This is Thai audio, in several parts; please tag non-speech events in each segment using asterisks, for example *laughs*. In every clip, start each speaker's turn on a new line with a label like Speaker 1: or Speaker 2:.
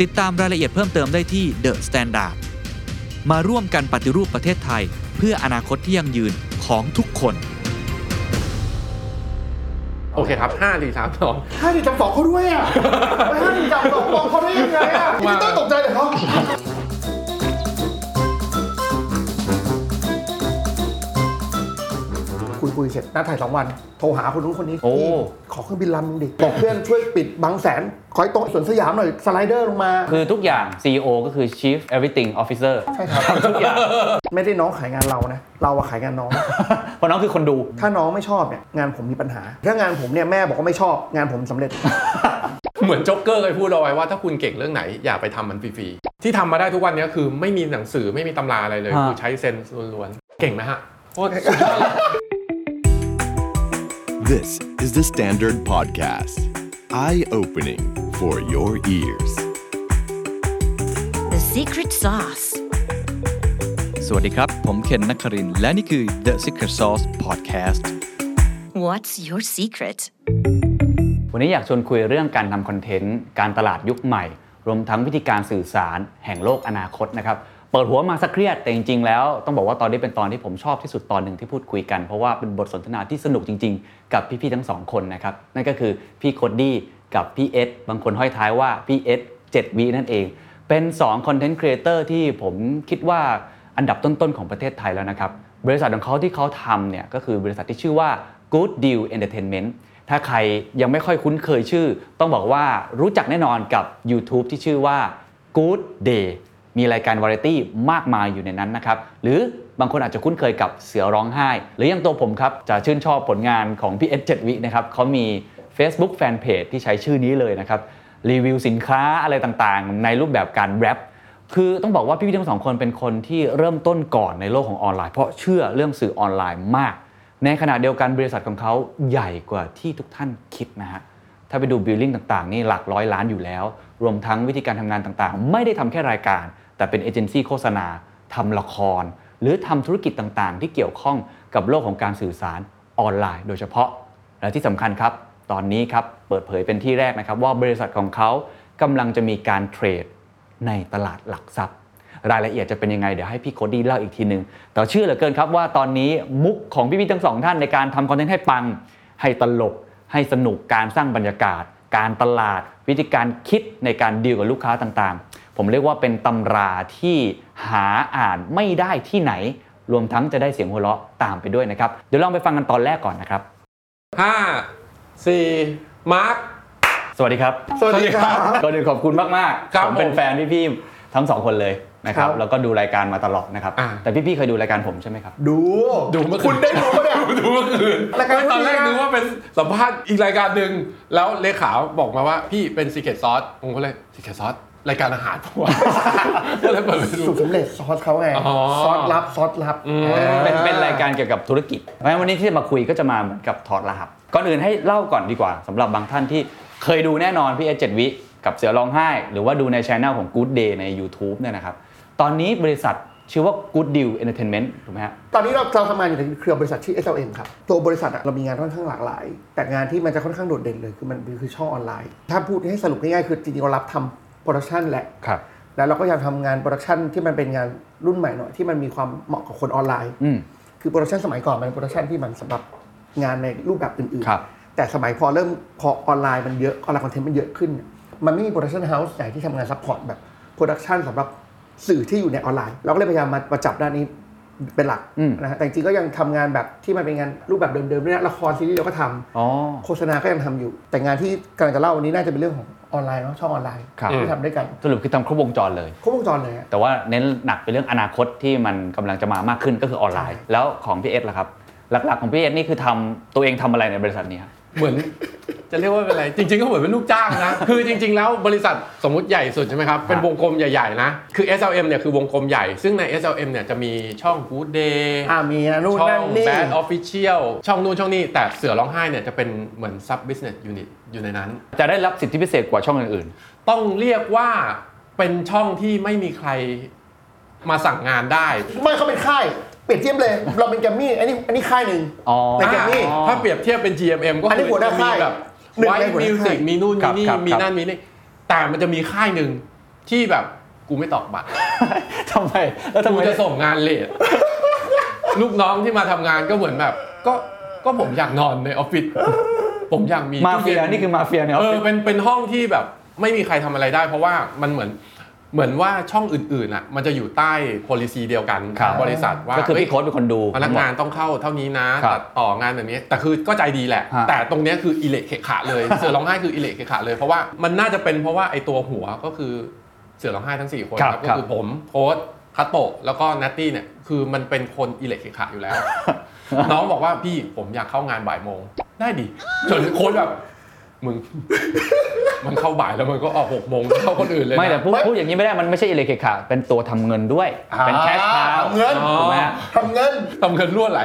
Speaker 1: ติดตามรายละเอียดเพิ่มเติมได้ที่ The Standard มาร่วมกันปฏิรูปประเทศไทย เพื่ออนาคตที่ยั่งยืนของทุกคน
Speaker 2: โอเคครับห้าสี่สามสอง
Speaker 3: ห้าสิบจำสองเขาด้วยอ่ะไปห้าสิบจำสองมองเขาได้ยังไงอ่ะพี่ต้องตกใจเลยเขาคุยคุยเสร็จนัดถ่ายสองวัน โทรหาคนนู้นคนนี้
Speaker 2: โอ้
Speaker 3: พี่ขอเครื่องบินลำนึงดิบอกเพื่อนช่วยปิดบางแสน ขอให้โต๊ะสวนสยามหน่อย สไลเดอร์ลงมา
Speaker 4: คือทุกอย่าง CEO ก็คือ Chief Everything Officer
Speaker 3: ใช่ครับทุกอย่างไม่ได้น้องขายงานเรานะ เราอะขายงานน้อง
Speaker 4: เพราะน้องคือคนดู
Speaker 3: ถ้าน้องไม่ชอบเนี่ยงานผมมีปัญหา ถ้างานผมเนี่ยแม่บอกว่าไม่ชอบงานผมสำเร็จ
Speaker 2: เหมือนโจ็อกเกอร์เคยพูดเอาไว้ว่าถ้าคุณเก่งเรื่องไหนอย่าไปทำมันฟรีๆ ที่ทำมาได้ทุกวันนี้คือไม่มีหนังสือไม่มีตำราอะไรเลย
Speaker 4: ฮะ
Speaker 2: กูใช้เซนส์ล้วนๆ เก่งไหมฮะ
Speaker 5: This is the Standard Podcast. Eye opening for your ears.
Speaker 6: The secret sauce.
Speaker 1: สวัสดีครับ ผมเคนนักครินทร์และนี่คือ The Secret Sauce Podcast
Speaker 6: What's your secret?
Speaker 4: วันนี้อยากชวนคุยเรื่องการทำคอนเทนต์ การตลาดยุคใหม่ รวมทั้งวิธีการสื่อสารแห่งโลกอนาคตนะครับ เปิดหัวมาสักเครียด แต่จริงๆ แล้วต้องบอกว่าตอนนี้เป็นตอนที่ผมชอบที่สุดตอนหนึ่งที่พูดคุยกัน เพราะว่าเป็นบทสนทนาที่สนุกจริงๆ กับพี่ๆ ทั้งสองคนนะครับ นั่นก็คือพี่โคดดี้กับพี่เอสบางคนห้อยท้ายว่าพี่เอส7วีนั่นเอง เป็น2คอนเทนต์ครีเอเตอร์ที่ผมคิดว่าอันดับต้นๆ ของประเทศไทยแล้วนะครับ บริษัทของเขาที่เขาทำเนี่ยก็คือบริษัทที่ชื่อว่า Good Deal Entertainment ถ้าใครยังไม่ค่อยคุ้นเคยชื่อ ต้องบอกว่ารู้จักแน่นอนกับ YouTube ที่ชื่อว่า Good Day มีรายการวาไรตี้มากมายอยู่ในนั้นนะครับ หรือบางคนอาจจะคุ้นเคยกับเสือร้องไห้ หรืออย่างตัวผมครับ จะชื่นชอบผลงานของพี่เอสเจ็ดวินะครับเขามี Facebook Fanpage ที่ใช้ชื่อนี้เลยนะครับ รีวิวสินค้าอะไรต่างๆ ในรูปแบบการแรป คือต้องบอกว่าพี่ๆทั้งสองคนเป็นคนที่เริ่มต้นก่อนในโลกของออนไลน์ เพราะเชื่อเรื่องสื่อออนไลน์มาก ในขณะเดียวกันบริษัทของเขาใหญ่กว่าที่ทุกท่านคิดนะฮะ ถ้าไปดูบิลลิ่งต่างๆ นี่หลักร้อยล้านอยู่แล้ว รวมทั้งวิธีการทำงานต่างๆ ไม่ได้ทำแค่รายการ แต่เป็นเอเจนซี่โฆษณาทำละคร หรือทำธุรกิจต่างๆ ที่เกี่ยวข้องกับโลกของการสื่อสารออนไลน์ โดยเฉพาะ และที่สำคัญครับ ตอนนี้ครับเปิดเผยเป็นที่แรกนะครับ ว่าบริษัทของเขากำลังจะมีการเทรด ในตลาดหลักทรัพย์ รายละเอียดจะเป็นยังไง เดี๋ยวให้พี่โคดดี้เล่าอีกทีหนึ่งแต่เชื่อเหลือเกินครับว่าตอนนี้มุกของพี่ๆทั้งสองท่านในการทำคอนเทนต์ให้ปัง ให้ตลก ให้สนุกการสร้างบรรยากาศ การตลาด วิธีการคิดในการดีลกับลูกค้าต่างๆ ผมเรียกว่าเป็นตำราที่หาอ่านไม่ได้ที่ไหน รวมทั้งจะได้เสียงหัวเราะตามไปด้วยนะครับเดี๋ยวลองไปฟังกันตอนแรกก่อนนะครับ
Speaker 2: ห้าสี่มาร์ค
Speaker 4: สวัสดีครับ
Speaker 3: สวัสดีครับ
Speaker 4: ก่อนอื่นขอบคุณมากๆ
Speaker 2: ครับ
Speaker 4: ผมเป็
Speaker 2: ผ
Speaker 4: น
Speaker 2: ม
Speaker 4: แฟนพี่ ทั้งสองคนเลยนะครับ
Speaker 3: ครับ
Speaker 4: แล้วก็ดูรายการมาตลอดนะครับ
Speaker 2: อ่า
Speaker 4: แต่พี่ๆเคยดูรายการผมใช่ไหมครับ
Speaker 3: ดู
Speaker 2: ดูเมื่อคืน
Speaker 3: คุณได้ดูปะเนี่ย
Speaker 2: ดูเมื่อคืน
Speaker 3: รายการ
Speaker 2: ไม่ตอนแรกนึกว่าเป็นสัมภาษณ์อีกรายการหนึ่งแล้วเลขาบอกมาว่าพี่เป็นซีเคทซอสผมก็เลยซีเคทซอสรายการอาหารเพราะว่าก็เลยเปิดไปดู
Speaker 3: สูตรสำเร็จซอสเขาไง
Speaker 2: อ๋อ
Speaker 3: ซอสลับซอสลับ
Speaker 4: เป็นเป็นรายการเกี่ยวกับธุรกิจ เพราะฉะนั้นวันนี้ที่จะมาคุยก็จะมาเหมือนกับถอดรหัส ก่อนอื่นให้เล่าก่อนดีกว่าสำหรับบางท่านที่เคยดูแน่นอนพี่เอเจ็ดวิ กับเสือร้องไห้ หรือว่าดูในช anel ของ Good Day ใน YouTube เนี่ยนะครับ ตอนนี้บริษัทชื่อว่า Good Deal Entertainment ถูกไหมฮะ
Speaker 3: ตอนนี้เราเราทำงานอยู่ในเครือบริษัทชื่อ SLM ครับ ตัวบริษัทอะเรามีงานค่อนข้างหลากหลาย แต่งานที่มันจะค่อนข้างโดดเด่นเลยคือมันคือช่องออนไลน์ ถ้าพูดให้สรุปง่ายๆคือจริงๆเรารับทำโปรดักชันแหละ
Speaker 4: ครับ
Speaker 3: แล้วเราก็ยังทำงานโปรดักชันที่มันเป็นงานรุ่นใหม่หน่อยที่มันมีความเหมาะกับคนออนไลน์
Speaker 4: อืม
Speaker 3: คือโปรดักชันสมัยก่อนมันเป็นโปรดักชันที่มันสำหรับงานในรูปแบบอื่น
Speaker 4: ครับ
Speaker 3: ๆ แต่สมัยพอเริ่มพอออนไลน์มันเยอะออนไลน์คอนเทนต์มันเยอะขึ้นเนี่ยมันไม่มีโปรดักชันเฮาส์ไหนที่ทำงานซัพพอร์ตแบบโปรดักชันสำหรับสื่อที่อยู่ในออนไลน์ เราก็เลยพยายามมามาจับด้านนี้เป็นหลัก
Speaker 4: อืม
Speaker 3: นะฮะแต่จริงๆก็ยังทำงานแบบที่มันเป็นงานรูปแบบเดิมๆด้วยนะละครซีรีส์เราก็ทำ
Speaker 4: อ๋อ
Speaker 3: โฆษณาก็ยังทำอยู่ แต่งานที่กำลังจะเล่าวันนี้น่าจะเป็นเรื่องของออนไลน์เนาะช่องออนไลน์
Speaker 4: ครับ
Speaker 3: ที่ทำด้วยกัน
Speaker 4: สรุปคือทำครบวงจรเลย
Speaker 3: ครบวงจรเลยฮะ
Speaker 4: แต่ว่าเน้นหนักไปเรื่องอนาคตที่มันกำลังจะมามากขึ้นก็คือออนไลน์ แล้วของพี่เอสล่ะครับ หลักๆ ของพี่เอสนี่คือทำตัวเองทำอะไรในบริษัทนี้ฮะ
Speaker 2: เหมือนจะเรียกว่าเป็นอะไร จริง ๆ ก็เหมือนเป็นลูกจ้างนะ คือจริง ๆ แล้วบริษัทสมมติใหญ่สุดใช่ไหมครับ เป็นวงกลมใหญ่ ๆ นะ คือ SLM เนี่ยคือวงกลมใหญ่ ซึ่งใน SLM เนี่ยจะมีช่อง Good Day
Speaker 3: อ่ามีนะนู่น
Speaker 2: ช่อ
Speaker 3: นั่น
Speaker 2: ง
Speaker 3: นี่
Speaker 2: Bad Official ช่องนู่นช่องนี่ แต่เสือร้องไห้เนี่ยจะเป็นเหมือน Sub Business Unit อยู่ในนั้น
Speaker 4: จะได้รับสิทธิพิเศษกว่าช่องอื่นๆ
Speaker 2: ต้องเรียกว่าเป็นช่องที่ไม่มีใครมาสั่งงานได้
Speaker 3: ไม่เขาเป็นค่ายเปรียบเทียบเลย เราเป็นแกรมมี่อันนี้อันนี้ค่ายหนึ่ง
Speaker 4: อ๋อ
Speaker 3: แต่แกรมมี่
Speaker 2: อ่าถ้าเปรียบเทียบเป็น GMM ก็
Speaker 3: อันนี้
Speaker 2: คื
Speaker 3: หัวหน้า
Speaker 2: จะมี
Speaker 3: ค่าย
Speaker 2: แบบ
Speaker 3: หนึ่ง
Speaker 2: ไว้
Speaker 3: ในหัวห
Speaker 2: มิ
Speaker 3: น้าว
Speaker 2: สิ
Speaker 3: ค่าย
Speaker 2: กมีนู่น
Speaker 4: ครั
Speaker 2: มี
Speaker 4: บ
Speaker 2: นี่
Speaker 4: ครับ
Speaker 2: มี
Speaker 4: ครับ
Speaker 2: นั่นมีนี่ แต่มันจะมีค่ายหนึ่งที่แบบกูไม่ตอก
Speaker 4: *laughs*
Speaker 2: บัตร
Speaker 4: ทำไม แล้วทำ
Speaker 2: กู
Speaker 4: ไม
Speaker 2: จะส่งงานเลท ลูกน้องที่มาทำงานก็เหมือนแบบ ก็ก็ผมอยากนอนในออฟฟิศผมอยากมี
Speaker 4: มาเฟีย
Speaker 2: ตู้
Speaker 4: นี่คือมาเฟียเนี่ย
Speaker 2: เออเป็นเป็นห้องที่แบบไม่มีใครทำอะไรได้ เพราะว่ามันเหมือนเหมือนว่าช่องอื่นๆอ่ะมันจะอยู่ใต้ policy เดียวกัน
Speaker 4: ครับ
Speaker 2: บริษัทว่า
Speaker 4: ก็คือ
Speaker 2: เฮ้ย
Speaker 4: พี่โค้ดเป็นคนดู
Speaker 2: พนักงานต้องเข้าเท่านี้นะครับ ตัดต่องานแบบนี้ แต่คือก็ใจดีแหละ
Speaker 4: ฮะ
Speaker 2: แต่ตรงเนี้ยคืออิเละเขะขะ
Speaker 4: *laughs*
Speaker 2: เลย เสือร้องไห้คืออิเละเขะขะเลยเพราะว่ามันน่าจะเป็นเพราะว่าไอตัวหัวก็คือเสือร้องไห้ทั้ง 4 คน
Speaker 4: ครับ
Speaker 2: ครับก็
Speaker 4: ครับ
Speaker 2: คือผมโค้ดคัตโตะแล้วก็นัตตี้เนี่ยคือมันเป็นคนอิเละเขะขะอยู่
Speaker 4: *laughs*
Speaker 2: แล้ว น้องบอกว่าพี่ผมอยากเข้างานบ่ายโมง ได้ดิจนโค้ดแบบมึง *laughs* มันเข้าบ่ายแล้วมันก็ออกหกโมงเท่าคนอื่นเลยนะ
Speaker 4: ไม่แต่พูดพูดอย่างนี้ไม่ได้มันไม่ใช่อิเล็กขาเป็นตัวทำเงินด้วย เป็นแคชคา
Speaker 3: ทำเงิน
Speaker 4: ถูกไหมฮะ
Speaker 3: ทำเงิน
Speaker 2: ตำเงินรั่วไหล *laughs*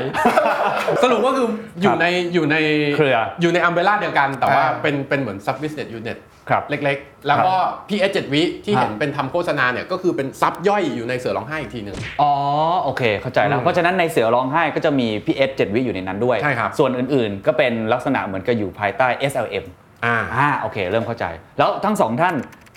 Speaker 2: สรุปก็คืออ
Speaker 4: ครั
Speaker 2: ยู่
Speaker 4: บ
Speaker 2: ในอยู่ใน
Speaker 4: เครืออ
Speaker 2: ยู่ในอัมเบร่าเดียวกันแต่ว่า
Speaker 3: อ่า
Speaker 2: เป็นเป็นเหมือน sub business unit
Speaker 4: ครับ
Speaker 2: เล็กๆ แล้วก็พี่เอเจ็ดวิที่
Speaker 4: ครับ
Speaker 2: เห็นเป็นทำโฆษณาเนี่ยก็คือเป็นซับย่อยอยู่ในเสือร้องไห้อีกทีหนึ่ง
Speaker 4: อ๋อ โอเค เข้าใจแล้
Speaker 2: อื
Speaker 4: ว
Speaker 2: ม
Speaker 4: เพราะฉะนั้นในเสือร้องไห้ก็จะมีพี่เอสเจ็ดวิอยู่ในนั้นด้วย
Speaker 2: ใช่ครับ
Speaker 4: ส่วนอื่นๆ ก็เป็นลักษณะเหมือนกับอยู่ภายใต้ SLM
Speaker 2: อ่า
Speaker 4: อ่าโอเค เริ่มเข้าใจ แล้วทั้งสองท่าน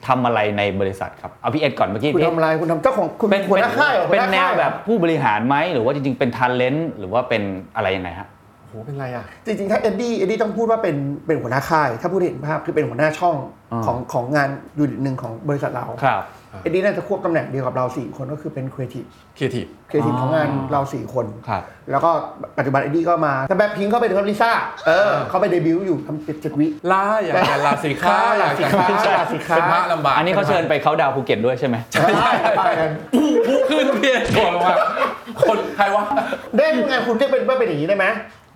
Speaker 4: ทำอะไรในบริษัทครับเอาพี่เอสก่อนเมื่อกี้
Speaker 3: คุณ
Speaker 4: พี่
Speaker 3: ทำอะไรคุณทำเจ้าของคุณ
Speaker 4: เป็น
Speaker 3: หัวหน้าค่ายหรอ
Speaker 4: เป็น
Speaker 3: หัหา
Speaker 4: แน
Speaker 3: ค่า
Speaker 4: วย แบบผู้บริหารไหมหรือว่าจริงๆเป็นท a เลน t หรือว่าเป็นอะไรยังไงฮะ
Speaker 2: โหเป็นไรอ่ะ
Speaker 3: จริงๆ ถ้าเอ็ดดี้เอ็ดดี้ต้องพูดว่าเป็นเป็นหัวหน้าค่าย ถ้าพูดให้เห็นภาพคือเป็นหัวหน้าช่อง
Speaker 4: อ่า
Speaker 3: ของของงานยูนิตหนึ่งของบริษัทเรา
Speaker 4: ครับ
Speaker 3: เอ็ดดี้น่าจะควบตำแหน่งเดียวกับเราสี่คนก็คือเป็นครีเอทีฟ
Speaker 2: creative
Speaker 3: ครีเอทีฟ
Speaker 4: อ๋อ
Speaker 3: ของงานเราสี่คน
Speaker 4: ครับ
Speaker 3: แล้วก็ปัจจุบันเอ็ดดี้ก็มาแต่แบ็คพิงก์ก็เป็นทอมลิซ่าเออเขาไปเดบิวต์อยู่ทำเจ็ดวิ
Speaker 2: ล่าอย่างนั้นลาสีค้า
Speaker 3: ลาสีค้าลาสีค้า
Speaker 2: เป็นพระลำบาก
Speaker 4: อันนี้เขาเชิญไปเขาน์ดาวน์ภูเก็ตด้วยใช่ไหม
Speaker 2: ใช่ใช่
Speaker 3: ไปกัน
Speaker 2: ผู้ขึ้นเพียรโดดลงมาคนใครวะ
Speaker 3: ได้ทำงานคุณเรียกเป็นว่าเป็นอย่างนี้ได้ไหม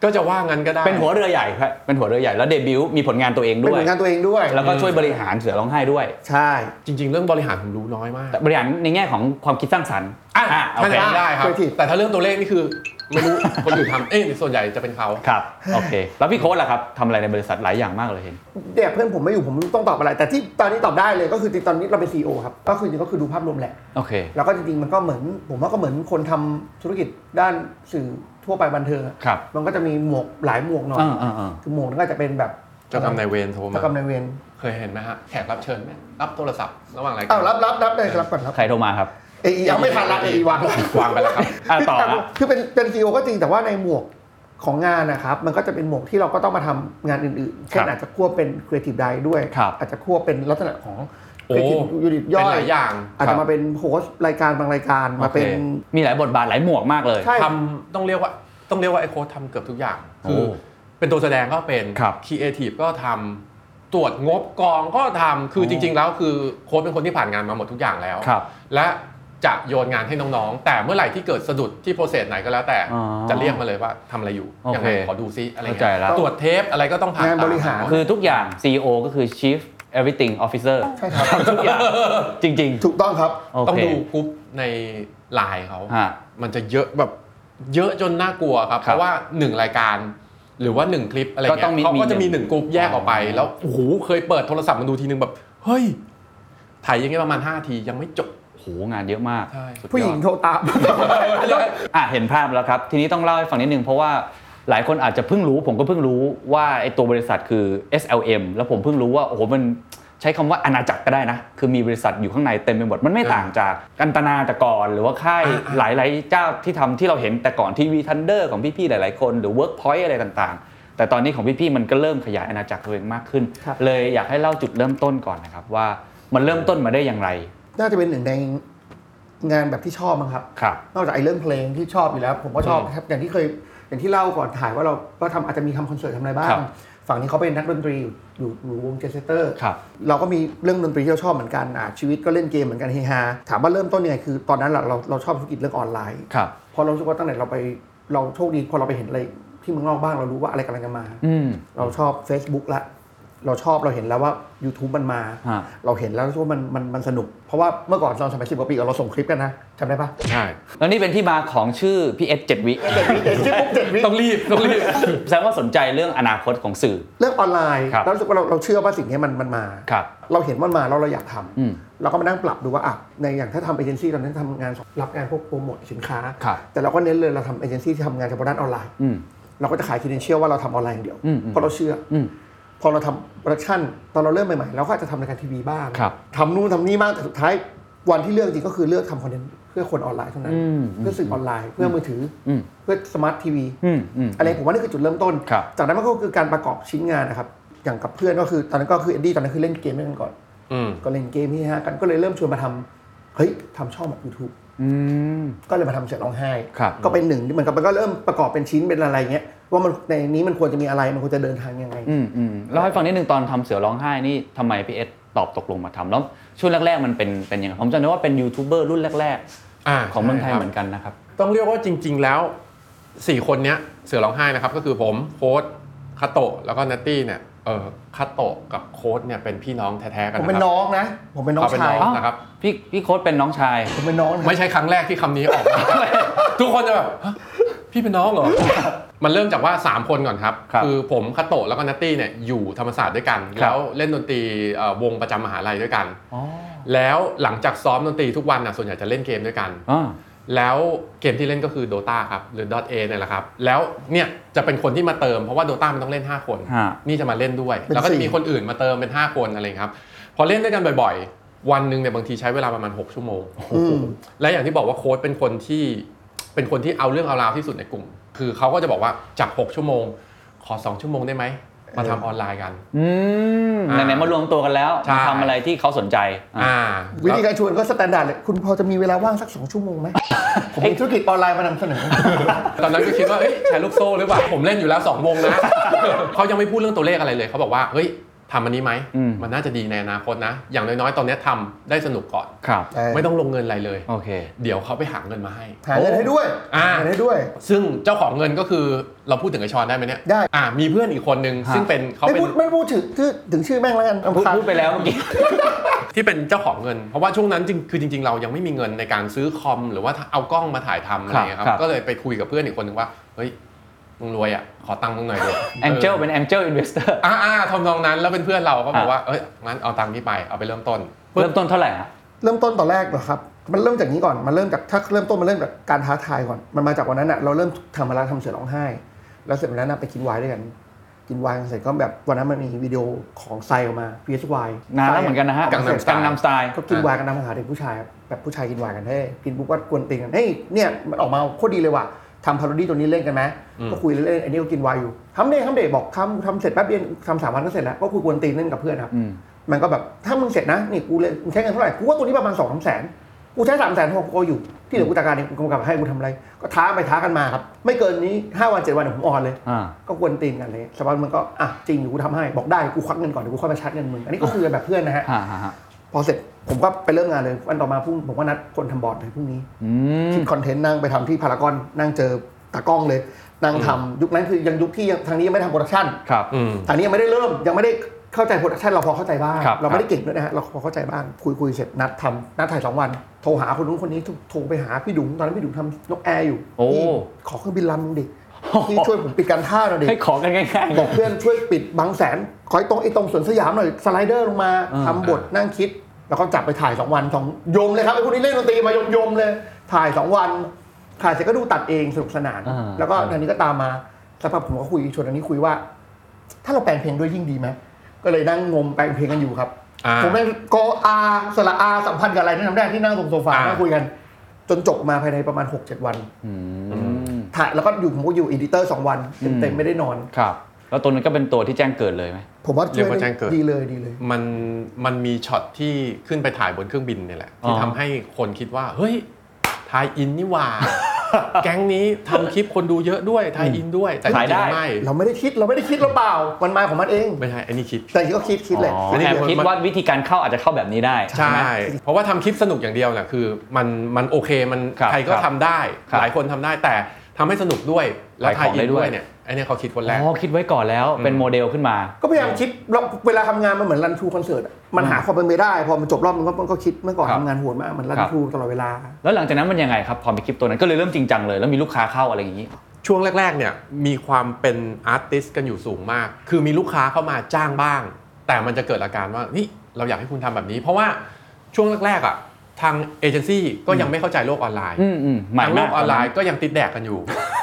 Speaker 2: ก็จะว่างั้นก็ได้
Speaker 4: เป็นหัวเรือใหญ่ครับ เป็นหัวเรือใหญ่แล้วเดบิวต์มีผลงานตัวเอง
Speaker 3: เป็น
Speaker 4: ด้
Speaker 3: ผ
Speaker 4: วย
Speaker 3: ลงานตัวเองด้วย
Speaker 4: แล้วก็ช่วยบริหารเสือร้องไห้ด้วย
Speaker 3: ใช่
Speaker 2: จริง ๆ เรื่องบริหารผมรู้น้อยมาก
Speaker 4: แต่บริหารในแง่ของความคิดสร้างสรรค์
Speaker 2: อ่ะ
Speaker 4: อ่ะโอ
Speaker 2: ถ้า
Speaker 4: เค
Speaker 2: ไหนได้ครับ
Speaker 3: creative
Speaker 2: แต่ถ้าเรื่องตัวเลขนี่คือไม่รู้คนอื่นทำเอ๊ะส่วนใหญ่จะเป็นเขา
Speaker 4: ครับ โอเค แล้วพี่โค้ดล่ะครับทำอะไรในบริษัทหลายอย่างมากเลยเห็น
Speaker 3: เนี่ยเพื่อนผมไม่อยู่ผมต้องตอบอะไร แต่ที่ตอนนี้ตอบได้เลยก็คือจริงๆตอนนี้เราเป็นซีอครับก็คือจริงๆก็คือดูภาพรวมแหละ
Speaker 4: โอเค
Speaker 3: แล้วก็จริงๆมันก็เหมือน ผมว่าก็เหมือนคนทำธุรกิจด้านสื่อทั่วไปบันเทิงอะ
Speaker 4: ครับ
Speaker 3: มันก็จะมีหมวกหลายหมวกหน่อย
Speaker 4: อ่าอ่าอ่า
Speaker 3: คือหมวกนั่นก็จะเป็นแบบ
Speaker 2: เจ้ากรรมนายเวรโทรมา
Speaker 3: เจ้ากรรมนายเวร
Speaker 2: เคยเห็นไหมฮะ แขกรับเชิญไหมรับโทรศัพท์ระหว่างรายการ
Speaker 3: อ้าวรับรับรับเลยรับก่อนครับ
Speaker 4: ใครโทรมาครับ
Speaker 3: เอยยังไม่ทันละเอยวังละ
Speaker 2: วางไปแล้วครับ
Speaker 4: อ่ะต่อครับ
Speaker 3: คือเป็นเป็นซีอก็จริงแต่ว่าในหมวกของงานนะครับมันก็จะเป็นหมวกที่เราก็ต้องมาทำงานอื่นๆเช่นอาจจะควบเป็นครีเอทีฟไดด้วย
Speaker 4: ครับ
Speaker 3: อาจจะควบเป็นลักษณะของ
Speaker 2: โอ้
Speaker 3: ครีเอทีฟยูนิต
Speaker 2: เป็
Speaker 3: ย่
Speaker 2: น
Speaker 3: อ
Speaker 2: ห
Speaker 3: ย
Speaker 2: ลายอย่าง
Speaker 3: อาจจะมาเป็นโฮสต์รายการบางรายการมาเป็น
Speaker 4: โอคมีหลายบทบาทหลายหมวกมากเลย
Speaker 3: ใช่
Speaker 2: ทำต้องเรียกว่าต้องเรียกว่าไอ้โค้ดทำเกือบทุกอย่าง
Speaker 4: โอ้
Speaker 2: คือเป็นตัวแสดงก็เป็น
Speaker 4: ครับ
Speaker 2: ครีเอทีฟก็ทำ ตรวจงบกองก็ทำคือจริง ๆ แล้วคือโค้ชเป็นคนที่ผ่านงานมาหมดทุกอย่างแล้ว
Speaker 4: ครับ
Speaker 2: และจะโยนงานให้น้องๆ แต่เมื่อไหร่ที่เกิดสะดุดที่โปรเซสไหนก็แล้วแต่
Speaker 4: อ๋อ
Speaker 2: จะเรียกมาเลยว่าทำอะไรอยู่
Speaker 4: โอเค
Speaker 2: ยัไงขอดูซิอะไร
Speaker 4: เข้าใจ
Speaker 2: เงี้ย
Speaker 4: แล้ว
Speaker 2: ตรวจเทปอะไรก็ต้องผ่าน
Speaker 3: งานบริหาร
Speaker 2: ตม
Speaker 4: คือทุกอย่าง CEO ก็คือ Chief Everything Officer
Speaker 3: ใช่ครับ
Speaker 4: ทำทุกอย่างจริงๆ
Speaker 3: ถูกต้องครับ
Speaker 4: โอ
Speaker 2: ต้อง
Speaker 4: เค
Speaker 2: ดูกรุ๊ปในไลน์เขา
Speaker 4: ฮะ
Speaker 2: มันจะเยอะแบบเยอะจนน่ากลัวครับ
Speaker 4: ครั
Speaker 2: เพ
Speaker 4: บ
Speaker 2: ราะว่า 1 รายการ หรือว่า 1 คลิปอะไร
Speaker 4: ก็ต้
Speaker 2: เงี้
Speaker 4: อง
Speaker 2: ย
Speaker 4: มี
Speaker 2: เขาก็จะมี
Speaker 4: มีห
Speaker 2: ห
Speaker 4: นึ่
Speaker 2: นึ่
Speaker 4: ง
Speaker 2: งกลุ่มแยกออกไป
Speaker 4: อ๋อ
Speaker 2: แล้วโอ้โหเคยเปิดโทรศัพท์มาดูทีนึงแบบ เฮ้ย ถ่ายยังไงประมาณ 5 ทียังไม่จบ
Speaker 4: โหงานเยอะมาก
Speaker 2: ใช่
Speaker 4: สุดยอด
Speaker 3: ผู้หญิงโทรตาม *laughs*
Speaker 4: อ่ะเห็นภาพแล้วครับ ทีนี้ต้องเล่าให้ฟังนิดนึงเพราะว่าหลายคนอาจจะเพิ่งรู้ ผมก็เพิ่งรู้ว่าไอ้ตัวบริษัทคือ SLM แล้วผมเพิ่งรู้ว่า โอ้โหมันใช้คำว่าอาณาจักรก็ได้นะ คือมีบริษัทอยู่ข้างในเต็มไปหมด มันไม่ต่างจากกันตนาแต่ก่อน หรือว่าค่ายหลาย ๆ เจ้าที่ทำที่เราเห็นแต่ก่อนทีวีทันเดอร์ของพี่ ๆ หลาย ๆ คนหรือ Workpoint อะไรต่าง ๆ แต่ตอนนี้ของพี่ ๆ มันก็เริ่มขยายอาณาจักรตัวเองมากขึ้น
Speaker 3: ครับ
Speaker 4: เลยอยากให้เล่าจุดเริ่มต้นก่อนนะครับว่ามันเริ่มต้นมาได้อย่างไร
Speaker 3: น่าจะเป็นหนึ่งในงานแบบที่ชอบมั้งครับ
Speaker 4: ครับ
Speaker 3: นอกจากไอ้เรื่องเพลงที่ชอบอยู่แล้ว ผมก็ชอบ
Speaker 4: อืม
Speaker 3: ครับอย่างที่เคยอย่างที่เล่าก่อนถ่ายว่าเราก็ทำอาจจะมีทำคอนเสิร์ตทำอะไรบ้า
Speaker 4: ครั
Speaker 3: ง
Speaker 4: บ
Speaker 3: ฝั่งนี้เขาเป็นนักดนตรีอยู่อยู่อยู่วงเจสเตอร์
Speaker 4: ครับ
Speaker 3: เราก็มีเรื่องดนตรีที่เราชอบเหมือนกันอ่ะชีวิตก็เล่นเกมเหมือนกันเฮฮาถามว่าเริ่มต้นยังไงคือตอนนั้นเราเราเราชอบธุรกิจเรื่องออนไลน์
Speaker 4: ครับ
Speaker 3: พอเรารู้สึกว่าตั้งแต่เราไปเราโชคดีพอเราไปเห็นอะไรที่เมืองนอกบ้างเรารู้ว่าอะไรกำลังจะมา
Speaker 4: อืม
Speaker 3: เราชอบ Facebook ละ เราชอบเราเห็นแล้วว่า YouTube มันมา
Speaker 4: ฮะ
Speaker 3: เราเห็นแล้วรู้สึกว่ามันมันมันสนุก เพราะว่าเมื่อก่อนตอนสมัยสิบกว่าปีก่อนเราส่งคลิปกันนะจำได้ปะ
Speaker 2: ใช่
Speaker 4: แล้วนี่เป็นที่มาของชื่อพี่เอสเจ็ดวิ
Speaker 3: เจ็ดวิเจ็ดวิ
Speaker 2: ต้องรีบ ต้องรีบ
Speaker 4: แสดงว่าสนใจเรื่องอนาคตของสื่อ
Speaker 3: เรื่องออนไลน์
Speaker 4: ครับ
Speaker 3: แล้วรู้สึกว่าเราเราเชื่อว่าสิ่งนี้มันมันมา
Speaker 4: ครับ
Speaker 3: เราเห็นมันมาแล้วเราอยากทำ
Speaker 4: อืม
Speaker 3: เราก็มานั่งปรับดูว่าอ่ะในอย่างถ้าทำเอเจนซี่ตอนนั้นทำงานรับงานพวกโปรโมทสินค้า
Speaker 4: ครับ
Speaker 3: แต่เราก็เน้นเลยเราทำเอเจนซี่ที่ทำงานเฉพาะด้านออนไลน์
Speaker 4: อืม
Speaker 3: เราก็จะขายค e เดนเชียลว่าเราทำออนไลน์อย่างเดียว
Speaker 4: อืมอืม
Speaker 3: เพราะเราเชื่ออ
Speaker 4: ม
Speaker 3: พอเราทำโปรดักชันตอนเราเริ่มใหม่ๆ เราก็อาจจะทำรายการทีวีบ้าง
Speaker 4: ครับ
Speaker 3: ทำนู่นทำนี่บ้างแต่สุดท้ายวันที่เลือกจริงก็คือเลือกทำคอนเทนต์เพื่อคนออนไลน์เท่านั้น
Speaker 4: อืม
Speaker 3: เพื่อสื่อออนไลน์ เพื่อมือถืออ
Speaker 4: ม
Speaker 3: เพื่อสมาร์ททีวี
Speaker 4: อืมอืม
Speaker 3: อะไรผมว่านี่คือจุดเริ่มต้น
Speaker 4: ครับ
Speaker 3: จากนั้นมันก็คือการประกอบชิ้นงานนะครับอย่างกับเพื่อนก็คือตอนนั้นก็คือเอ็ดดี้ตอนนั้นคือเล่นเกมด้วยกันก่อน
Speaker 2: อืม
Speaker 3: ก็เล่นเกมที่ฮะกันก็เลยเริ่มชวนมาทำเฮ้ยทำช่องแบบยูทูบ
Speaker 4: อืม
Speaker 3: ก็เลยมาทำเสียงร้องไห้
Speaker 4: ครับ
Speaker 3: ก็เป็นหนึ่งที่เหมือนกับมันก็เริ่มประกอบเป็นชิ้นเป็นอะไรเงี้ยว่ามันในนี้มันควรจะมีอะไรมันควรจะเดินทางยังไง
Speaker 4: ืมอืมเล่าให้ฟังนิดนึงตอนทำเสือร้องไห้นี่ทำไมพี่เอสตอบตกลงมาทำแล้วช่วงแรก ๆ มันเป็นเป็นยังไงผมจำได้ว่าเป็นยูทูบเบอร์รุ่นแรก
Speaker 2: อ่า
Speaker 4: ๆ ของเมืองไทย
Speaker 2: ใช่ค
Speaker 4: เห
Speaker 2: รับ
Speaker 4: มือนกันนะครับ
Speaker 2: ต้องเรียกว่าจริง ๆ แล้ว 4 คนเนี้ยเสือร้องไห้นะครับ ก็คือผมโค้ดคาโตะแล้วก็นัตตี้เนี่ยเออคาโตะกับโค้ดเนี่ยเป็นพี่น้องแท้ๆกัน
Speaker 3: ผม
Speaker 2: นะ
Speaker 3: เป็
Speaker 2: ค
Speaker 3: น
Speaker 2: รับ
Speaker 3: น้องนะ ผมเป็นน้อง
Speaker 2: เอาเป็น
Speaker 3: ชาย
Speaker 2: น้อง นะครับ
Speaker 4: พี่พี่โค้ดเป็นน้องชาย
Speaker 3: ผมเป็นน้องนะ
Speaker 2: ไม่ใช่ครั้งแรกที่คำนี้ออกมา *laughs* ทุกคนจะแบบฮะพี่เป็นน้องเหรอ มันเริ่มจากว่า 3 คนก่อนครับ
Speaker 4: ครับ
Speaker 2: อผมคาโตะแล้วก็นัตตี้เนี่ยอยู่ธรรมศาสตร์ด้วยกัน
Speaker 4: ครับ
Speaker 2: แล้วเล่นดนตรีเอ่อวงประจำมหาลัยด้วยกัน
Speaker 4: อ๋อ
Speaker 2: แล้วหลังจากซ้อมดนตรีทุกวันนะส่วนใหญ่จะเล่นเกมด้วยกัน
Speaker 4: อ่า
Speaker 2: แล้วเกมที่เล่นก็คือ Dota ครับหรือ Dot A เนี่ยแหละครับ แล้วเนี่ยจะเป็นคนที่มาเติมเพราะว่า Dota มันต้องเล่น 5 คน
Speaker 4: ฮะ
Speaker 2: นี่จะมาเล่นด้วย
Speaker 3: เป็น
Speaker 2: แล้วก็จะมี
Speaker 3: สี่
Speaker 2: คนอื่นมาเติมเป็น 5 คนอะไรอย่างเงี้ยครับ พอเล่นด้วยกันบ่อยๆ วันหนึ่งเนี่ยบางทีใช้เวลาประมาณ 6 ชั่วโมง
Speaker 3: อืม
Speaker 2: และอย่างที่บอกว่าโค้ชเป็นคนที่เป็นคนที่เอาเรื่องเอาราวที่สุดในกลุ่ม คือเขาก็จะบอกว่าจาก 6 ชั่วโมง ขอ 2 ชั่วโมงได้ไหมมาทำออนไลน์กัน
Speaker 4: อืม
Speaker 2: อ่า
Speaker 4: ไหนๆมารวมตัวกันแล้ว
Speaker 2: ใช่
Speaker 4: มาทำอะไรที่เขาสนใจอ่ะ
Speaker 2: อ่า
Speaker 3: วิธีการชวนก็สแตนดาร์ดเลยคุณพอจะมีเวลาว่างสักสองชั่วโมงไหม ผมมีธุรกิจออนไลน์มานำเสนอ
Speaker 2: ตอนนั้นก็คิดว่าเอ้ยใช้ลูกโซ่หรือเปล่าผมเล่นอยู่แล้ว2วงนะ เขายังไม่พูดเรื่องตัวเลขอะไรเลยเขาบอกว่าเฮ้ยทำอันนี้ไหม
Speaker 4: อืม
Speaker 2: มันน่าจะดีในอนาคตนะ อย่างน้อยๆ ตอนเนี้ยทำได้สนุกก่อน
Speaker 4: ครับ
Speaker 3: เออ
Speaker 2: ไม่ต้องลงเงินอะไรเลย
Speaker 4: โอเค
Speaker 2: เดี๋ยวเขาไปหาเงินมาให้
Speaker 3: หาเงินให้ด้วย
Speaker 2: อ่า
Speaker 3: หาเงินให้ด้วย
Speaker 2: ซึ่งเจ้าของเงินก็คือเราพูดถึงไอชอนได้ไหมเนี่ย
Speaker 3: ได้
Speaker 2: อ่ามีเพื่อนอีกคนนึง
Speaker 4: ฮะ
Speaker 2: ซึ่งเป็นเขา
Speaker 3: ไม่
Speaker 2: เป็น
Speaker 3: พูดไม่พูดถึงคือถึงชื่อแม่งแล้วกัน
Speaker 4: พูด
Speaker 3: รำคาญ
Speaker 4: พูดไปแล้วเมื่อกี้
Speaker 2: ที่เป็นเจ้าของเงิน เพราะว่าช่วงนั้นจริงคือจริง ๆ เรายังไม่มีเงินในการซื้อคอม หรือว่าเอากล้องมาถ่ายทำอะไรอย่างเงี้ยครั
Speaker 4: ครับ
Speaker 2: บก็เลยไปคุยกับเพื่อนอีกคนนึงว่าเฮ้ยมึงรวยอ่ะขอตังค์มึงหน่อยดิ
Speaker 4: *laughs* แองเจลเป็นแองเจลอินเวสเตอร์
Speaker 2: อ่าอ่าทำนองนั้นแล้วเป็นเพื่อนเราก็บอกว่า เอ้ย งั้นเอาตังค์นี้ไป เอาไปเริ่มต้น
Speaker 4: เริ่มต้นเท่าไหร่ฮะ
Speaker 3: เริ่มต้นตอนแรกเหรอครับมันเริ่มจากนี้ก่อนมันเริ่มจากถ้าเริ่มต้นมันเริ่มจากการท้าทายก่อนมันมาจากวันนั้นอะเราเริ่มทำมาแล้วทำเสือร้องไห้ แล้วเสร็จวันนั้นอะไปกินไวน์ด้วยกัน กินไวน์เสร็จก็แบบวันนั้นมันมีวิดีโอของไซออกมา PSY
Speaker 4: นานแล้วเหมือนกันนะฮะ
Speaker 2: กังนำสไตล์
Speaker 4: นำสไตล์
Speaker 3: ก็กินไวน์กันตามภาษาเด็กผู้ชายอะแบบผู้ชายกินไวน์กันเฮ้ยกินปุ๊บก็กวนตีนกันเฮ้ยเนี่ยมันออกมาโคตรดีเลยว่ะทำพาโรดี้ตัวนี้เล่นกันไหมก็คุยเล่นๆอันนี้ก็กินไวน์อยู่ทำเดย์ทำเดย์บอกทำทำเสร็จแป๊บเดียวทำสามวันก็เสร็จแล้วก็คุยกวนตีนเล่นกับเพื่อนครับ มันก็แบบถ้ามึงเสร็จนะนี่กูเลยมึงใช้เงินเท่าไหร่กูว่าตัวนี้ประมาณสองสามแสน กูใช้สามแสนหกกูเอาอยู่ที่เหลือกูจัดการเองกูกลับให้กูทำอะไร ก็ท้าไปท้ากันมาครับ ไม่เกินนี้ห้าวันเจ็ดวันเดี๋ยวผมออนเลย
Speaker 4: อ่า *laughs*
Speaker 3: ก็กวนตีนกันเลยสปอนมันก็อ่ะจริงอยู่กูทำให้บอกได้กูควักเงินก่อนเดี๋ยวกูค่อยมาชาร์จเงินมึงอันนี้ก็คือแบบเพื่อนนะฮะ
Speaker 4: ฮะฮะฮะ
Speaker 3: พอเสร็จผมก็ไปเริ่มงานเลยวันต่อมาพรุ่งผมก็นัดคนทำบอร์ดเลยพรุ่งนี้
Speaker 4: อืม
Speaker 3: คิดคอนเทนต์นั่งไปทำที่พารากอนนั่งเจอตากล้องเลย นั่งทำยุคนั้นคือยังยุคที่ยังทางนี้ยังไม่ได้ทำโปรดักชั่น
Speaker 4: ครับ
Speaker 2: อืม
Speaker 3: ทางนี้ยังไม่ได้เริ่มยังไม่ได้เข้าใจโปรดักชั่นเราพอเข้าใจบ้าง
Speaker 4: ครับ
Speaker 3: เรา
Speaker 4: ครั
Speaker 3: ไม่
Speaker 4: บ
Speaker 3: ได้เก่งด้วยนะฮะเราพอเข้าใจบ้างคุยคุยเสร็จนัดทำนัดถ่ายสองวัน โทรหาคนนู้นคนนี้โทรไปหาพี่ดุงตอนนั้นพี่ดุงทำนกแอร์อยู่
Speaker 4: โอ้
Speaker 3: พี่ขอเครื่องบินลำหนึ่งดิพี่ช่วยผมปิดการท่าหน่อยดิ
Speaker 4: ให้ขอกันง่าย
Speaker 3: บอกเพื่อนช่วยปิดบางแสนขอให้ตรงไอ้ตรงสวนสยามหน่อยสไลเดอร์ลงมา
Speaker 4: อ่า
Speaker 3: ทำบทนั่งคิด แล้วก็จับไปถ่ายสองวันสองโยมเลยครับไอ้พวกนี้เล่นดนตรีมาโยมโยมเลย ถ่ายสองวันถ่ายเสร็จก็ดูตัดเองสนุกสนาน
Speaker 4: อ่า
Speaker 3: แล้วก็
Speaker 4: อ่า
Speaker 3: ทางนี้ก็ตามมาสักพักผมก็คุยชวนอันนี้คุยว่า ถ้าเราแปลงเพลงด้วยยิ่งดีไหมก็เลยนั่งงมแปลงเพลงกันอยู่ครับ
Speaker 2: อ่า
Speaker 3: ผมเป็นกออาสระอาสัมพันธ์กับอะไรนั่นทำได้ที่นั่งตรงโซฟา
Speaker 2: อ่านั่
Speaker 3: นั่งคุยกัน จนจบมาภายในประมาณหกเจ็ดวัน
Speaker 4: ๆอืม
Speaker 3: ถ่ายแล้วก็อยู่ผมก็อยู่อดิเตอร์สองวันเต็ม
Speaker 4: อืม
Speaker 3: ๆไม่ได้นอน
Speaker 4: ครับ แล้วตัวนั้นก็เป็นตัวที่แจ้งเกิดเลยไหม
Speaker 3: ผมว่า
Speaker 2: เรียกว่าแจ้งเกิด
Speaker 3: ดีเลยดีเลย
Speaker 2: มันมันมีช็อตที่ขึ้นไปถ่ายบนเครื่องบินเนี่ยแหละ ที่
Speaker 4: อ๋อ
Speaker 2: ทำให้คนคิดว่า เฮ้ยทายอินนี่ห
Speaker 4: *laughs*
Speaker 2: ว่า แก๊งนี้ทำคลิปคนดูเยอะด้วยทายอินด้วย แต่จ
Speaker 4: ขายได้
Speaker 2: ริงๆไม่
Speaker 3: เราไม่ได้คิดเราไม่ได้คิดเราเปล่า มันมาของมันเอง
Speaker 2: ไม่ใช่อันนี้คิด
Speaker 3: แต่จริงก็คิดคิดแหละ
Speaker 4: อ๋อ
Speaker 2: อันนี้
Speaker 4: แอบ
Speaker 2: มัน
Speaker 4: คิดว่าวิธีการเข้าอาจจะเข้าแบบนี้ได้
Speaker 2: ใช่ เพราะว่าทำคลิปสนุกอย่างเดียวน่ะคือมันมันโอเคมัน
Speaker 4: ครับ
Speaker 2: ใครก็
Speaker 4: ครับ
Speaker 2: ทำได้
Speaker 4: ครับ
Speaker 2: หลายคนทำได้แต่ทำให้สนุกด้วยแล้ว
Speaker 4: ขา
Speaker 2: ทาย
Speaker 4: ยของ
Speaker 2: อิ
Speaker 4: ได้
Speaker 2: น
Speaker 4: ด้
Speaker 2: ด้
Speaker 4: ว
Speaker 2: วย ยเนี่ยไอนนี้เขาคิดคนแรก
Speaker 4: อ๋อคิดไว้ก่อนแล้วเป็นโมเดลขึ้นมา
Speaker 3: ก็พยายามคิดเราเวลาทำงานมันเหมือนรันทูคอนเสิร์ตอะมันหาความเป็นไปได้ พอมันจบรอบมันก็มันก็คิดเมื่อก่อน
Speaker 4: ครับ
Speaker 3: ทำงานโหัวมากมันรั
Speaker 4: ครั
Speaker 3: น
Speaker 4: บ
Speaker 3: ทูตลอดเวลา
Speaker 4: แล้วหลังจากนั้นมันยังไงครับ พอมีคลิปตัวนั้นก็เลยเริ่มจริงจังเลย แล้วมีลูกค้าเข้าอะไรอย่างนี้
Speaker 2: ช่วงแรก ๆ เนี่ยมีความเป็นอาร์ติสกันอยู่สูงมาก คือมีลูกค้าเข้ามาจ้างบ้าง แต่มันจะเกิดอาการว่านี่เราอยากให้คุณทำแบบนี้ เพราะว่าช่วงแรก ๆ อ่ะ ทางเอเจนซี่ก็ยังไม่เข้าใจโลกออนไลน์
Speaker 4: อืมอืมใหม่
Speaker 2: ทางโล
Speaker 4: มาก
Speaker 2: กออนไลน์ก็ยังติดแดกกันอยู่ *laughs*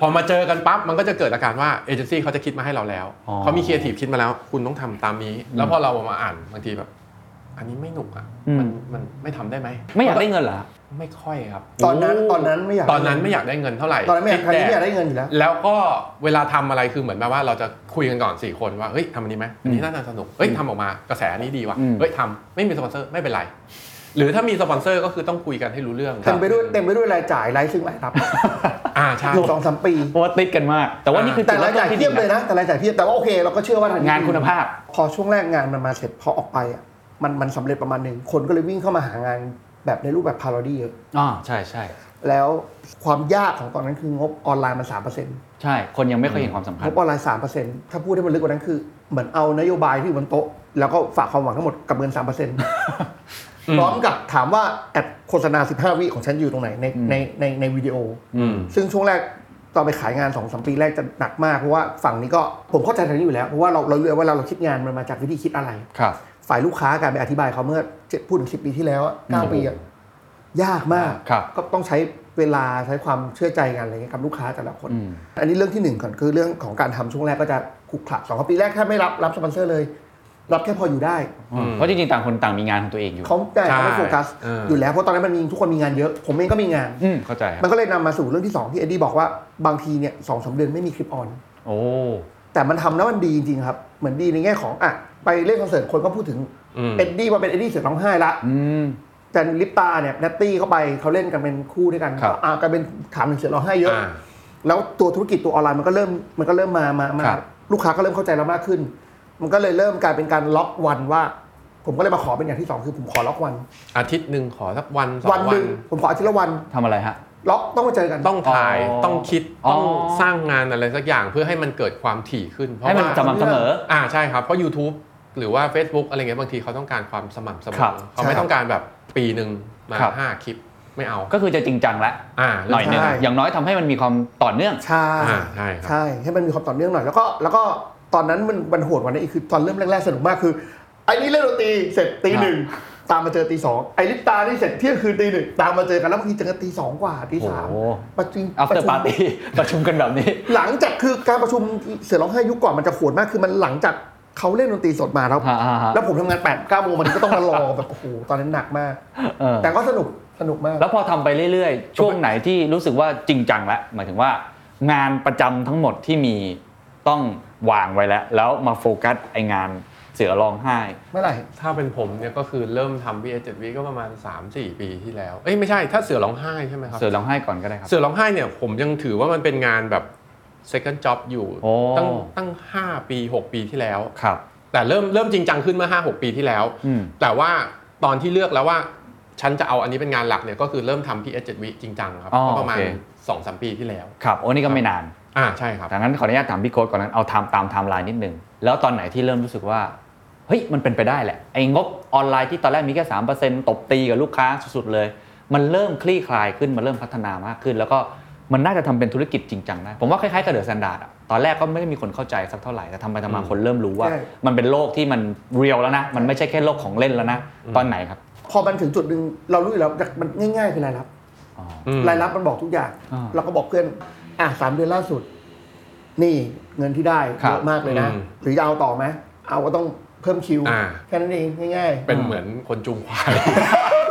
Speaker 2: พอมาเจอกันปั๊บมันก็จะเกิดอาการว่าเอเจนซี่เขาจะคิดมาให้เราแล้ว
Speaker 4: อ๋อ
Speaker 2: เขามีครีเอทีฟคิดมาแล้ว คุณต้องทำตามนี้ แล้วพอเราเอามาอ่านบางทีแบบ อันนี้ไม่หนุกอ่ะมันมันไม่ทำได้ไหม
Speaker 4: ไม่อยากได้เงินเหรอ
Speaker 2: ไม่ค่อยครับ
Speaker 3: ตอนนั้นตอนนั้นไม่อยาก
Speaker 2: ตอนนั้นไม่อยากได้เงินเท่าไหร่
Speaker 3: ตอนนั้นไม่อยากใครไม่อยากได้เงินอยู่แล้ว
Speaker 2: แล้วก็เวลาทำอะไรคือเหมือนแบบว่าเราจะคุยกันก่อน 4 คนว่าเฮ้ยทำอันนี้ไหมอันนี้น่าจะสนุกเฮ้ยทำออกมากระแสอันนี้ดีว่ะ
Speaker 4: อืม
Speaker 2: เฮ้ยทำไม่มีสปอนเซอร์ไม่เป็นไร หรือถ้ามีสปอนเซอร์ก็คือต้องคุยกันให้รู้เรื่อง
Speaker 3: เต็มไปด้วยเต็มไปด้วยรายจ่ายรายซึ่งรายรับ
Speaker 2: อ่าใช่
Speaker 3: อยู่สองสามปี
Speaker 4: เพราะว่าติดกันมาก แต่ว่านี่คือ
Speaker 3: แต่
Speaker 4: จุ
Speaker 3: รา
Speaker 4: ดเริ่
Speaker 3: ย
Speaker 4: ม
Speaker 3: จ่าย
Speaker 4: ต้นที่
Speaker 3: เที
Speaker 4: ดี
Speaker 3: ยบเลย
Speaker 4: นะ
Speaker 3: นะ แต่รายจ่ายเทียบแต่ว่าโอเค เราก็เชื่อว่าท
Speaker 4: งานคุณภาพ
Speaker 3: พอช่วงแรกงานมันมาเสร็จพอออกไปอ่ะมันมันสำเร็จประมาณหนึ่งคนก็เลยวิ่งเข้ามาหางานแบบในรูปแบบพาโรดี้เยอะ
Speaker 4: อ๋อใช่ใช่
Speaker 3: แล้วความยากของตอนนั้นคืองบออนไลน์มันสามเปอร์เซ็นต์
Speaker 4: ใช่ คนยังไม่เคยเห็นความสำคั
Speaker 3: ง
Speaker 4: ญ
Speaker 3: บออนไลน์สามเปอร์เซ็นต์ถ้าพูดให้มันลึกกว่านั้นคือ เหมือนเอานโยบายที่อยู่บนโต๊ะ แล้วก็ฝากความหวังทั้งหมดกับเงินสามเปอร์เซ็นต์พร้อมกับถามว่าแอดโฆษณาสิบห้าวิของฉันอยู่ตรงไหนในในในในวิดีโอ
Speaker 2: อืม
Speaker 3: ซึ่งช่วงแรกตอนไปขายงานสองสามปีแรกจะหนักมาก เพราะว่าฝั่งนี้ก็ผมเข้าใจทางนี้อยู่แล้ว เพราะว่าเราเราเรียกว่าเราเราคิดงานมันมาจากวิธีคิดอะไร
Speaker 4: ครับ
Speaker 3: ฝ่ายลูกค้าการไปอธิบายเขาเมื่อเจ็ดพูดถึงสิบปีที่แล้วอะเก้าปีอะยากมาก
Speaker 4: ครับ
Speaker 3: ก็ต้องใช้เวลาใช้ความเชื่อใจกันอะไรเงี้ยกับลูกค้าแต่ละคน
Speaker 4: อืม
Speaker 3: อันนี้เรื่องที่หนึ่งก่อนคือเรื่องของการทำช่วงแรกก็จะขลุกขลักสองปีแรกแค่ไม่รับรับสปอนเซอร์เลย รับแค่พออยู่ได้
Speaker 4: เพราะจริงๆต่างคนต่างมีงานของตัวเองอยู่
Speaker 3: เขาแต่เขาไม่โฟกัส
Speaker 2: ใช่เอออ
Speaker 3: อยู่แล้วเพราะตอนนั้นมันมีทุกคนมีงานเยอะ ผมเองก็มีงาน
Speaker 4: อืมเข้าใจครับ
Speaker 3: มันก็เลยนำมาสู่เรื่องที่สองที่เอ็ดดี้บอกว่าบางทีเนี่ยสองสามเดือนไม่มีคลิปออน
Speaker 4: โอ้
Speaker 3: แต่มันทำแล้วมันดีจริงๆครับ เหมือนดีในแง่ของอ่ะไปเล่นคอนเสิร์ตคนก็พูดถึง
Speaker 2: อืม
Speaker 3: เอ็ดดี้ว่าเป็นเอ็ดดี้เสือร้องไห้ละ
Speaker 4: อืม
Speaker 3: แต่ลิปตาเนี่ยแนตตี้เข้าไปเขาเล่นกันเป็นคู่ด้วยกัน
Speaker 4: ครับ
Speaker 3: อ่ากันเป็นถามหนึ่งเสือร้องไห้เยอะ
Speaker 2: อ่า
Speaker 3: แล้วตัวธุรกิจตัวออนไลน์มันก็เริ่มมันก็เริ่มมามามา
Speaker 4: ครับ
Speaker 3: ลูกค้าก็เริ่มเข้าใจเรามากขึ้น มันก็เลยเริ่มกลายเป็นการล็อกวันว่า ผมก็เลยมาขอเป็นอย่างที่สองคือผมขอล็อกวัน
Speaker 2: อาทิตย์หนึ่งขอสักวันสอง
Speaker 3: วั
Speaker 2: วัน น
Speaker 3: หนึ่งผมขออาทิตย์ละวัน
Speaker 4: ทำอะไรฮะ
Speaker 3: ล็อกต้องมาเจอกัน
Speaker 2: ต้องถ่าย
Speaker 4: อ๋อ
Speaker 2: ต้องคิด
Speaker 4: อ๋อ
Speaker 2: ต้องสร้างงานอะไรสักอย่างเพื่อให้มันเกิดความถี่ขึ้นเพราะ
Speaker 4: ให้มัน
Speaker 2: ว่า
Speaker 4: สม่ำเสมอ
Speaker 2: อ่าใช่ครับเพราะ YouTube หรือว่า Facebook อะไรเงี้ยบางทีเขาต้องการความสม่ำเสม
Speaker 4: ครั
Speaker 2: อบ เขาไม่ต้องการแบบปีหนึ่งมา
Speaker 4: ครับ
Speaker 2: ห้าคลิปไม่เอา
Speaker 4: ก็คือจะจริงจังละ
Speaker 2: อ่า
Speaker 4: หน่อยหนึงอย่างน้อยทำให้มันมีความต่อเนื่อง
Speaker 3: ใช่
Speaker 2: อ่าใช่ครับ
Speaker 3: ใช่ให้มันมีความต่อเนื่องหน่อยแล้วก็แล้วก็ตอนนั้นมันมันโหดกวันนี้นอีกคือตอนเริ่มแรกๆสนุกมากคือไอ้นี่เล่นดนตรีเสร็จตีหนึ่งตามมาเจอตีสองไอ้ลิปตานี่เสร็จเที่ยงคืนตีหนึ่งตามมาเจอกันแล้วบางทีเจอกันตีสองกว่าตีสาม
Speaker 4: โอ้
Speaker 3: ประชุม
Speaker 4: after party *laughs* ประชุมกันแบบนี้
Speaker 3: หลังจากคือการประชุมเสือร้องไห้ยุคก่อนมันจะโหดมากคือมันหลังจากเขาเล่นดนตรีสดมาแล้ว
Speaker 4: ฮะฮะฮะ
Speaker 3: แล้วผมทำงาน8ปดเก้าโมงมันก็ต้องมารอ แบบโอ้โหตอนนั้นหนักมาก
Speaker 4: เออ
Speaker 3: แต่ก็สนุกสนุกมาก
Speaker 4: แล้วพอทำไปเรื่อยๆ ช่วงไหนที่รู้สึกว่าจริงจังแล้วหมายถึงว่างานประจำทั้งหมดที่มีต้องวางไว้แล้ว แล้วมาโฟกัสไองาน เสือร้องไห้
Speaker 3: เมื่อไหร่
Speaker 2: ถ้าเป็นผมเนี่ยก็คือเริ่มทำ VA 7 V ก็ประมาณ 3-4 ปีที่แล้ว เอ้ยไม่ใช่ถ้าเสือร้องไห้ใช่ไหมครับ
Speaker 4: เสือร้องไห้ก่อนก็ได้ครับ
Speaker 2: เสือร้องไห้เนี่ยผมยังถือว่ามันเป็นงานแบบ second job อยู่
Speaker 4: โอ้
Speaker 2: ตั้งตั้ง 5 ปี 6 ปีที่แล้ว
Speaker 4: ครับ
Speaker 2: แต่เริ่มเริ่มจริงจังขึ้นเมื่อ 5 6 ปีที่แล้ว
Speaker 4: อืม
Speaker 2: แต่ว่าตอนที่เลือกแล้วว่าฉันจะเอาอันนี้เป็นงานหลักเนี่ยก็คือเริ่มทำ PS 7วิจริงจังครับ
Speaker 4: อ๋อ
Speaker 2: ก็ประมาณ
Speaker 4: โอเค
Speaker 2: สองสามปีที่แล้ว
Speaker 4: ครับโอ้นี่ก็ไม่นาน
Speaker 2: อ่าใช่ครับ
Speaker 4: ดังนั้นขออนุญาตถามพี่โค้ดก่อนนั้นเอาไทม์ตามไทม์ไลน์นิดนึง แล้วตอนไหนที่เริ่มรู้สึกว่า เฮ้ย มันเป็นไปได้แหละ ไอ้งบออนไลน์ที่ตอนแรกมีแค่สามเปอร์เซ็นต์ตบตีกับลูกค้าสุดๆเลย มันเริ่มคลี่คลายขึ้น มันเริ่มพัฒนามากขึ้น แล้วก็มันน่าจะทำเป็นธุรกิจจริงจังได้ ผมว่าคล้ายๆกับเดอะแซนด์ดาร์ดตอนแรกก็ไม่ได้มีคนเข้าใจสักเท่าไหร่ แต่ทำไปทำมาคนเริ่มรู้ว่า มันเป็นโลกที่มันเรียลแล้วนะ มันไม่ใช่แค่โลกของเล่นแล้วนะ ตอนไหนครับ
Speaker 3: พอมันถึงจุดหนึ่งเรารู้อยู่แล้วมันง่ายๆคือรายรับ
Speaker 4: อ๋อ
Speaker 2: อืม
Speaker 3: รายรับมันบอกทุกอย่าง
Speaker 4: อ่า
Speaker 3: เราก็บอกเพื่อนอ่ะสามเดือนล่าสุด นี่เงินที่ได้
Speaker 4: ครับ
Speaker 3: เยอะมากเลยนะ
Speaker 2: อืม
Speaker 3: หรือจะเอาต่อไหมเอาก็ต้องเพิ่มคิว
Speaker 2: อ่า
Speaker 3: แค่นั้นเองง่าย
Speaker 2: เป็นเหมือนคนจูงควาย *laughs*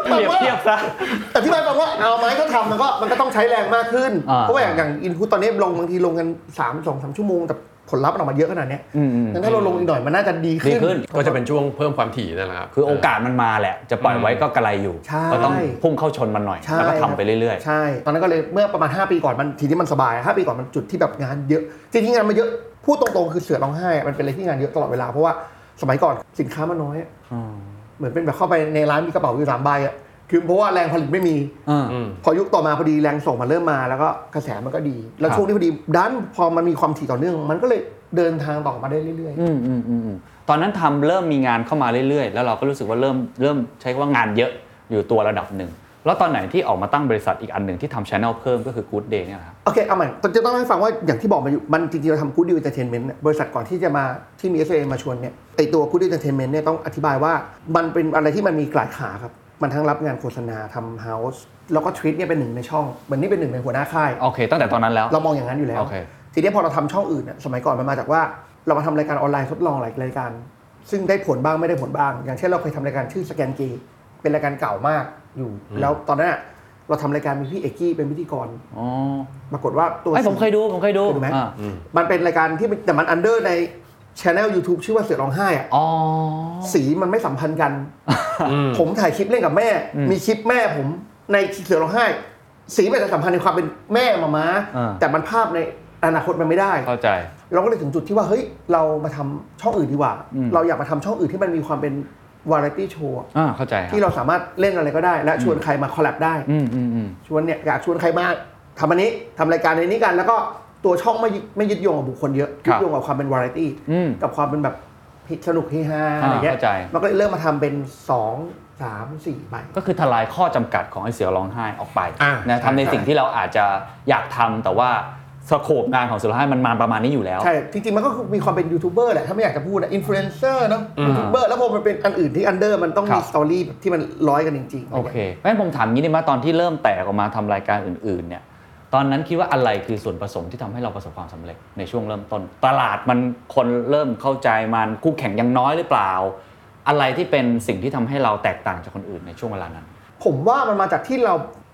Speaker 4: เปรียบเทียบซะ
Speaker 3: ๆแต่ที่มายบอกว่าเอาไหมก็ทำมันก็มันก็ต้องใช้แรงมากขึ้น
Speaker 4: อ่า
Speaker 3: เพราะว่าอย่างอย่างอินพุตตอนนี้ลงบางทีลงกัน3ามสองสามชั่วโมง แต่ผลลัพธ์มันออกมาเยอะขนาดเนี้ย
Speaker 4: อืม
Speaker 3: งั้นถ้าเราลงอีกหน่อยมันน่าจะดี
Speaker 4: ดี
Speaker 3: ขึ้น
Speaker 4: ขึ้น
Speaker 2: ก็จะเป็นช่วงเพิ่มความถี่นั่นแหละครับ
Speaker 4: คือโอกาสมันมาแหละ จะปล่อยไว้ก็กระไรอยู่
Speaker 3: ใช่
Speaker 4: ก็ต้องพุ่งเข้าชนมันหน่อย
Speaker 3: ใช่
Speaker 4: แล้วก็ทำไปเรื่อย
Speaker 3: ใช่ ตอนนั้นก็เลยเมื่อประมาณ 5 ปีก่อนมันทีนี้มันสบาย 5 ปีก่อนมันจุดที่แบบงานเยอะจริงๆงานมันเยอะพูดตรงๆคือเสือร้องไห้อะมันเป็นอะไรที่งานเยอะตลอดเวลาเพราะว่าสมัยก่อนสินค้ามันน้อยอะเหมือนเป็นแบบเข้าไปในร้านมีกระเป๋าอยู่สามใบอะคือเพราะว่าแรงผลิตไม่มี
Speaker 4: ๆอ่า
Speaker 3: พอยุคต่อมาพอดีแรงส่งมันเริ่มมาแล้วก็กระแสมันก็ดี แล้ว
Speaker 4: ครับ
Speaker 3: ช่วงที่พอดีดันพอมันมีความถี่ต่อเนื่อง มันก็เลยเดินทางต่อมาได้เรื่อย
Speaker 4: อืมอืมอืมอืมตอนนั้นทำเริ่มมีงานเข้ามาเรื่อยๆ แล้วเราก็รู้สึกว่าเริ่มเริ่มใช้คำว่างานเยอะอยู่ตัวระดับหนึ่ง แล้วตอนไหนที่ออกมาตั้งบริษัทอีกอันหนึ่งที่ทำช anel เพิ่มก็คือ Good Day เนี่ยนะครับ
Speaker 3: ๆ โอเคเอาใหม่จะต้องเล่าให้ฟังว่าอย่างที่บอกมาอยู่มันจริงๆเราทำกู๊ดดิวเอนเตอร์เทนเมนต์บริษัทก่อนที่จะมาที่มีเอสเอมาชวนเนี่ยไอตัวกู๊ดดิวเอนเตอร์เทนเมนต์เนี่ยต้องอธิบายว่ามันเป็นอะไรที่มันมีหลายขาครับ มันทั้งรับงานโฆษณาทำเฮาส์แล้วก็ทวิตเนี่ยเป็นหนึ่งในช่องเหมือนนี่เป็นหนึ่งในหัวหน้าค่าย
Speaker 4: โอเค ตั้งแต่ตอนนั้นแล้ว
Speaker 3: เรามองอย่างนั้นอยู่แล้ว
Speaker 4: โอเค
Speaker 3: ทีนี้พอเราทำช่องอื่นน่ะสมัยก่อนมันมาจากว่าเรามาทำรายการออนไลน์ทดลองหลายรายการ ซึ่งได้ผลบ้างไม่ได้ผลบ้าง อย่างเช่นเราเคยทำรายการชื่อสแกนเกย์เป็นรายการเก่ามากอยู่ แล้วตอนนั้นน่ะเราทำรายการมีพี่เอกกี้เป็นพิธีกร
Speaker 4: อ๋อ
Speaker 3: ปรากฏว่าตัว
Speaker 4: ไอยผมเคยดู ผมเคยดู
Speaker 3: เคยดูไหม
Speaker 4: อ่า
Speaker 3: มันเป็นรายการที่แต่มันอันเดอร์ในช anel YouTube ชื่อว่าเสือร้องไห้อะ
Speaker 4: อ๋อ
Speaker 3: สีมันไม่สัมพันธ์กัน ผมถ่ายคลิปเล่นกับแม่
Speaker 4: อืม
Speaker 3: มีคลิปแม่ผมในเสือร้องไห้ สีมันจะสัมพันธ์ในความเป็นแม่มาม้า
Speaker 4: อ่า
Speaker 3: แต่มันภาพในอนาคตมันไม่ได้
Speaker 4: เข้าใจ
Speaker 3: เราก็เลยถึงจุดที่ว่าเฮ้ยเรามาทำช่องอื่นดีกว่า
Speaker 4: อืม
Speaker 3: เราอยากมาทำช่องอื่นที่มันมีความเป็นวาไรตี้โชว์
Speaker 4: อ่าเข้าใจครับ
Speaker 3: ที่เราสามารถเล่นอะไรก็ได้ และชวนใครมาคอลแลบได้
Speaker 4: อืมอืมอืม
Speaker 3: ชวนเนี่ยอยากชวนใครมาทำอันนี้ทำรายการในนี้กัน แล้วก็ตัวช่องไม่ยึดไม่ยึดโยงกับบุคคลเยอะยึดโยงกับความเป็นวาไรตี้
Speaker 4: อืม
Speaker 3: กับความเป็นแบบสนุกเฮฮาอะไรเงี้ย
Speaker 4: อ่าเข้าใจ
Speaker 3: มันก็เลยเริ่มมาทำเป็น 2 3 4ใบ
Speaker 4: ก็คือทลายข้อจำกัดของไอ้เสือร้องไห้ออกไป
Speaker 2: อ่า
Speaker 4: นะ
Speaker 2: ใช่
Speaker 4: ทำในสิ่งที่เราอาจจะอยากทำแต่ว่าสโคปงานของเสือร้องไห้มันมาประมาณนี้อยู่แล้ว
Speaker 3: ใช่ จริง ๆ มันก็มีความเป็นยูทูบเบอร์แหละ ถ้าไม่อยากจะพูดนะอินฟลูเอนเซอร์เนาะยูทูบเบอร์แล้วพอมันเป็นอันอื่นที่อันเดอร์มันต้อง
Speaker 4: ครั
Speaker 3: มี
Speaker 4: บ
Speaker 3: สตอรี่ที่มันร้อยกันจริงๆ
Speaker 4: โอเคงั้นผมถามงี้ดีไหมตอนที่เริ่มแตกออกมาทำรายการอื่นๆเนี่ย ตอนนั้นคิดว่าอะไรคือส่วนผสมที่ทำให้เราประสบความสำเร็จในช่วงเริ่มต้น ตลาดมันคนเริ่มเข้าใจมันคู่แข่งยังน้อยหรือเปล่า อะไรที่เป็นสิ่งที่ทำให้เราแตกต่างจากคนอื่นในช่วงเวลานั้น
Speaker 3: ผมว่ามันมาจากที่เรา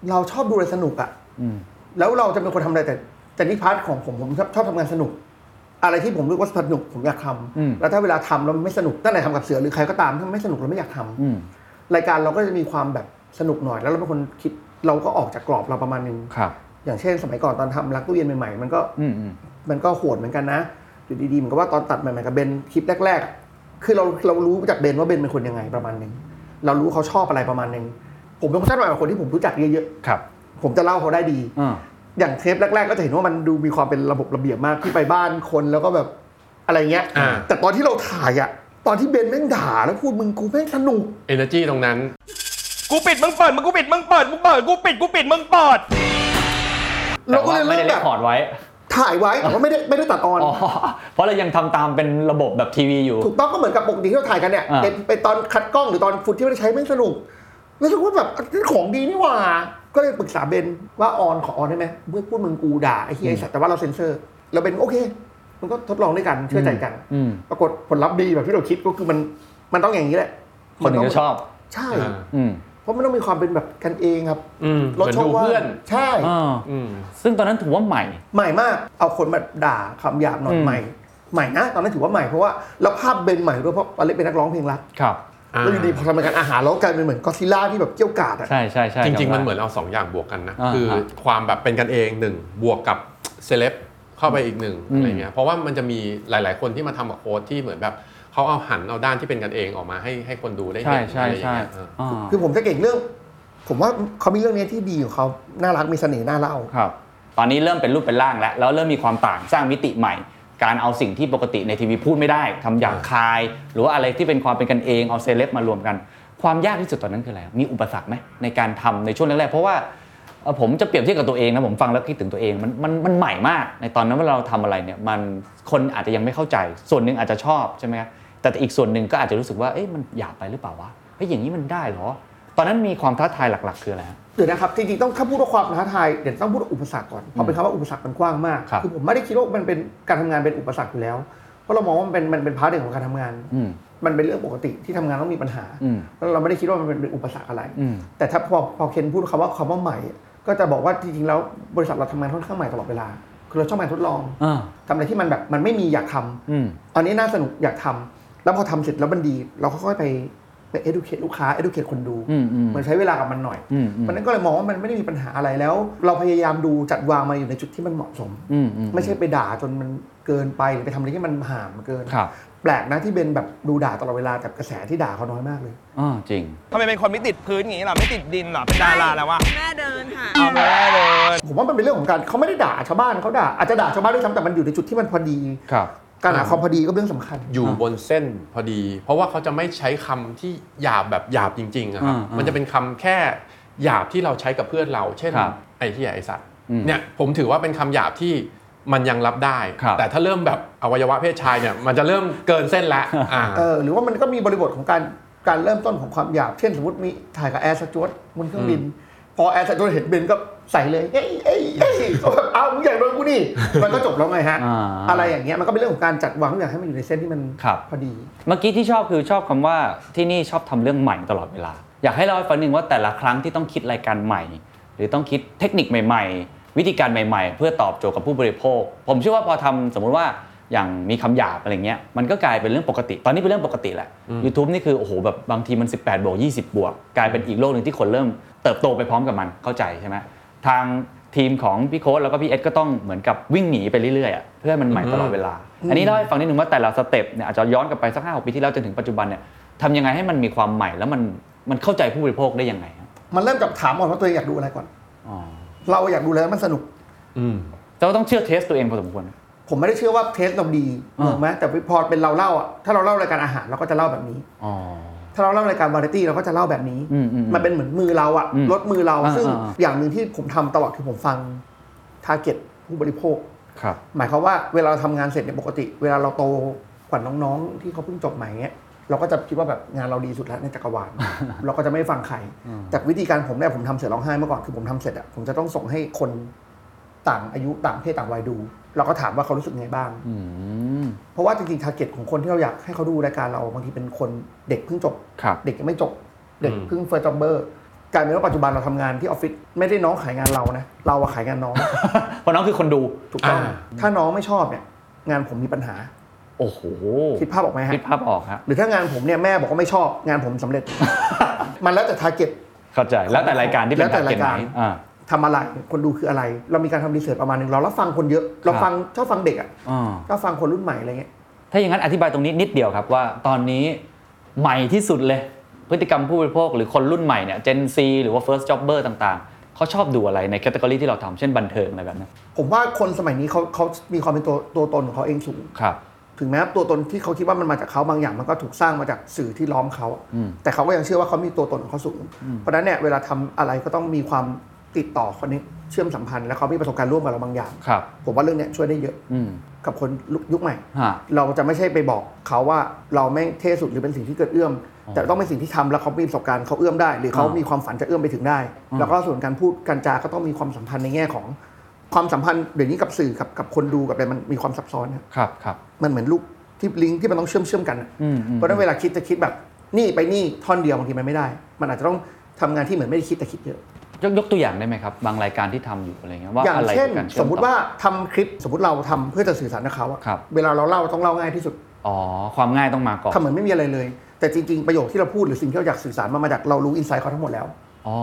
Speaker 3: เราชอบดูอะไรสนุกอะ
Speaker 4: อืม
Speaker 3: แล้วเราจะเป็นคนทำอะไรแต่แต่นี่พาร์ทของผมผมชอบชอบทำงานสนุก อะไรที่ผมรู้ว่าสนุกผมอยากท
Speaker 4: อืม
Speaker 3: ำแล้วถ้าเวลาทำแล้วมันไม่สนุกตั้งแต่ทำกับเสือหรือใครก็ตามถ้ามันไม่สนุกเราไม่อยากทำ
Speaker 4: อืม
Speaker 3: รายการเราก็จะมีความแบบสนุกหน่อย แล้วเราเป็นคนคิดเราก็ออกจากกรอบเราประมาณนึง
Speaker 4: ครับ
Speaker 3: อย่างเช่น สมัยก่อนตอนทำรักตู้เย็นใหม่ๆมันก็
Speaker 4: อืมอืม
Speaker 3: มันก็โหดเหมือนกันนะอยู่ดีๆเหมือนกับว่าตอนตัดใหม่ๆกับเบนคลิปแรกๆอะคือเราเรารู้จากเบนว่าเบนเป็นคนยังไงประมาณหนึงเรารู้เขาชอบอะไรประมาณหนึงผมเป็นคนชอบแบบคนที่ผมรู้จักเยอะ
Speaker 4: ครับ
Speaker 3: ๆผมจะเล่าเขาได้ดี
Speaker 4: อ่า
Speaker 3: อย่างเทปแรก ๆ ก็จะเห็นว่ามันดูมีความเป็นระบบระเบียบมากที่ไปบ้านคนแล้วก็แบบอะไรเงี้ย
Speaker 2: อ่า
Speaker 3: แต่ตอนที่เราถ่ายอะตอนที่เบนแม่งด่าแล้วพูดมึงกูแม่งสนุก
Speaker 2: เอเนอร์จีตรงนั้น
Speaker 7: กูปิดมึงเปิดมึงกูปิดมึงเปิดมึงเปิดกูปิดกูปิดมึงเปิด
Speaker 4: แต่
Speaker 3: เราก็
Speaker 4: ว่า
Speaker 3: เลย
Speaker 4: ไม่
Speaker 3: เริ่
Speaker 4: ได้
Speaker 3: ม
Speaker 4: เร
Speaker 3: แบ
Speaker 4: ค
Speaker 3: บ
Speaker 4: คอร์ดไว้
Speaker 3: ถ่ายไว้แต่ว่าไม่ได้ไม่ได้ตัดออน
Speaker 4: อ๋อ เพราะเรายังทำตามเป็นระบบแบบทีวีอยู่
Speaker 3: ถูกต้องก็เหมือนกับปกติที่เราถ่ายกันเนี่ย
Speaker 4: อ่า
Speaker 3: เป็นเป็นตอนคัดกล้องหรือตอนฟุตที่ไม่ได้ใช้ไม่สนุกรู้สึกว่าแบบนี่ของดีนี่หว่า ก็เลยปรึกษาเบนว่าออนขอออนได้ไหมเพื่อพูดมึงกูด่าไอ้เฮียไอ้สัตว์แต่ว่าเราเซ็นเซอร์เราเบนโอเค มันก็ทดลองด้วยกันเชื่อใจกัน
Speaker 4: อืม
Speaker 3: ปรากฏผลลัพธ์ดีแบบที่เราคิดก็คือมันมันต้องอย่างนี้แหละ
Speaker 4: คนถึงจะชอบ
Speaker 3: ใช่
Speaker 2: อ่า
Speaker 4: อืม
Speaker 3: เพราะมันต้องมีความเป็นแบบกันเองครับ
Speaker 2: อืม
Speaker 3: ล
Speaker 2: เหมือ
Speaker 3: ด
Speaker 2: น
Speaker 3: ช่อ
Speaker 2: ดู
Speaker 3: งว่า
Speaker 2: เพื่อน
Speaker 3: งใช่
Speaker 4: อ่า
Speaker 2: อืม
Speaker 4: ซึ่งตอนนั้นถือว่าใหม่
Speaker 3: ใหม่มากเอาคนมาด่าคำหยาบหน่อย
Speaker 4: อืม
Speaker 3: ใหม่ ใหม่นะตอนนั้นถือว่าใหม่เพราะว่าแล้วภาพเบนใหม่ด้วยเพราะตอนเล็กเป็นนักร้องเพลงรัก
Speaker 4: ครับ
Speaker 3: แล้วอยู่ดีพอทำรายการอาหารแล้วกลายเป็นเหมือนก็อดซิลล่าที่แบบเกี้ยวกาดอ่ะ
Speaker 4: ใช่ใช่ใช่
Speaker 2: จริง ๆ
Speaker 4: จำได้
Speaker 2: มันเหมือนเอาสองอย่างบวกกันนะ
Speaker 4: อ่า
Speaker 2: คือ
Speaker 4: ฮะ
Speaker 2: ความแบบเป็นกันเองหนึ่งบวกกับเซเลบเข้าไปอีกหนึ่ง
Speaker 4: อืม
Speaker 2: อะไรเงี้ยเพราะว่ามันจะมีหลาย ๆ คนที่มาทำกับโค้ดที่เหมือนแบบเขาเอาหันเอาด้านที่เป็นกันเองออกมาให้ให้คนดูได้เห็น
Speaker 4: ใช่
Speaker 2: อะไรอย่า
Speaker 4: ใช่
Speaker 2: งเงี้ยเอ
Speaker 4: ใช่
Speaker 2: อ
Speaker 4: อ่า
Speaker 3: คือผมจะเก่งเรื่อง ผมว่าเขามีเรื่องนี้ที่ดีของเขาน่ารักมีเสน่ห์น่าเล่า
Speaker 4: ครับ ตอนนี้เริ่มเป็นรูปเป็นร่างแล้ว แล้วเริ่มมีความต่างสร้างมิติใหม่ การเอาสิ่งที่ปกติในทีวีพูดไม่ได้ทำอย่างคาย หรือว่าอะไรที่เป็นความเป็นกันเองเอาเซเลบมารวมกัน ความยากที่สุดตอนนั้นคืออะไร มีอุปสรรคไหมในการทำในช่วงแรกๆเพราะว่าเอ่อผมจะเปรียบเทียบกับตัวเองนะผมฟังแล้วคิดถึงตัวเองมันมันมันใหม่มาก ในตอนนั้นเวลาเราทำอะไรเนี่ยมันคนอาจจะยังไม่เข้าใจ ส่วนหนึ่งอาจจะชอบใช่ไหมครับแต่อีกส่วนหนึ่งก็อาจจะรู้สึกว่าเอ๊ะมันหยาบไปหรือเปล่าวะเฮ้ยอย่างนี้มันได้เหรอ ตอนนั้นมีความท้าทายหลักๆ คืออะไรฮะ
Speaker 3: เดี๋ยวนะครับจริงๆต้องถ้าพูดว่าความท้าทายเดี๋ยวต้องพูดว่าอุปสรรคก่อนเพราะเป็นคำว่าอุปสรรคมันกว้างมาก
Speaker 4: ครับ
Speaker 3: อผมไม่ได้คิดว่ามันเป็นการทำงานเป็นอุปสรรคอยู่แล้ว เพราะเรามองว่ามันเป็นมันเป็นพาร์ทหนึ่งของการทำงาน
Speaker 4: อืม
Speaker 3: มันเป็นเรื่องปกติที่ทำงานต้องมีปัญหา
Speaker 4: อืม
Speaker 3: แล้วเราไม่ได้คิดว่ามันเป็นเป็นอุปสรรคอะไร
Speaker 4: อืม
Speaker 3: แต่ถ้าพอพอเคนพูดคำว่าคำว่าใหม่ ก็จะบอกว่าจริงๆแล้วบริษัทเราทำงานค่อนข้างใหม่ตลอดเวลา คือเราชอบงานทดลอง
Speaker 4: อ่า
Speaker 3: ทำอะไรที่มันแบบมันไม่มีอยากทำ
Speaker 4: อืม
Speaker 3: อันนี้น่าสนุกอยากทำแล้วพอทำเสร็จแล้วมันดี เราก็ค่อยไปไป educate ลูกค้า educate คนดู
Speaker 4: อืมอืม
Speaker 3: เหมันใช้เวลากับมันหน่อย
Speaker 4: อืมอืม
Speaker 3: มันนั้นก็เลยมองว่ามันไม่ได้มีปัญหาอะไรแล้ว เราพยายามดูจัดวางมาอยู่ในจุดที่มันเหมาะสม
Speaker 4: อืมอืม
Speaker 3: ไม่ใช่ไปด่าจนมันเกินไปหรือไปทำอะไรที่มันห่ามเกิน
Speaker 4: ครับ
Speaker 3: แปลกนะที่เบนแบบดูด่าตลอดเวลาแต่กระแสที่ด่าเขาน้อยมากเลย
Speaker 4: อ่าจริง
Speaker 7: ทำไมเป็นคนไม่ติดพื้นอย่างนี้ล่ะไม่ติดดินล่ะเป็นดาราแล้ววะ
Speaker 8: แม่เดินค่ะ
Speaker 7: เอาแม่เลย
Speaker 3: ผมว่ามันเป็นเรื่องของการเขาไม่ได้ด่าชาวบ้านเขาด่าอาจจะด่าชาวบ้านด้วยซ้ำแต่มันอยู่ในจุดที่มันพอดี
Speaker 4: ครับ
Speaker 3: การหาความพอดีก็เป็นเรื่องสำคัญ
Speaker 2: อยู่บนเส้นพอดี เพราะว่าเขาจะไม่ใช้คำที่หยาบแบบหยาบจริงๆอะครับ
Speaker 4: อ่าอ่ามั
Speaker 2: มันจะเป็นคำแค่หยาบที่เราใช้กับเพื่อนเรา เช่น
Speaker 4: ครับ
Speaker 2: ไอ้เหี้ยไอ้สัตว์
Speaker 4: อืม
Speaker 2: เนี่ยผมถือว่าเป็นคำหยาบที่มันยังรับได้
Speaker 4: ครับ
Speaker 2: แต่ถ้าเริ่มแบบอวัยวะเพศชายเนี่ยมันจะเริ่มเกินเส้นแล้วอ่า
Speaker 3: เออหรือว่ามันก็มีบริบทของการการเริ่มต้นของความหยาบ เช่นสมมติมีถ่ายกับแอร์สจวตบนเครื่องบิน พอแอร์สจวตเห็นเบนก็ใส่เลยเอ้ยเอ้ยเอ้ยเอามึงใหญ่โดนกู
Speaker 4: *laughs*
Speaker 3: นี่ มันก็จบแล้วไงฮะ
Speaker 4: อ่า
Speaker 3: อะไรอย่างเงี้ยมันก็เป็นเรื่องของการจัดวางอย่างให้มันอยู่ในเส้นที่มัน
Speaker 4: ครับ
Speaker 3: พอดี
Speaker 4: เมื่อกี้ที่ชอบคือชอบคำว่าที่นี่ชอบทำเรื่องใหม่ตลอดเวลา อยากให้เล่าให้ฟังหนึ่งว่าแต่ละครั้งที่ต้องคิดรายการใหม่ หรือต้องคิดเทคนิคใหม่ ๆ วิธีการใหม่ ๆ เพื่อตอบโจทย์กับผู้บริโภค ผมเชื่อว่าพอทำสมมุติว่าอย่างมีคำหยาบอะไรเงี้ยมันก็กลายเป็นเรื่องปกติ ตอนนี้เป็นเรื่องปกติแหละ YouTube นี่คือโอ้โหแบบบางทีมัน 18บวก20 บวก กลายเป็นอีกโลกหนึ่งที่คนเริ่มเติบโตไปพร้อมกับมันเข้าใจใช่ไหมทางทีมของพี่โค้ดแล้วก็พี่เอ็ดก็ต้องเหมือนกับวิ่งหนีไปเรื่อยๆอะเพื่อให้มันใหม่ตลอดเวลา อันนี้เล่าให้ฟังนิดนึงว่าแต่ละสเต็ปเนี่ยอาจจะย้อนกลับไปสักห้าปีที่แล้วจนถึงปัจจุบันเนี่ยทำยังไงให้มันมีความใหม่แล้วมันมันเข้าใจผู้บริโภคได้ยังไงครับ
Speaker 3: มันเริ่มจากถามก่อนว่าตัวเองอยากดูอะไรก่อน
Speaker 4: อ๋อ
Speaker 3: เราอยากดูอะไรแล้วมันสนุก
Speaker 4: แต่ว่าต้องเชื่อเทสตัวเองพอสมควร
Speaker 3: ผมไม่ได้เชื่อว่าเทสเราดี
Speaker 4: อ่า
Speaker 3: ถูกไหมแต่พอเป็นเราเล่าอ่ะถ้าเราเล่ารายการอาหารเราก็จะเล่าแบบนี้
Speaker 4: อ๋อ
Speaker 3: ถ้าเราเล่ารายการวาไรตี้เราก็จะเล่าแบบนี้
Speaker 4: อืมอืมอืม
Speaker 3: มันเป็นเหมือนมือเราอะ
Speaker 4: อืม
Speaker 3: ลดมือเรา
Speaker 4: อ่า
Speaker 3: ซึ่ง
Speaker 4: อ่า
Speaker 3: อย่างหนึ่งที่ผมทำตลอดคือผมฟังทาร์เก็ตผู้บริโภค
Speaker 4: ครับ
Speaker 3: หมายความว่าเวลาเราทำงานเสร็จเนี่ยปกติ เวลาเราโตกว่าน้องๆ ที่เขาเพิ่งจบใหม่เงี้ยเราก็จะคิดว่าแบบงานเราดีสุดแล้วในจักรวา
Speaker 4: *laughs*
Speaker 3: ล เราก็จะไม่ฟังใครแต่วิธีการผมเนี่ยผมทำเสร็จร้องไห้เมื่อก่อนคือผมทำเสร็จอะผมจะต้องส่งให้คนต่างอายุต่างเพศต่างวัยดู เราก็ถามว่าเขารู้สึกไงบ้าง
Speaker 4: อืม
Speaker 3: เพราะว่าจริงๆทาร์เก็ตของคนที่เราอยากให้เขาดูรายการเราบางทีเป็นคนเด็กเพิ่งจบ
Speaker 4: ครับ
Speaker 3: เด็กยังไม่จบ เด็ก
Speaker 2: อืม
Speaker 3: เพิ่งเฟิร์สจอบเบอร์กลายเป็นว่าปัจจุบันเราทำงานที่ออฟฟิศไม่ได้น้องขายงานเรานะ เราอะขายงานน้อง
Speaker 4: เพราะน้องคือคนดู
Speaker 3: ถูกต้อง
Speaker 2: อ่า
Speaker 3: ถ้าน้องไม่ชอบเนี่ย งานผมมีปัญหา
Speaker 4: โอ้โห
Speaker 3: คิดภาพออกไหมฮะ
Speaker 4: คิดภาพออกฮะ
Speaker 3: หรือถ้างานผมเนี่ยแม่บอกว่าไม่ชอบงานผมสำเร็จ มันแล้วแต่ทาร์เก็ต
Speaker 4: เข้าใจแล้วแต่รายการที่เป็น
Speaker 3: แล้วแต่รายการ
Speaker 4: เกณฑ์ไหนอ่า
Speaker 3: ทำอะไรคนดูคืออะไร เรามีการทำรีเสิร์ชประมาณหนึงเรารับฟังคนเยอะเรา
Speaker 4: ครับ
Speaker 3: ฟังชอบฟังเด็กอะ
Speaker 4: อ่า
Speaker 3: ชอบฟังคนรุ่นใหม่อะไรเงี้ย
Speaker 4: ถ้าอย่างนั้นอธิบายตรงนี้นิดเดียวครับว่าตอนนี้ใหม่ที่สุดเลย พฤติกรรมผู้บริโภคหรือคนรุ่นใหม่เนี่ย Gen Z หรือว่า first jobber ต่างๆ เขาชอบดูอะไรในแคตตากรีที่เราทำเช่นบันเทิงอะไรแบบนั้น
Speaker 3: ผมว่าคนสมัยนี้เขาเขามีความเป็นตัวตัวตนของเขาเองสูง
Speaker 4: ครับ
Speaker 3: ถึงแม้ตัวตนที่เขาคิดว่ามันมาจากเขาบางอย่างมันก็ถูกสร้างมาจากสื่อที่ล้อมเขา
Speaker 4: อืม
Speaker 3: แต่เขาก็ยังเชื่อว่าเขามีตัวตนของเขาสูง เพราะฉะนั้นเนี่ยเวลาทำอะไรก็ต้องมีความติดต่อคนนี้เชื่อมสัมพันธ์ และเขามีประสบการณ์ร่วมกับเราบางอย่าง
Speaker 4: ครับ
Speaker 3: ผมว่าเรื่องเนี้ยช่วยได้เยอะ
Speaker 4: อืม
Speaker 3: กับคนยุคใหม่
Speaker 4: ฮะ
Speaker 3: เราจะไม่ใช่ไปบอกเขาว่าเราแม่งเท่สุดหรือเป็นสิ่งที่เกิดเอื้อม แต่ต้องเป็นสิ่งที่ทำแล้วเขามีประสบการณ์เขาเอื้อมได้ หรือเขา
Speaker 4: อ่ามี
Speaker 3: มีความฝันจะเอื้อมไปถึงได้ แล้วก็ส่วนการพูดการจาก็ต้องมีความสัมพันธ์ในแง่ของความสัมพันธ์เดี๋ยวนี้กับสื่อกับกับคนดูกับอะไรมันมีความซับซ้อนนะ
Speaker 4: ครับครับ
Speaker 3: มันเหมือนลูกที่ลิงก์ที่มันต้องเชื่อมเชื่อมๆกันอะ
Speaker 4: อืมอืม
Speaker 3: เพราะฉะนั้นเวลาคิดจะคิดแบบนี่ไปนี่ท่อนเดียวบางทีมันไม่ได้ มันอาจจะต้องทำงานที่เหมือนไม่ได้คิดแต่คิดเยอะ
Speaker 4: ยกยกตัวอย่างได้ไหมครับ บางรายการที่ทำอยู่อะไรเงี้ยว่า
Speaker 3: อย่าง
Speaker 4: อะไร
Speaker 3: เช่น
Speaker 4: คือการเชื่
Speaker 3: ส
Speaker 4: อต่อ
Speaker 3: มมุติว่าทำคลิปสมมติเราทำเพื่อจะสื่อสารกับเขาอะ
Speaker 4: ครับ
Speaker 3: เวลาเราเล่าต้องเล่าง่ายที่สุด
Speaker 4: อ๋อความง่ายต้องมาก่อน
Speaker 3: ทำเหมือนไม่มีอะไรเลย แต่จริง ๆ ประโยคที่เราพูดหรือสิ่งที่เราอยากสื่อสารมันมาจากเรารู้อินไซต์เขาทั้งหมดแล้ว
Speaker 4: อ๋อ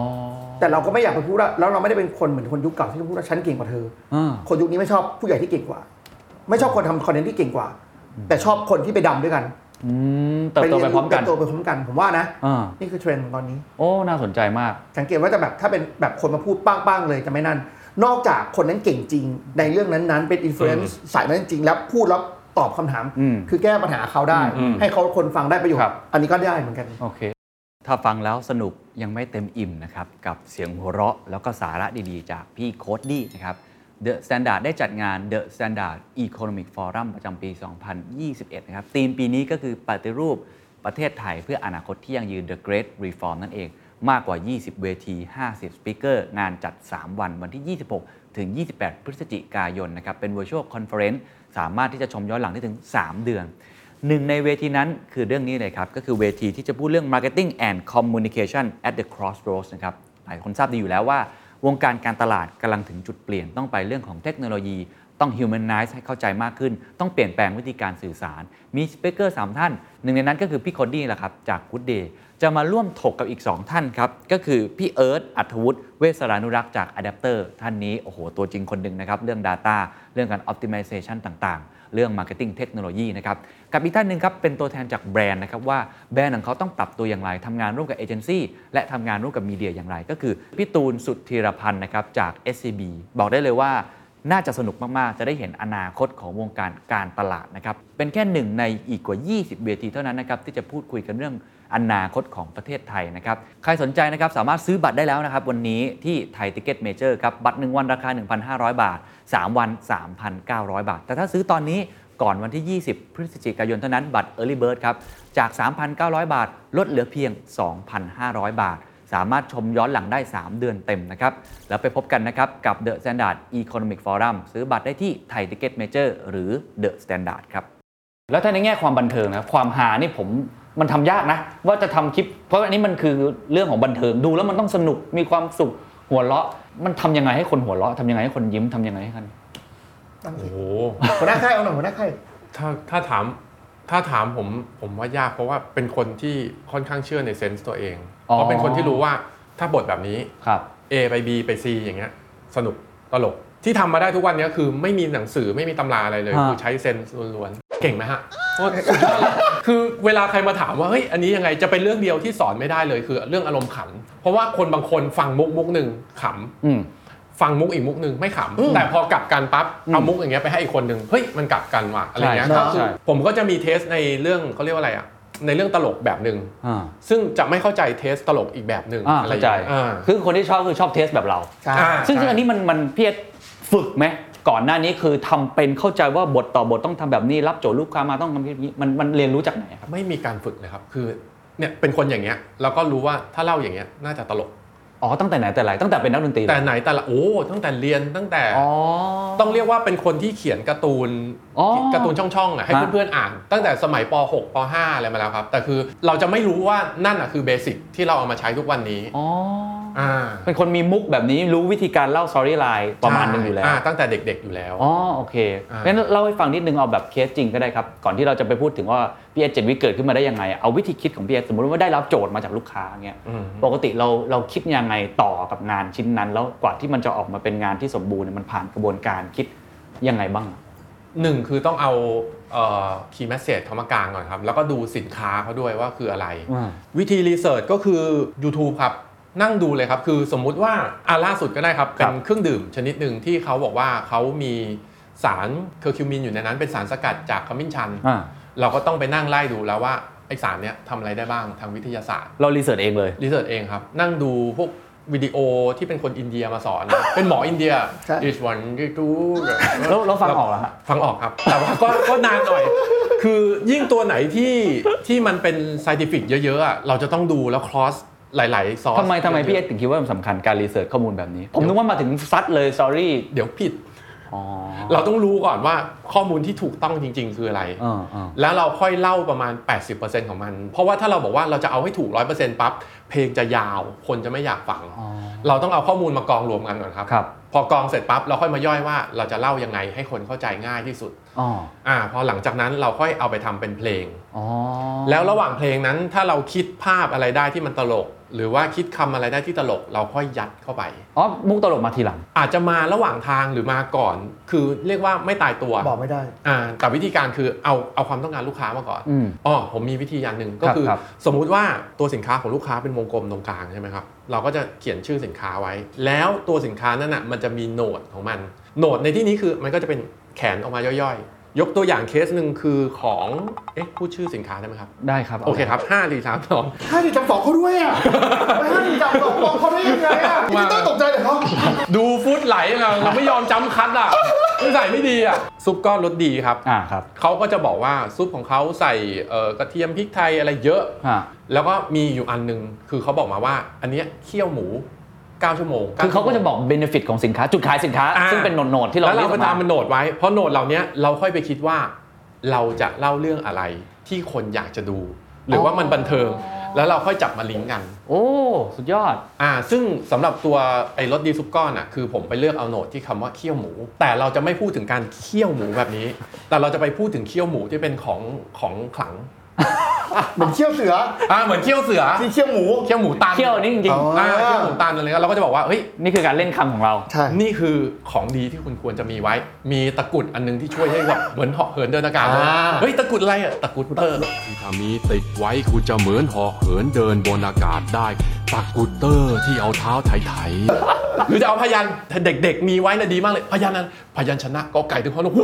Speaker 3: แต่เราก็ไม่อยากไปพูดว่าแล้วเราไม่ได้เป็นคนเหมือนคนยุคเก่าที่พูดว่าฉันเก่งกว่าเธอ
Speaker 4: อ่า
Speaker 3: คนยุคนี้ไม่ชอบผู้ใหญ่ที่เก่งกว่า ไม่ชอบคนทำคอนเทนต์ที่เก่งกว่า แต่ชอบคนที่ไปดำด้วยกัน
Speaker 4: อืมเติบโตไปพร้อมกัน
Speaker 3: เติบโตไปพร้อมกันผมว่านะ
Speaker 4: อ่า
Speaker 3: นี่คือเทรนด์ของตอนนี้
Speaker 4: โอ้น่าสนใจมาก
Speaker 3: สังเกตว่าจะแบบถ้าเป็นแบบคนมาพูดป้างๆเลยจะไม่นั่น นอกจากคนนั้นเก่งจริง ในเรื่องนั้นๆเป็นอินฟลูเอนซ์สายนั้นจริงแล้วพูดแล้วตอบคำถาม
Speaker 4: อืม
Speaker 3: คือแก้ปัญหาเขาได้
Speaker 2: อืม
Speaker 3: ให้เขาคนฟังได้ประโยช
Speaker 4: ครับ
Speaker 3: น์อันนี้ก็ได้เหมือนกัน
Speaker 4: โอเค ถ้าฟังแล้วสนุกยังไม่เต็มอิ่มนะครับ กับเสียงหัวเราะแล้วก็สาระดีๆ จากพี่โคดดี้นะครับ The Standard ได้จัดงาน The Standard Economic Forum ประจำปี 2021 นะครับธีมปีนี้ก็คือปฏิรูปประเทศไทยเพื่ออนาคตที่ยังยืน The Great Reform นั่นเอง มากกว่า 20 เวที 50 สปิเกอร์ งานจัด 3 วันวันที่ 26 ถึง 28 พฤศจิกายนนะครับ เป็น Virtual Conference สามารถที่จะชมย้อนหลังได้ถึง 3 เดือน หนึ่งในเวทีนั้นคือเรื่องนี้เลยครับ ก็คือเวทีที่จะพูดเรื่อง marketing and communication at the crossroads นะครับ หลายคนทราบดีอยู่แล้วว่า วงการการตลาดกำลังถึงจุดเปลี่ยนต้องไปเรื่องของเทคโนโลยี ต้อง humanize ให้เข้าใจมากขึ้น ต้องเปลี่ยนแปลงวิธีการสื่อสาร มีสเปกเกอร์ 3 ท่าน หนึ่งในนั้นก็คือพี่คอนดี้แหละครับ จาก Good Day จะมาร่วมถกกับอีก 2 ท่านครับ ก็คือพี่เอิร์ธอัธวุฒิเวสรานุรักษ์จาก Adapter ท่านนี้โอ้โหตัวจริงคนหนึ่งนะครับเรื่อง Data เรื่องการ Optimization ต่างๆ เรื่อง Marketing Technology นะครับ กับอีกท่านหนึ่งครับ เป็นตัวแทนจากแบรนด์นะครับ ว่าแบรนด์ของเขาต้องปรับตัวอย่างไรทำงานร่วมกับเอเจนซี่และทำงานร่วมกับมีเดียอย่างไร ก็คือพี่ตูนสุทธีรพันธ์นะครับ จาก SCB บอกได้เลยว่า น่าจะสนุกมาก ๆ จะได้เห็นอนาคตของวงการการตลาดนะครับ เป็นแค่หนึ่งในอีกกว่า 20 เวทีเท่านั้นนะครับ ที่จะพูดคุยกันเรื่องอนาคตของประเทศไทยนะครับ ใครสนใจนะครับสามารถซื้อบัตรได้แล้วนะครับ วันนี้ที่ไทยติเก็ตเมเจอร์ครับ บัตร 1 วันราคา 1,500 บาท 3 วัน 3,900 บาท แต่ถ้าซื้อตอนนี้ก่อนวันที่ 20 พฤศจิกายนเท่านั้นบัตร Early Bird ครับ จาก 3,900 บาท ลดเหลือเพียง 2,500 บาท สามารถชมย้อนหลังได้ 3 เดือนเต็มนะครับ แล้วไปพบกันนะครับกับ The Standard Economic Forum ซื้อบัตรได้ที่ไทย Ticket Major หรือ The Standard ครับ แล้วถ้าในแง่ความบันเทิงนะความหานี่ผมมันทำยากนะ ว่าจะทำคลิป เพราะอันนี้มันคือเรื่องของบันเทิงดูแล้วมันต้องสนุกมีความสุขหัวเราะ มันทำยังไงให้คนหัวเราะทำยังไงให้คนยิ้มทำยังไงให้คน
Speaker 2: โอ้โห
Speaker 3: หัวหน้าค่ายเอาหน่อยหัวหน้าค่าย
Speaker 2: ถ้าถ้าถามถ้าถามผมผมว่ายากเพราะว่าเป็นคนที่ค่อนข้างเชื่อในเซนส์ตัวเอง เพราะเป็นคนที่รู้ว่าถ้าบทแบบนี้
Speaker 4: ครับ
Speaker 2: A ไป B ไป C อย่างเงี้ยสนุกตลก ที่ทำมาได้ทุกวันเนี้ยคือไม่มีหนังสือไม่มีตำราอะไรเลย
Speaker 4: ฮะ
Speaker 2: กูใช้เซนส์ล้วนๆเก่งไหมฮะโคตรสุดยอดเลยคือเวลาใครมาถามว่าเฮ้ยอันนี้ยังไงจะเป็นเรื่องเดียวที่สอนไม่ได้เลยคือเรื่องอารมณ์ขัน เพราะว่าคนบางคนฟังมุกมุกหนึ่งขำ
Speaker 4: อืม
Speaker 2: ฟังมุกอีกมุกหนึ่งไม่ขำแต่พอกลับกันปั๊บเอามุกอย่างเงี้ยไปให้อีกคนหนึ่งเฮ้ยมันกลับกันว่ะอะไรเงี้ยค
Speaker 4: ใช่
Speaker 2: รับคือ
Speaker 4: ใช่
Speaker 2: ผมก็จะมีเทสในเรื่องเขาเรียกว่าอะไรอ่ะในเรื่องตลกแบบหนึ่ง
Speaker 4: อ่า
Speaker 2: ซึ่งจะไม่เข้าใจเทสตลกอีกแบบหนึ่ง
Speaker 4: อ่า
Speaker 2: อะไรอ
Speaker 4: เข้าใจ
Speaker 2: ย่างเงี้ยอ่า
Speaker 4: คือคนที่ชอบคือชอบเทสแบบเรา
Speaker 3: ใช่
Speaker 2: อ่า
Speaker 4: ซึ่งซึ่งอันนี้มันมันเพียรฝึกไหมก่อนหน้านี้คือทำเป็นเข้าใจว่าบทต่อบทต้องทำแบบนี้รับโจทย์ลูกค้ามาต้องทำแบบนี้มันมันเรียนรู้จากไหนครับ
Speaker 2: ไม่มีการฝึกเลยครับ คือเนี่ยเป็นคนอย่างเงี้ยแล้วก็รู้ว่าถ้าเล่าอย่างเงี้ยน่าจะตลก
Speaker 4: อ๋อตั้งแต่ไหนแต่ไรตั้งแต่เป็นนักดนตรีเลย
Speaker 2: แต่ไหนแต่ละโอ้ตั้งแต่เรียนตั้งแต่
Speaker 4: อ๋อ
Speaker 2: ต้องเรียกว่าเป็นคนที่เขียนการ์ตูน
Speaker 4: อ๋อ
Speaker 2: การ์ตูนช่องๆอ่ะให้
Speaker 4: ฮะ
Speaker 2: เพื่อนๆอ่าน ตั้งแต่สมัยป .6 ป .5 อะไรมาแล้วครับแต่คือเราจะไม่รู้ว่านั่นอ่ะคือเบสิกที่เราเอามาใช้ทุกวันนี้
Speaker 4: อ๋อ
Speaker 2: อ่า
Speaker 4: เป็นคนมีมุกแบบนี้รู้วิธีการเล่า story line ประมาณหนึงอยู่แล้ว
Speaker 2: าตั้งแต่เด็กๆอยู่แล้ว
Speaker 4: อ๋อโอเค
Speaker 2: อ่างั้
Speaker 4: งั้นเล่าให้ฟังนิดนึงเอาแบบเคสจริงก็ได้ครับ ก่อนที่เราจะไปพูดถึงว่าพี่เอเจ็ดวิเกิดขึ้นมาได้ยังไงอะเอาวิธีคิดของพี่เอสมมติว่าได้รับโจทย์มาจากลูกค้าเงี้ย
Speaker 2: อืม
Speaker 4: ปกติเราเราคิดยังไงต่อกับงานชิ้นนั้น แล้วกว่าที่มันจะออกมาเป็นงานที่สมบูรณ์เนี่ยมันผ่านกระบวนการคิดยังไงบ้าง
Speaker 2: หนึ่งคือต้องเอาคีย์แมสเซจเขามากลางก่อนครับ แล้วก็ดูสินค้าเขาด้วยว่าคืออะไร วิธีรีเสิร์ชก็คือ YouTube ครับ นั่งดูเลยครับ คือสมมุติว่าอาล่าสุดก็ได้ครับ
Speaker 4: ครั
Speaker 2: เป็
Speaker 4: บ
Speaker 2: นเครื่องดื่มชนิดหนึ่งที่เขาบอกว่าเขามีสารเคอร์คิวมินอยู่ในนั้น เป็นสารสกัดจากขมิ้นชัน
Speaker 4: อ่า
Speaker 2: เราก็ต้องไปนั่งไล่ดูแล้วว่าไอสารเนี้ยทำอะไรได้บ้างทางวิทยาศาสตร์
Speaker 4: เรารีเสิร์ชเองเลย
Speaker 2: รีเสิร์ชเองครับ นั่งดูพวกวิดีโอที่เป็นคนอินเดียมาสอน เป็นหมออินเดีย each one you do
Speaker 4: แล้วแล้วฟังออกเหรอฮะ
Speaker 2: ฟังออกครับ แต่ว่าก็ก็นานหน่อย คือยิ่งตัวไหนที่ที่มันเป็น scientific เยอะๆอะเราจะต้องดูแล้ว cross หลายๆซอส
Speaker 4: ทำไมทำไมพี่เอถึงคิดว่ามันสำคัญการรีเสิร์ชข้อมูลแบบนี้ ผมนึกว่ามาถึงซัดเลย sorry
Speaker 2: เดี๋ยวผิด
Speaker 4: อ๋อ
Speaker 2: เราต้องรู้ก่อนว่าข้อมูลที่ถูกต้องจริง ๆ คืออะไร
Speaker 4: อ่าอ่า
Speaker 2: แล้วเราค่อยเล่าประมาณ 80%ของมัน เพราะว่าถ้าเราบอกว่าเราจะเอาให้ถูก 100%ปั๊บ เพลงจะยาว คนจะไม่อยากฟัง เราต้องเอาข้อมูลมากองรวมกันก่อนครับ
Speaker 4: ครับ
Speaker 2: พอกองเสร็จปั๊บเราค่อยมาย่อยว่าเราจะเล่ายังไงให้คนเข้าใจง่ายที่สุด
Speaker 4: อ๋อ
Speaker 2: อ่าพอหลังจากนั้นเราค่อยเอาไปทำเป็นเพลง
Speaker 4: อ๋อ
Speaker 2: แล้วระหว่างเพลงนั้นถ้าเราคิดภาพอะไรได้ที่มันตลก หรือว่าคิดคำอะไรได้ที่ตลก เราค่อยยัดเข้าไป
Speaker 4: อ๋อมุกตลกมาทีหลัง
Speaker 2: อาจจะมาระหว่างทางหรือมาก่อน คือเรียกว่าไม่ตายตัว
Speaker 3: บอกไม่ได้
Speaker 2: อ่าแต่วิธีการคือเอาเอาความต้องการลูกค้ามาก่อน
Speaker 4: อืม
Speaker 2: อ๋อผมมีวิธีอย่างหนึ่งก็
Speaker 4: ครับ
Speaker 2: คือ
Speaker 4: ครับ
Speaker 2: สมมุติว่าตัวสินค้าของลูกค้าเป็นวงกลมตรงกลางใช่ไหมครับเราก็จะเขียนชื่อสินค้าไว้ แล้วตัวสินค้านั่นน่ะมันจะมีโหนดของมันโหนดในที่นี้คือมันก็จะเป็นแขนออกมาย่อยๆ ยกตัวอย่างเคสหนึ่งคือของเอ๊ะพูดชื่อสินค้าได้ไหมครับ
Speaker 4: ได้ครับา
Speaker 2: โอเคครับห้าสี่สามสอง
Speaker 3: ห้าสิบจับสองเขาด้วยอ่ะไม่ห้าสิบจับสองมองเขาได้ยังไง
Speaker 4: *laughs*
Speaker 3: อ่ะพี่ต้องตกใจเหรอเขา
Speaker 2: ดูฟุตไหลเราเราไม่ยอมจำคัดอ่ะนิสัยไม่ดีอ่ะ ซุปก้อนรสดีครับ
Speaker 4: อ่าครับ
Speaker 2: เขาก็จะบอกว่าซุปของเขาใส่เอ่อกระเทียมพริกไทยอะไรเยอะ
Speaker 4: อ่า
Speaker 2: แล้วก็มีอยู่อันหนึง คือเขาบอกมาว่า อันเนี้ยเคี่ยวหมู 9 ชั่วโมง
Speaker 4: คือเขาก็จะบอกเบนฟิตของสินค้า จุดขายสินค้า
Speaker 2: อ่า
Speaker 4: ซึ่งเป็นโหนดๆที่เรา
Speaker 2: แล้วเรา
Speaker 4: ยก
Speaker 2: ไป
Speaker 4: ออก
Speaker 2: ตามมันโหนดไว้ เพราะโหนดเหล่าเนี้ยเราค่อยไปคิดว่า เราจะเล่าเรื่องอะไรที่คนอยากจะดู หรือว่ามันบันเทิง แล้วเราค่อยจับมาลิงก์กัน
Speaker 4: โอ้ สุดยอด
Speaker 2: อ่าซึ่งสำหรับตัวไอ้รสดีซุปก้อนอ่ะคือผมไปเลือกเอาโหนดที่คำว่าเคี่ยวหมู แต่เราจะไม่พูดถึงการเคี่ยวหมูแบบ
Speaker 4: *laughs*
Speaker 2: นี้ แต่เราจะไปพูดถึงเคี่ยวหมูที่เป็นของของขลัง
Speaker 3: เหมือนเขี้ยวเสือ
Speaker 2: อ่าเหมือนเคี่ยวเสือ
Speaker 3: ที่เขี้ยวหมู
Speaker 2: เคี่ยวหมูตัน
Speaker 4: เที่ยวนี้จริง
Speaker 3: อ๋อ
Speaker 2: อ่าเคี่ยวหมูตันอะไรเงี้ยเราก็จะบอกว่าเฮ้ย
Speaker 4: ๆ นี่คือการเล่นคำของเรา
Speaker 3: ใช่
Speaker 2: นี่คือของดีที่คุณควรจะมีไว้ มีตะกรุดอันหนึงที่ช่วยให้
Speaker 4: *laughs*
Speaker 2: แบบเหมือนเหาะเหินเดินอากาศเลยเฮ้ยตะกรุดอะไรอ่ะตะกรุดเตอร์
Speaker 8: ถ้ามีติดไว้คุณจะเหมือนเหาะเหินเดินบนอากาศได้
Speaker 2: *laughs*
Speaker 8: ตะกรุดเตอร์ที่เอาเท้าไถๆ
Speaker 2: หรือจะเอาพยัญชนะถ้าเด็กๆ มีไว้นะดีมากเลย พยัญชนะพยัญชนะก็ไก่ถึงพ่อลูกหู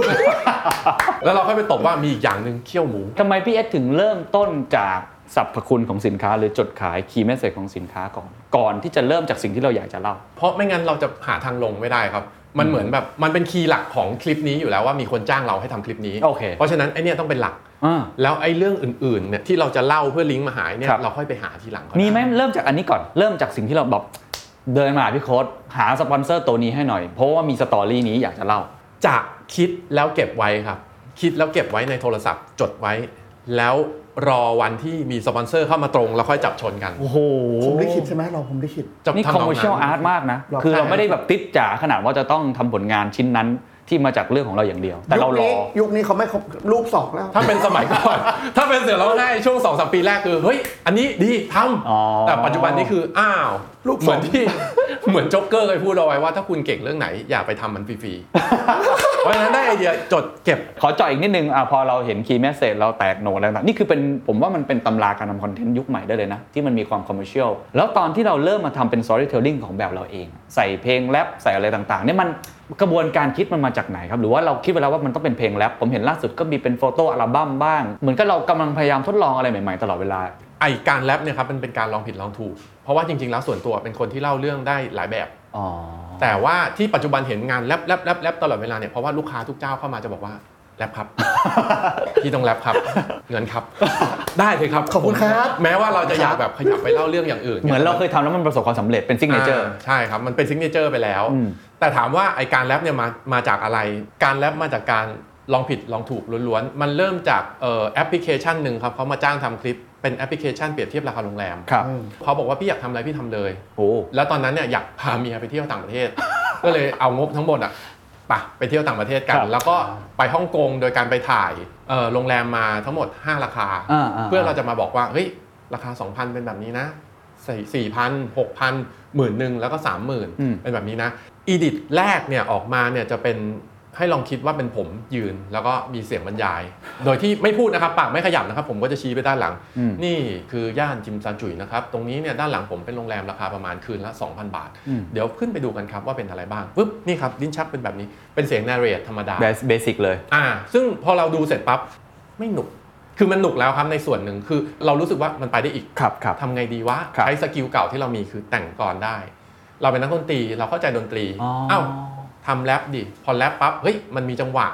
Speaker 2: *laughs* แล้วเราค่อยไปตบว่ามีอีกอย่างหนึ่งเคี่ยวหมู
Speaker 4: ทำไมพี่เอสถึงเริ่มต้นจากสรรพคุณของสินค้า หรือจดขายคีย์แมสเซจของสินค้าก่อน ก่อนที่จะเริ่มจากสิ่งที่เราอยากจะเล่า
Speaker 2: เพราะไม่งั้นเราจะหาทางลงไม่ได้ครับ มันเหมือนแบบมันเป็นคีย์หลักของคลิปนี้อยู่แล้วว่ามีคนจ้างเราให้ทำคลิปนี้
Speaker 4: โอเค
Speaker 2: ราะฉะนั้นไอเนี่ยต้องเป็นหลัก
Speaker 4: อ่า
Speaker 2: แล้วไอ้เรื่องอื่นๆเนี่ยที่เราจะเล่าเพื่อลิงก์มาหาเนี่ย
Speaker 4: ครับ
Speaker 2: เราค่อยไปหาทีหลังก็ด้
Speaker 4: มีไหมเริ่มจากอันนี้ก่อนเริ่มจากสิ่งที่เราแบบเดินมาหาพี่โค้ดหาสปอนเซอร์ตัวนี้ให้หน่อย เพราะว่ามีสตอรี่นี้อยากจะเล่า
Speaker 2: จะคิดแล้วเก็บไว้ครับ คิดแล้วเก็บไว้ในโทรศัพท์ จดไว้ แล้วรอวันที่มีสปอนเซอร์เข้ามาตรงแล้วค่อยจับชนกัน
Speaker 4: โอ้โห
Speaker 3: ผมได้คิดใช่ไหมลองผมได้คิด
Speaker 2: จะ
Speaker 4: นี่
Speaker 2: ทำ
Speaker 4: คอม
Speaker 2: นง
Speaker 4: เมอร์เชียลอา
Speaker 2: นั้น
Speaker 4: ร์ตมากนะ
Speaker 3: หรอ
Speaker 4: คือเรา
Speaker 2: ใช่
Speaker 4: ไม่ได้แบบติดจ๋าขนาดว่าจะต้องทำผลงานชิ้นนั้นที่มาจากเรื่องของเราอย่างเดียว แต่เรารอ
Speaker 3: ยุคนี้ยุคนี้เขาไม่เขารูปสองแล้ว
Speaker 2: ถ้าเป็นสมัยก่อน *laughs* ถ้าเป็นเสือร้องไห้ช่วง2อสปีแรกคือ เฮ้ย อันนี้ดีท
Speaker 4: อ๋อ
Speaker 2: ำแต่ปัจจุบันนี้คือ อ้าว
Speaker 3: ลูกสอง
Speaker 2: เหมือนที่ *laughs* เหมือนโจ็อกเกอร์เคยพูดเอาไว้ว่าถ้าคุณเก่งเรื่องไหน อย่าไปทำมันฟรีๆ เพราะฉะนั้นได้ไอเดียจดเก็บ
Speaker 4: ขอเจาะอีกนิดนึงอ่ะพอเราเห็นคีย์แมสเซจเราแตกโหนดแล้วนะนี่คือเป็นผมว่ามันเป็นตำราการทำคอนเทนต์ยุคใหม่ได้เลยนะ ที่มันมีความคอมเมอร c i ช l ลแล้วตอนที่เราเริ่มมาทำเป็น storytelling ของแบบเราเอง ใส่เพลงแรปใส่อะไรต่างๆเนี่ยมันกระบวนการคิดมันมาจากไหนครับ หรือว่าเราคิดไว้แล้วว่ามันต้องเป็นเพลงแรปผมเห็นล่าสุดก็มีเป็นโฟโต้อัลบั้มบ้าง เหมือนกับเรากำลังพยายามทดลองอะไรใหม่ๆตลอดเวลา
Speaker 2: ไอการแรปเนี่ยครับมันเป็นการลองผิดลองถูก เพราะว่าจริงๆ แล้วส่วนตัวเป็นคนที่เล่าเรื่องได้หลายแบบ
Speaker 4: อ๋อ
Speaker 2: แต่ว่าที่ปัจจุบันเห็นงานแรปแรปแรปแรปตลอดเวลาเนี่ยเพราะว่าลูกค้าทุกเจ้าเข้ามาจะบอกว่าแรปครับ *laughs* พี่ต้องแรปครับเงินครับ ได้เลยครับ
Speaker 3: ขอบคุณครับ
Speaker 2: แม้ว่าเราจะอยากแบบขยับไปเล่าเรื่องอย่างอื่น
Speaker 4: เหมือนเราเคยทำแล้วมันประสบความสำเร็จเป็นซิกเนเจอร์
Speaker 2: าใช่ครับ มันเป็นซิกเนเจอร์ไปแล้ว
Speaker 4: อืม
Speaker 2: แต่ถามว่าไอการแรปเนี่ยมามาจากอะไร การแรปมาจากการลองผิดลองถูกล้วนๆ มันเริ่มจากเอ่อแอปพลิเคชันหนึ่งครับเขามาจ้างทำคลิปเป็นแอปพลิเคชันเปรียบเทียบราคาโรงแรม
Speaker 4: ครับ
Speaker 2: เขาบอกว่าพี่อยากทำอะไรพี่ทำเลย
Speaker 4: โอ้
Speaker 2: แล้วตอนนั้นเนี่ยอยากพาเมียไปเที่ยวต่างประเทศ ก็เลยเอางบทั้งหมดอ่ะไปะไปเที่ยวต่างประเทศกัน แล้วก็ไปฮ่องกงโดยการไปถ่ายเอ่อโรงแรมมาทั้งหมด 5 ราคา
Speaker 4: อ่า
Speaker 2: เพื่อเราจะมาบอกว่าเฮ้ยราคา 2,000 เป็นแบบนี้นะสี่สี่พันหกพันหมื่นหนึ่งแล้วก็สามหมื่นเป็นแบบนี้นะอีดิทแรกเนี่ยออกมาเนี่ยจะเป็นให้ลองคิดว่าเป็นผมยืนแล้วก็มีเสียงบรรยาย โดยที่ไม่พูดนะครับปากไม่ขยับนะครับ ผมก็จะชี้ไปด้านหลัง นี่คือย่านจิมซาจุยนะครับ ตรงนี้เนี่ยด้านหลังผมเป็นโรงแรมราคาประมาณคืนละ 2,000 บาท เดี๋ยวขึ้นไปดูกันครับว่าเป็นอะไรบ้างปึ๊บนี่ครับลิ้นชักเป็นแบบนี้เป็นเสียงนาเรทธรรมดา
Speaker 4: เบสิกเลย
Speaker 2: อ่าซึ่งพอเราดูเสร็จปั๊บไม่หนุก คือมันหนุกแล้วครับในส่วนหนึ่งคือเรารู้สึกว่ามันไปได้อีก
Speaker 4: ครับครับ
Speaker 2: ทำไงดีวะ
Speaker 4: ครับ
Speaker 2: ใช้สกิลเก่าที่เรามีคือแต่งก่อนได้ เราเป็นนักดนตรีเราเข้าใจดนตรี
Speaker 4: อ๋อ
Speaker 2: เอ้าทำแรปดิพอแรปปั๊บเฮ้ยมันมีจังหวะ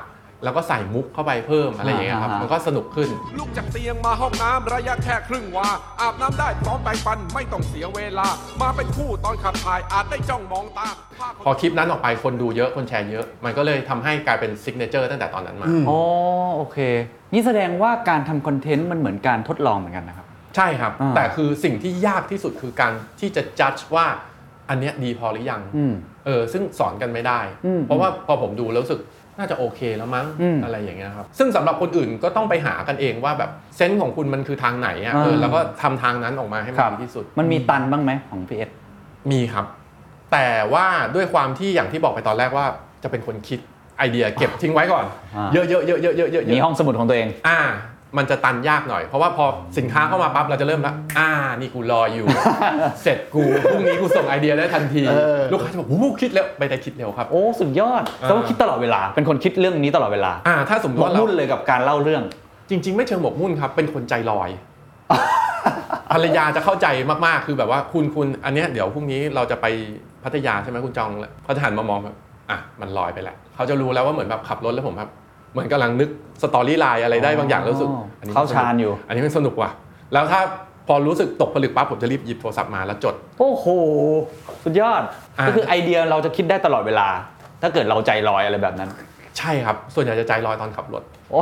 Speaker 2: แล้วก็ใส่มุกเข้าไปเพิ่มอะไรอย่างเงี้ยครับมันก็สนุกขึ้น
Speaker 9: ลุกจากเตียงมาห้องน้ำระยะแค่ครึ่งวา อาบน้ำได้พร้อมแปรงฟันไม่ต้องเสียเวลา มาเป็นคู่ตอนขับถ่ายอาจได้จ้องมองตา
Speaker 2: พอคลิปนั้นออกไปคนดูเยอะคนแชร์เยอะ มันก็เลยทำให้กลายเป็นซิกเนเจอร์ตั้งแต่ตอนนั้นมา
Speaker 4: อ๋อโอเค นี่แสดงว่าการทำคอนเทนต์มันเหมือนการทดลองเหมือนกันนะครับ
Speaker 2: ใช่ครับ
Speaker 4: อ่า
Speaker 2: แต่คือสิ่งที่ยากที่สุดคือการที่จะจัดว่าอันเนี้ยดีพอหรือยัง
Speaker 4: อืม
Speaker 2: เออซึ่งสอนกันไม่ได้
Speaker 4: อืม
Speaker 2: เพราะว่าพอผมดูแล้วรู้สึกน่าจะโอเคแล้วมั้ง
Speaker 4: อืม
Speaker 2: อะไรอย่างเงี้ยครับซึ่งสำหรับคนอื่นก็ต้องไปหากันเองว่าแบบเซนส์ของคุณมันคือทางไหนอ่ะ
Speaker 4: อ่า
Speaker 2: เออแล้วก็ทำทางนั้นออกมาให้มันดีที่สุด
Speaker 4: มันมีตันบ้างไหมของพี่เอส
Speaker 2: มีครับ แต่ว่าด้วยความที่อย่างที่บอกไปตอนแรกว่าจะเป็นคนคิดไอเดียเก็บทิ้งไว้ก่อน
Speaker 4: อ่า
Speaker 2: เยอะๆเยอะๆเยอะๆเยอะๆเยอะๆ
Speaker 4: มีห้องสมุดของตัวเอง
Speaker 2: อ่า มันจะตันยากหน่อย เพราะว่าพอสินค้าเข้ามาปั๊บเราจะเริ่มละอ่า นี่กูรอ
Speaker 4: *laughs*
Speaker 2: อยู่ เสร็จกูพรุ่งนี้กูส่งไอเดียได้ทันที
Speaker 4: เออ
Speaker 2: ลูกค้าจะบอกโอ้โหคิดแล้วไปได้คิดเร็วครับ
Speaker 4: โอ้สุดยอด
Speaker 2: อ่า
Speaker 4: แต่ว่าคิดตลอดเวลา เป็นคนคิดเรื่องนี้ตลอดเวลา
Speaker 2: อ่า ถ้าสมม
Speaker 4: ห
Speaker 2: ติ
Speaker 4: มก
Speaker 2: ว่าเรา
Speaker 4: มุ่นเลยกับการเล่าเรื่อง
Speaker 2: จริง ๆ ไม่เชิงหมกมุ่นครับ เป็นคนใจล
Speaker 4: *laughs*
Speaker 2: อย ภรรยาจะเข้าใจมากๆ คือแบบว่าคุณคุณอันเนี้ยเดี๋ยวพรุ่งนี้เราจะไปพัทยาใช่ไหมคุณจองแล้วเขาจะหันมามองแบบอ่ะมันลอยไปแล้วเขาจะรู้แล้วว่าเหมือนแบบขับรถแล้วผมแบบเหมือนกำลังนึกสตอรี่ไลน์อะไรได้บางอย่างแล้วรู้สึก
Speaker 4: อ๋ออั
Speaker 2: นนี้
Speaker 4: เข้าฌานอยู่
Speaker 2: อันนี้มันสนุกว่ะ แล้วถ้าพอรู้สึกตกผลึกปั๊บผมจะรีบหยิบโทรศัพท์มาแล้วจด
Speaker 4: โอ้โห สุดยอด
Speaker 2: อ่า
Speaker 4: ก็คือไอเดียเราจะคิดได้ตลอดเวลา ถ้าเกิดเราใจลอยอะไรแบบนั้น
Speaker 2: ใช่ครับ ส่วนใหญ่จะใจลอยตอนขับรถ
Speaker 4: โอ้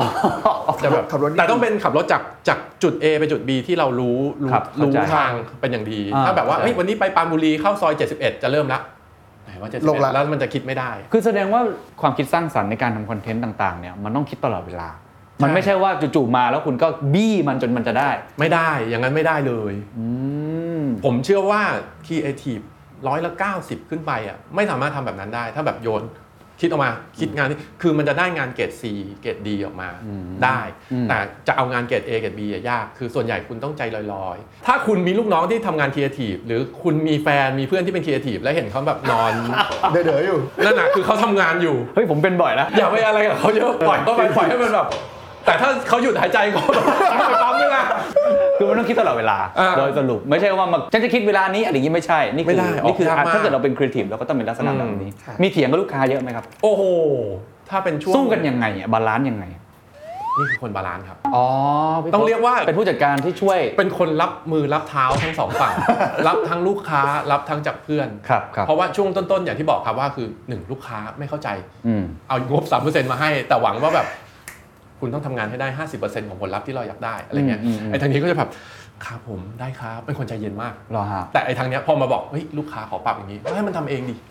Speaker 2: จะแบบ
Speaker 3: ขับรถนี่
Speaker 2: แต่ต้องเป็นขับรถจากจากจุด A ไปจุด B ที่เรารู้รู้
Speaker 4: ครับ
Speaker 2: รู้
Speaker 4: เข้าใจ
Speaker 2: ทางเป็นอย่างดี
Speaker 4: อ่า
Speaker 2: ถ้าแบบว่า
Speaker 4: เข้าใจ
Speaker 2: เฮ้ยวันนี้ไปปรานบุรีเข้าซอย 71 จะเริ่มละไหนว่า
Speaker 3: ลงละ
Speaker 2: 71แล้วมันจะคิดไม่ได้
Speaker 4: คือแสดงว่าความคิดสร้างสรรค์ในการทำคอนเทนต์ต่างๆเนี่ยมันต้องคิดตลอดเวลา มันไม่ใช่ว่าจู่ๆมาแล้วคุณก็บี้มันจนมันจะได้
Speaker 2: ไม่ได้อย่างนั้นไม่ได้เลย
Speaker 4: อืม
Speaker 2: ผมเชื่อว่าคีเอทีฟร้อยละ90 ขึ้นไปอ่ะไม่สามารถทำแบบนั้นได้ ถ้าแบบโยนคิดออกมาคิดงานที่คือมันจะได้งานเกรด C เกรด D ออกมาได้
Speaker 4: อืม
Speaker 2: แต่จะเอางานเกรด A เกรด B อะยาก คือส่วนใหญ่คุณต้องใจลอยๆ ถ้าคุณมีลูกน้องที่ทำงานครีเอทีฟหรือคุณมีแฟนมีเพื่อนที่เป็นครีเอทีฟแล้วเห็นเขาแบบน
Speaker 4: *laughs*
Speaker 2: อน
Speaker 3: เด๋อๆอยู่
Speaker 2: นั่นน่ะคือเขาทำงานอยู่
Speaker 4: เฮ้ยผมเป็นบ่อยนะ
Speaker 2: อย่าไปอะไรกับเขาเยอะปล่อยเขาไปปล่อยให้มันแบบแต่ถ้าเขาหยุดหายใจ *laughs* ก็แบบไปปั๊มด้วยนะ
Speaker 4: คือมันต้องคิดตลอดเวลา
Speaker 2: อ่า
Speaker 4: โดยสรุปไม่ใช่ว่ามาฉันจะคิดเวลานี้อะไรอย่างนี้ไม่ใช่ นี่คื
Speaker 2: ไม่ได้ออก
Speaker 4: นี่คื
Speaker 2: ยากมาก
Speaker 4: ถ้าเกิดเราเป็นครีเอทีฟเราก็ต้องเป็นลักษณะ
Speaker 2: อืม
Speaker 4: แบบนี้
Speaker 3: ใช่
Speaker 4: มีเถียงกับลูกค้าเยอะไหมครับ
Speaker 2: โอ้โหถ้าเป็นช่วง
Speaker 4: สู้กันยังไงอะบาลานซ์ยังไง
Speaker 2: นี่คือคนบาลานซ์ครับ
Speaker 4: อ๋อพี่
Speaker 2: ต้องเรียกว่า
Speaker 4: เป็นผู้จัดการที่ช่วย
Speaker 2: เป็นคนรับมือรับเท้าทั้งสอง
Speaker 4: *laughs*
Speaker 2: ฝั่ง รับทั้งลูกค้ารับทั้งจากเพื่อน
Speaker 4: ครับครับ
Speaker 2: เพราะว่าช่วงต้นๆ อย่างที่บอกครับว่าคือหนึ่งลูกค้าไม่เข้าใจ
Speaker 4: อืม
Speaker 2: เอางบ 3%มาให้ แต่หวังว่าแบบ คุณต้องทำงานให้ได้ 50%ของผลลัพธ์ที่เราอยากได้อะไรเงี้ย
Speaker 4: อืมอืมอืม
Speaker 2: ไอ้ทางนี้ก็จะแบบครับผมได้ครับเป็นคนใจเย็นมาก
Speaker 4: รอฮะ
Speaker 2: แต่ไอ้ทางเนี้ยพอมาบอกเฮ้ยลูกค้าขอปรับอย่างนี้ให้มันทำเองดิ *laughs*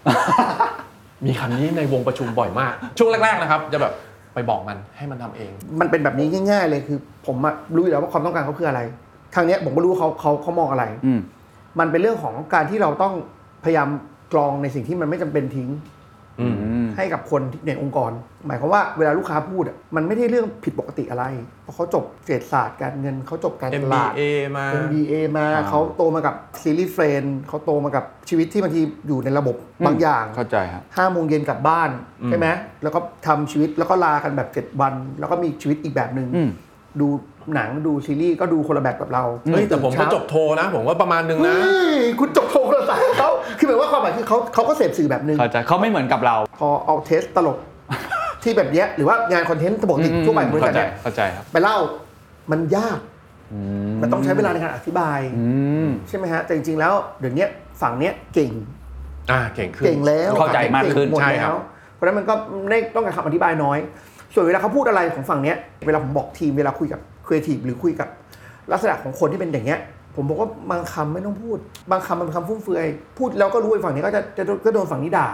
Speaker 2: มีคำนี้ในวงประชุมบ่อยมาก ช่วงแรกๆนะครับ จะแบบไปบอกมันให้มันทำเอง
Speaker 3: มันเป็นแบบนี้ง่าย ๆ เลยคือ ผมอะรู้อยู่แล้วว่าความต้องการเขาคืออะไรทางเนี้ยผมก็รู้เขาเขาเขามองอะไร
Speaker 4: อืม
Speaker 3: มันเป็นเรื่องของการที่เราต้องพยายามกรองในสิ่งที่มันไม่จำเป็นทิ้ง
Speaker 2: อืม
Speaker 3: ให้กับคนที่ในองค์กร หมายความว่าเวลาลูกค้าพูดอะมันไม่ได้เรื่องผิดปกติอะไร เพราะเขาจบเศรษฐศาสตร์การเงินเขาจบการตลาด
Speaker 2: MBA มา
Speaker 3: MBA มา
Speaker 4: อ่า
Speaker 3: เขาโตมากับซีรีส์เฟรนเขาโตมากับชีวิตที่บางทีอยู่ในระบบบางอย่าง
Speaker 4: เข้าใจครับ
Speaker 3: ห้าโมงเย็นกลับบ้านใช่ไหมแล้วก็ทำชีวิตแล้วก็ลากันแบบเจ็ดวัน แล้วก็มีชีวิตอีกแบบหนึ่ง
Speaker 4: อืม
Speaker 3: ดูหนังดูซีรีส์ก็ดูคนละแบบกับเรา
Speaker 2: เฮ้ยแต่ผมก็
Speaker 3: เช้า
Speaker 2: จบโทนะ ผมว่าประมาณหนึง
Speaker 3: เฮ้
Speaker 2: นะ
Speaker 3: ยคุณจบโทรศัพท์เขาคือหมายว่าความหมายคือเขาเขาก็เสพสื่อแบบหนึ่ง
Speaker 4: เข้าใจเขาไม่เหมือนกับเรา
Speaker 3: พอเอาเทสตลก *laughs* ที่แบบเนี้ยหรือว่างานคอนเทนต์ปกติทั่วไปของบริษัท
Speaker 4: เข้าใจ
Speaker 3: เนี่ย
Speaker 4: เข้าใจครับ
Speaker 3: ไปเล่ามันยาก มันต้องใช้เวลาในการอธิบาย
Speaker 4: อืม
Speaker 3: ใช่ไหมฮะแต่จริงๆแล้วเดี๋ยวเนี้ยฝั่งเนี้ยเก่ง
Speaker 2: อ่าเก่งขึ้น
Speaker 3: เก่งแล้ว
Speaker 4: เข้าใจมากขึ้น
Speaker 3: เงหมด
Speaker 2: ใช่ครั
Speaker 3: แล้
Speaker 2: บ
Speaker 3: วเพราะฉะนั้นมันก็ได้ต้องการคำอธิบายน้อย ส่วนเวลาเขาพูดอะไรของฝั่งเนี้ยเวลาผมบอกทีมเวลาคุยกับครีเอทีฟหรือคุยกับ ลักษณะของคนที่เป็นอย่างเงี้ย ผมบอกว่าบางคำไม่ต้องพูด บางคำมันเป็นคำฟุ่มเฟือย พูดแล้วก็รู้ไอ้ฝั่งนี้ก็จะจะก็โดนฝั่งนี้ด่า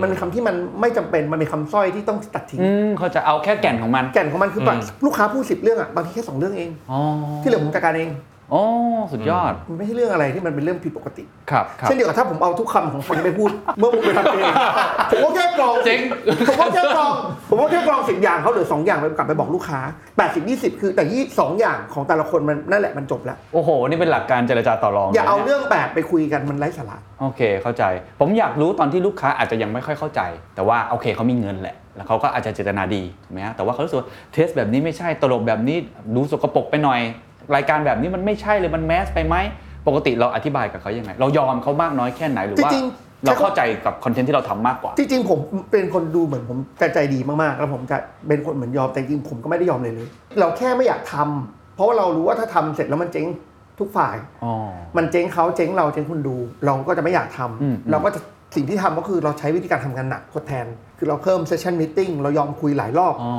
Speaker 3: มันเป็นคำที่มันไม่จำเป็นมันเป็นคำสร้อยที่ต้องตัดทิ้ง
Speaker 4: อืมเขาจะเอาแค่แก่นของมัน
Speaker 3: แก่นของมันคือแบบลูกค้าพูดสิบเรื่องอ่ะบางทีแค่สองเรื่องเอง
Speaker 4: อ๋อ
Speaker 3: ที่เหลือผมจัดการเอง
Speaker 4: อ๋อสุดยอด
Speaker 3: มันไม่ใช่เรื่องอะไรที่มันเป็นเรื่องผิดปกติ
Speaker 4: ครับครับ
Speaker 3: เช่นเดียวกับถ้าผมเอาทุกคำของคนไปพูด *laughs* เมื่อผมไปทำเอง
Speaker 4: *laughs*
Speaker 3: ผมก็แค่กรอง
Speaker 2: เจ๊ง
Speaker 3: ผมก็แค่กรอง *laughs* ผมก็แค่กรองสิบอย่างเขาเหลือสองอย่างไปกลับไปบอกลูกค้าแปดสิบยี่สิบคือแต่ยี่สองอย่างของแต่ละคนมันนั่นแหละมันจบแล้ว
Speaker 4: โอ้โห นี่เป็นหลักการเจรจาต่อรอง
Speaker 3: อย่าเอา
Speaker 4: ลยนี่
Speaker 3: เรื่องแปดไปคุยกันมันไร้สาระ
Speaker 4: โอเค เข้าใจ ผมอยากรู้ตอนที่ลูกค้าอาจจะยังไม่ค่อยเข้าใจ แต่ว่าโอเคเขามีเงินแหละ แล้วเขาก็อาจจะเจตนาดีถูกไหมฮะแต่ว่าเขารู้สึกว่าเทสแบบนี้ไม่ใช่ตลกแบบนี้ดูสกปรกไปหน่อย รายการแบบนี้มันไม่ใช่เลยมันแมสไปไหมปกติเราอธิบายกับเขายังไง เรายอมเขามากน้อยแค่ไหนหรือว่า
Speaker 3: จริงๆ
Speaker 4: เราเข้าใจกับคอนเทนต์ที่เราทำมากกว่า
Speaker 3: จริงๆผมเป็นคนดูเหมือนผมจะใจดีมากๆแล้วผมจะเป็นคนเหมือนยอมแต่จริงๆผมก็ไม่ได้ยอมเลยเลย เราแค่ไม่อยากทำเพราะว่าเรารู้ว่าถ้าทำเสร็จแล้วมันเจ๊งทุกฝ่าย
Speaker 4: อ๋อ
Speaker 3: มันเจ๊งเขาเจ๊งเราเจ๊งคนดู เราก็จะไม่อยากทำ
Speaker 4: อืม
Speaker 3: เราก็จะสิ่งที่ทำก็คือเราใช้วิธีการทำงานหนักทดแทน คือเราเพิ่มเซสชั o นม e ติ้งเรายอมคุยหลายรอบ
Speaker 4: อ๋อ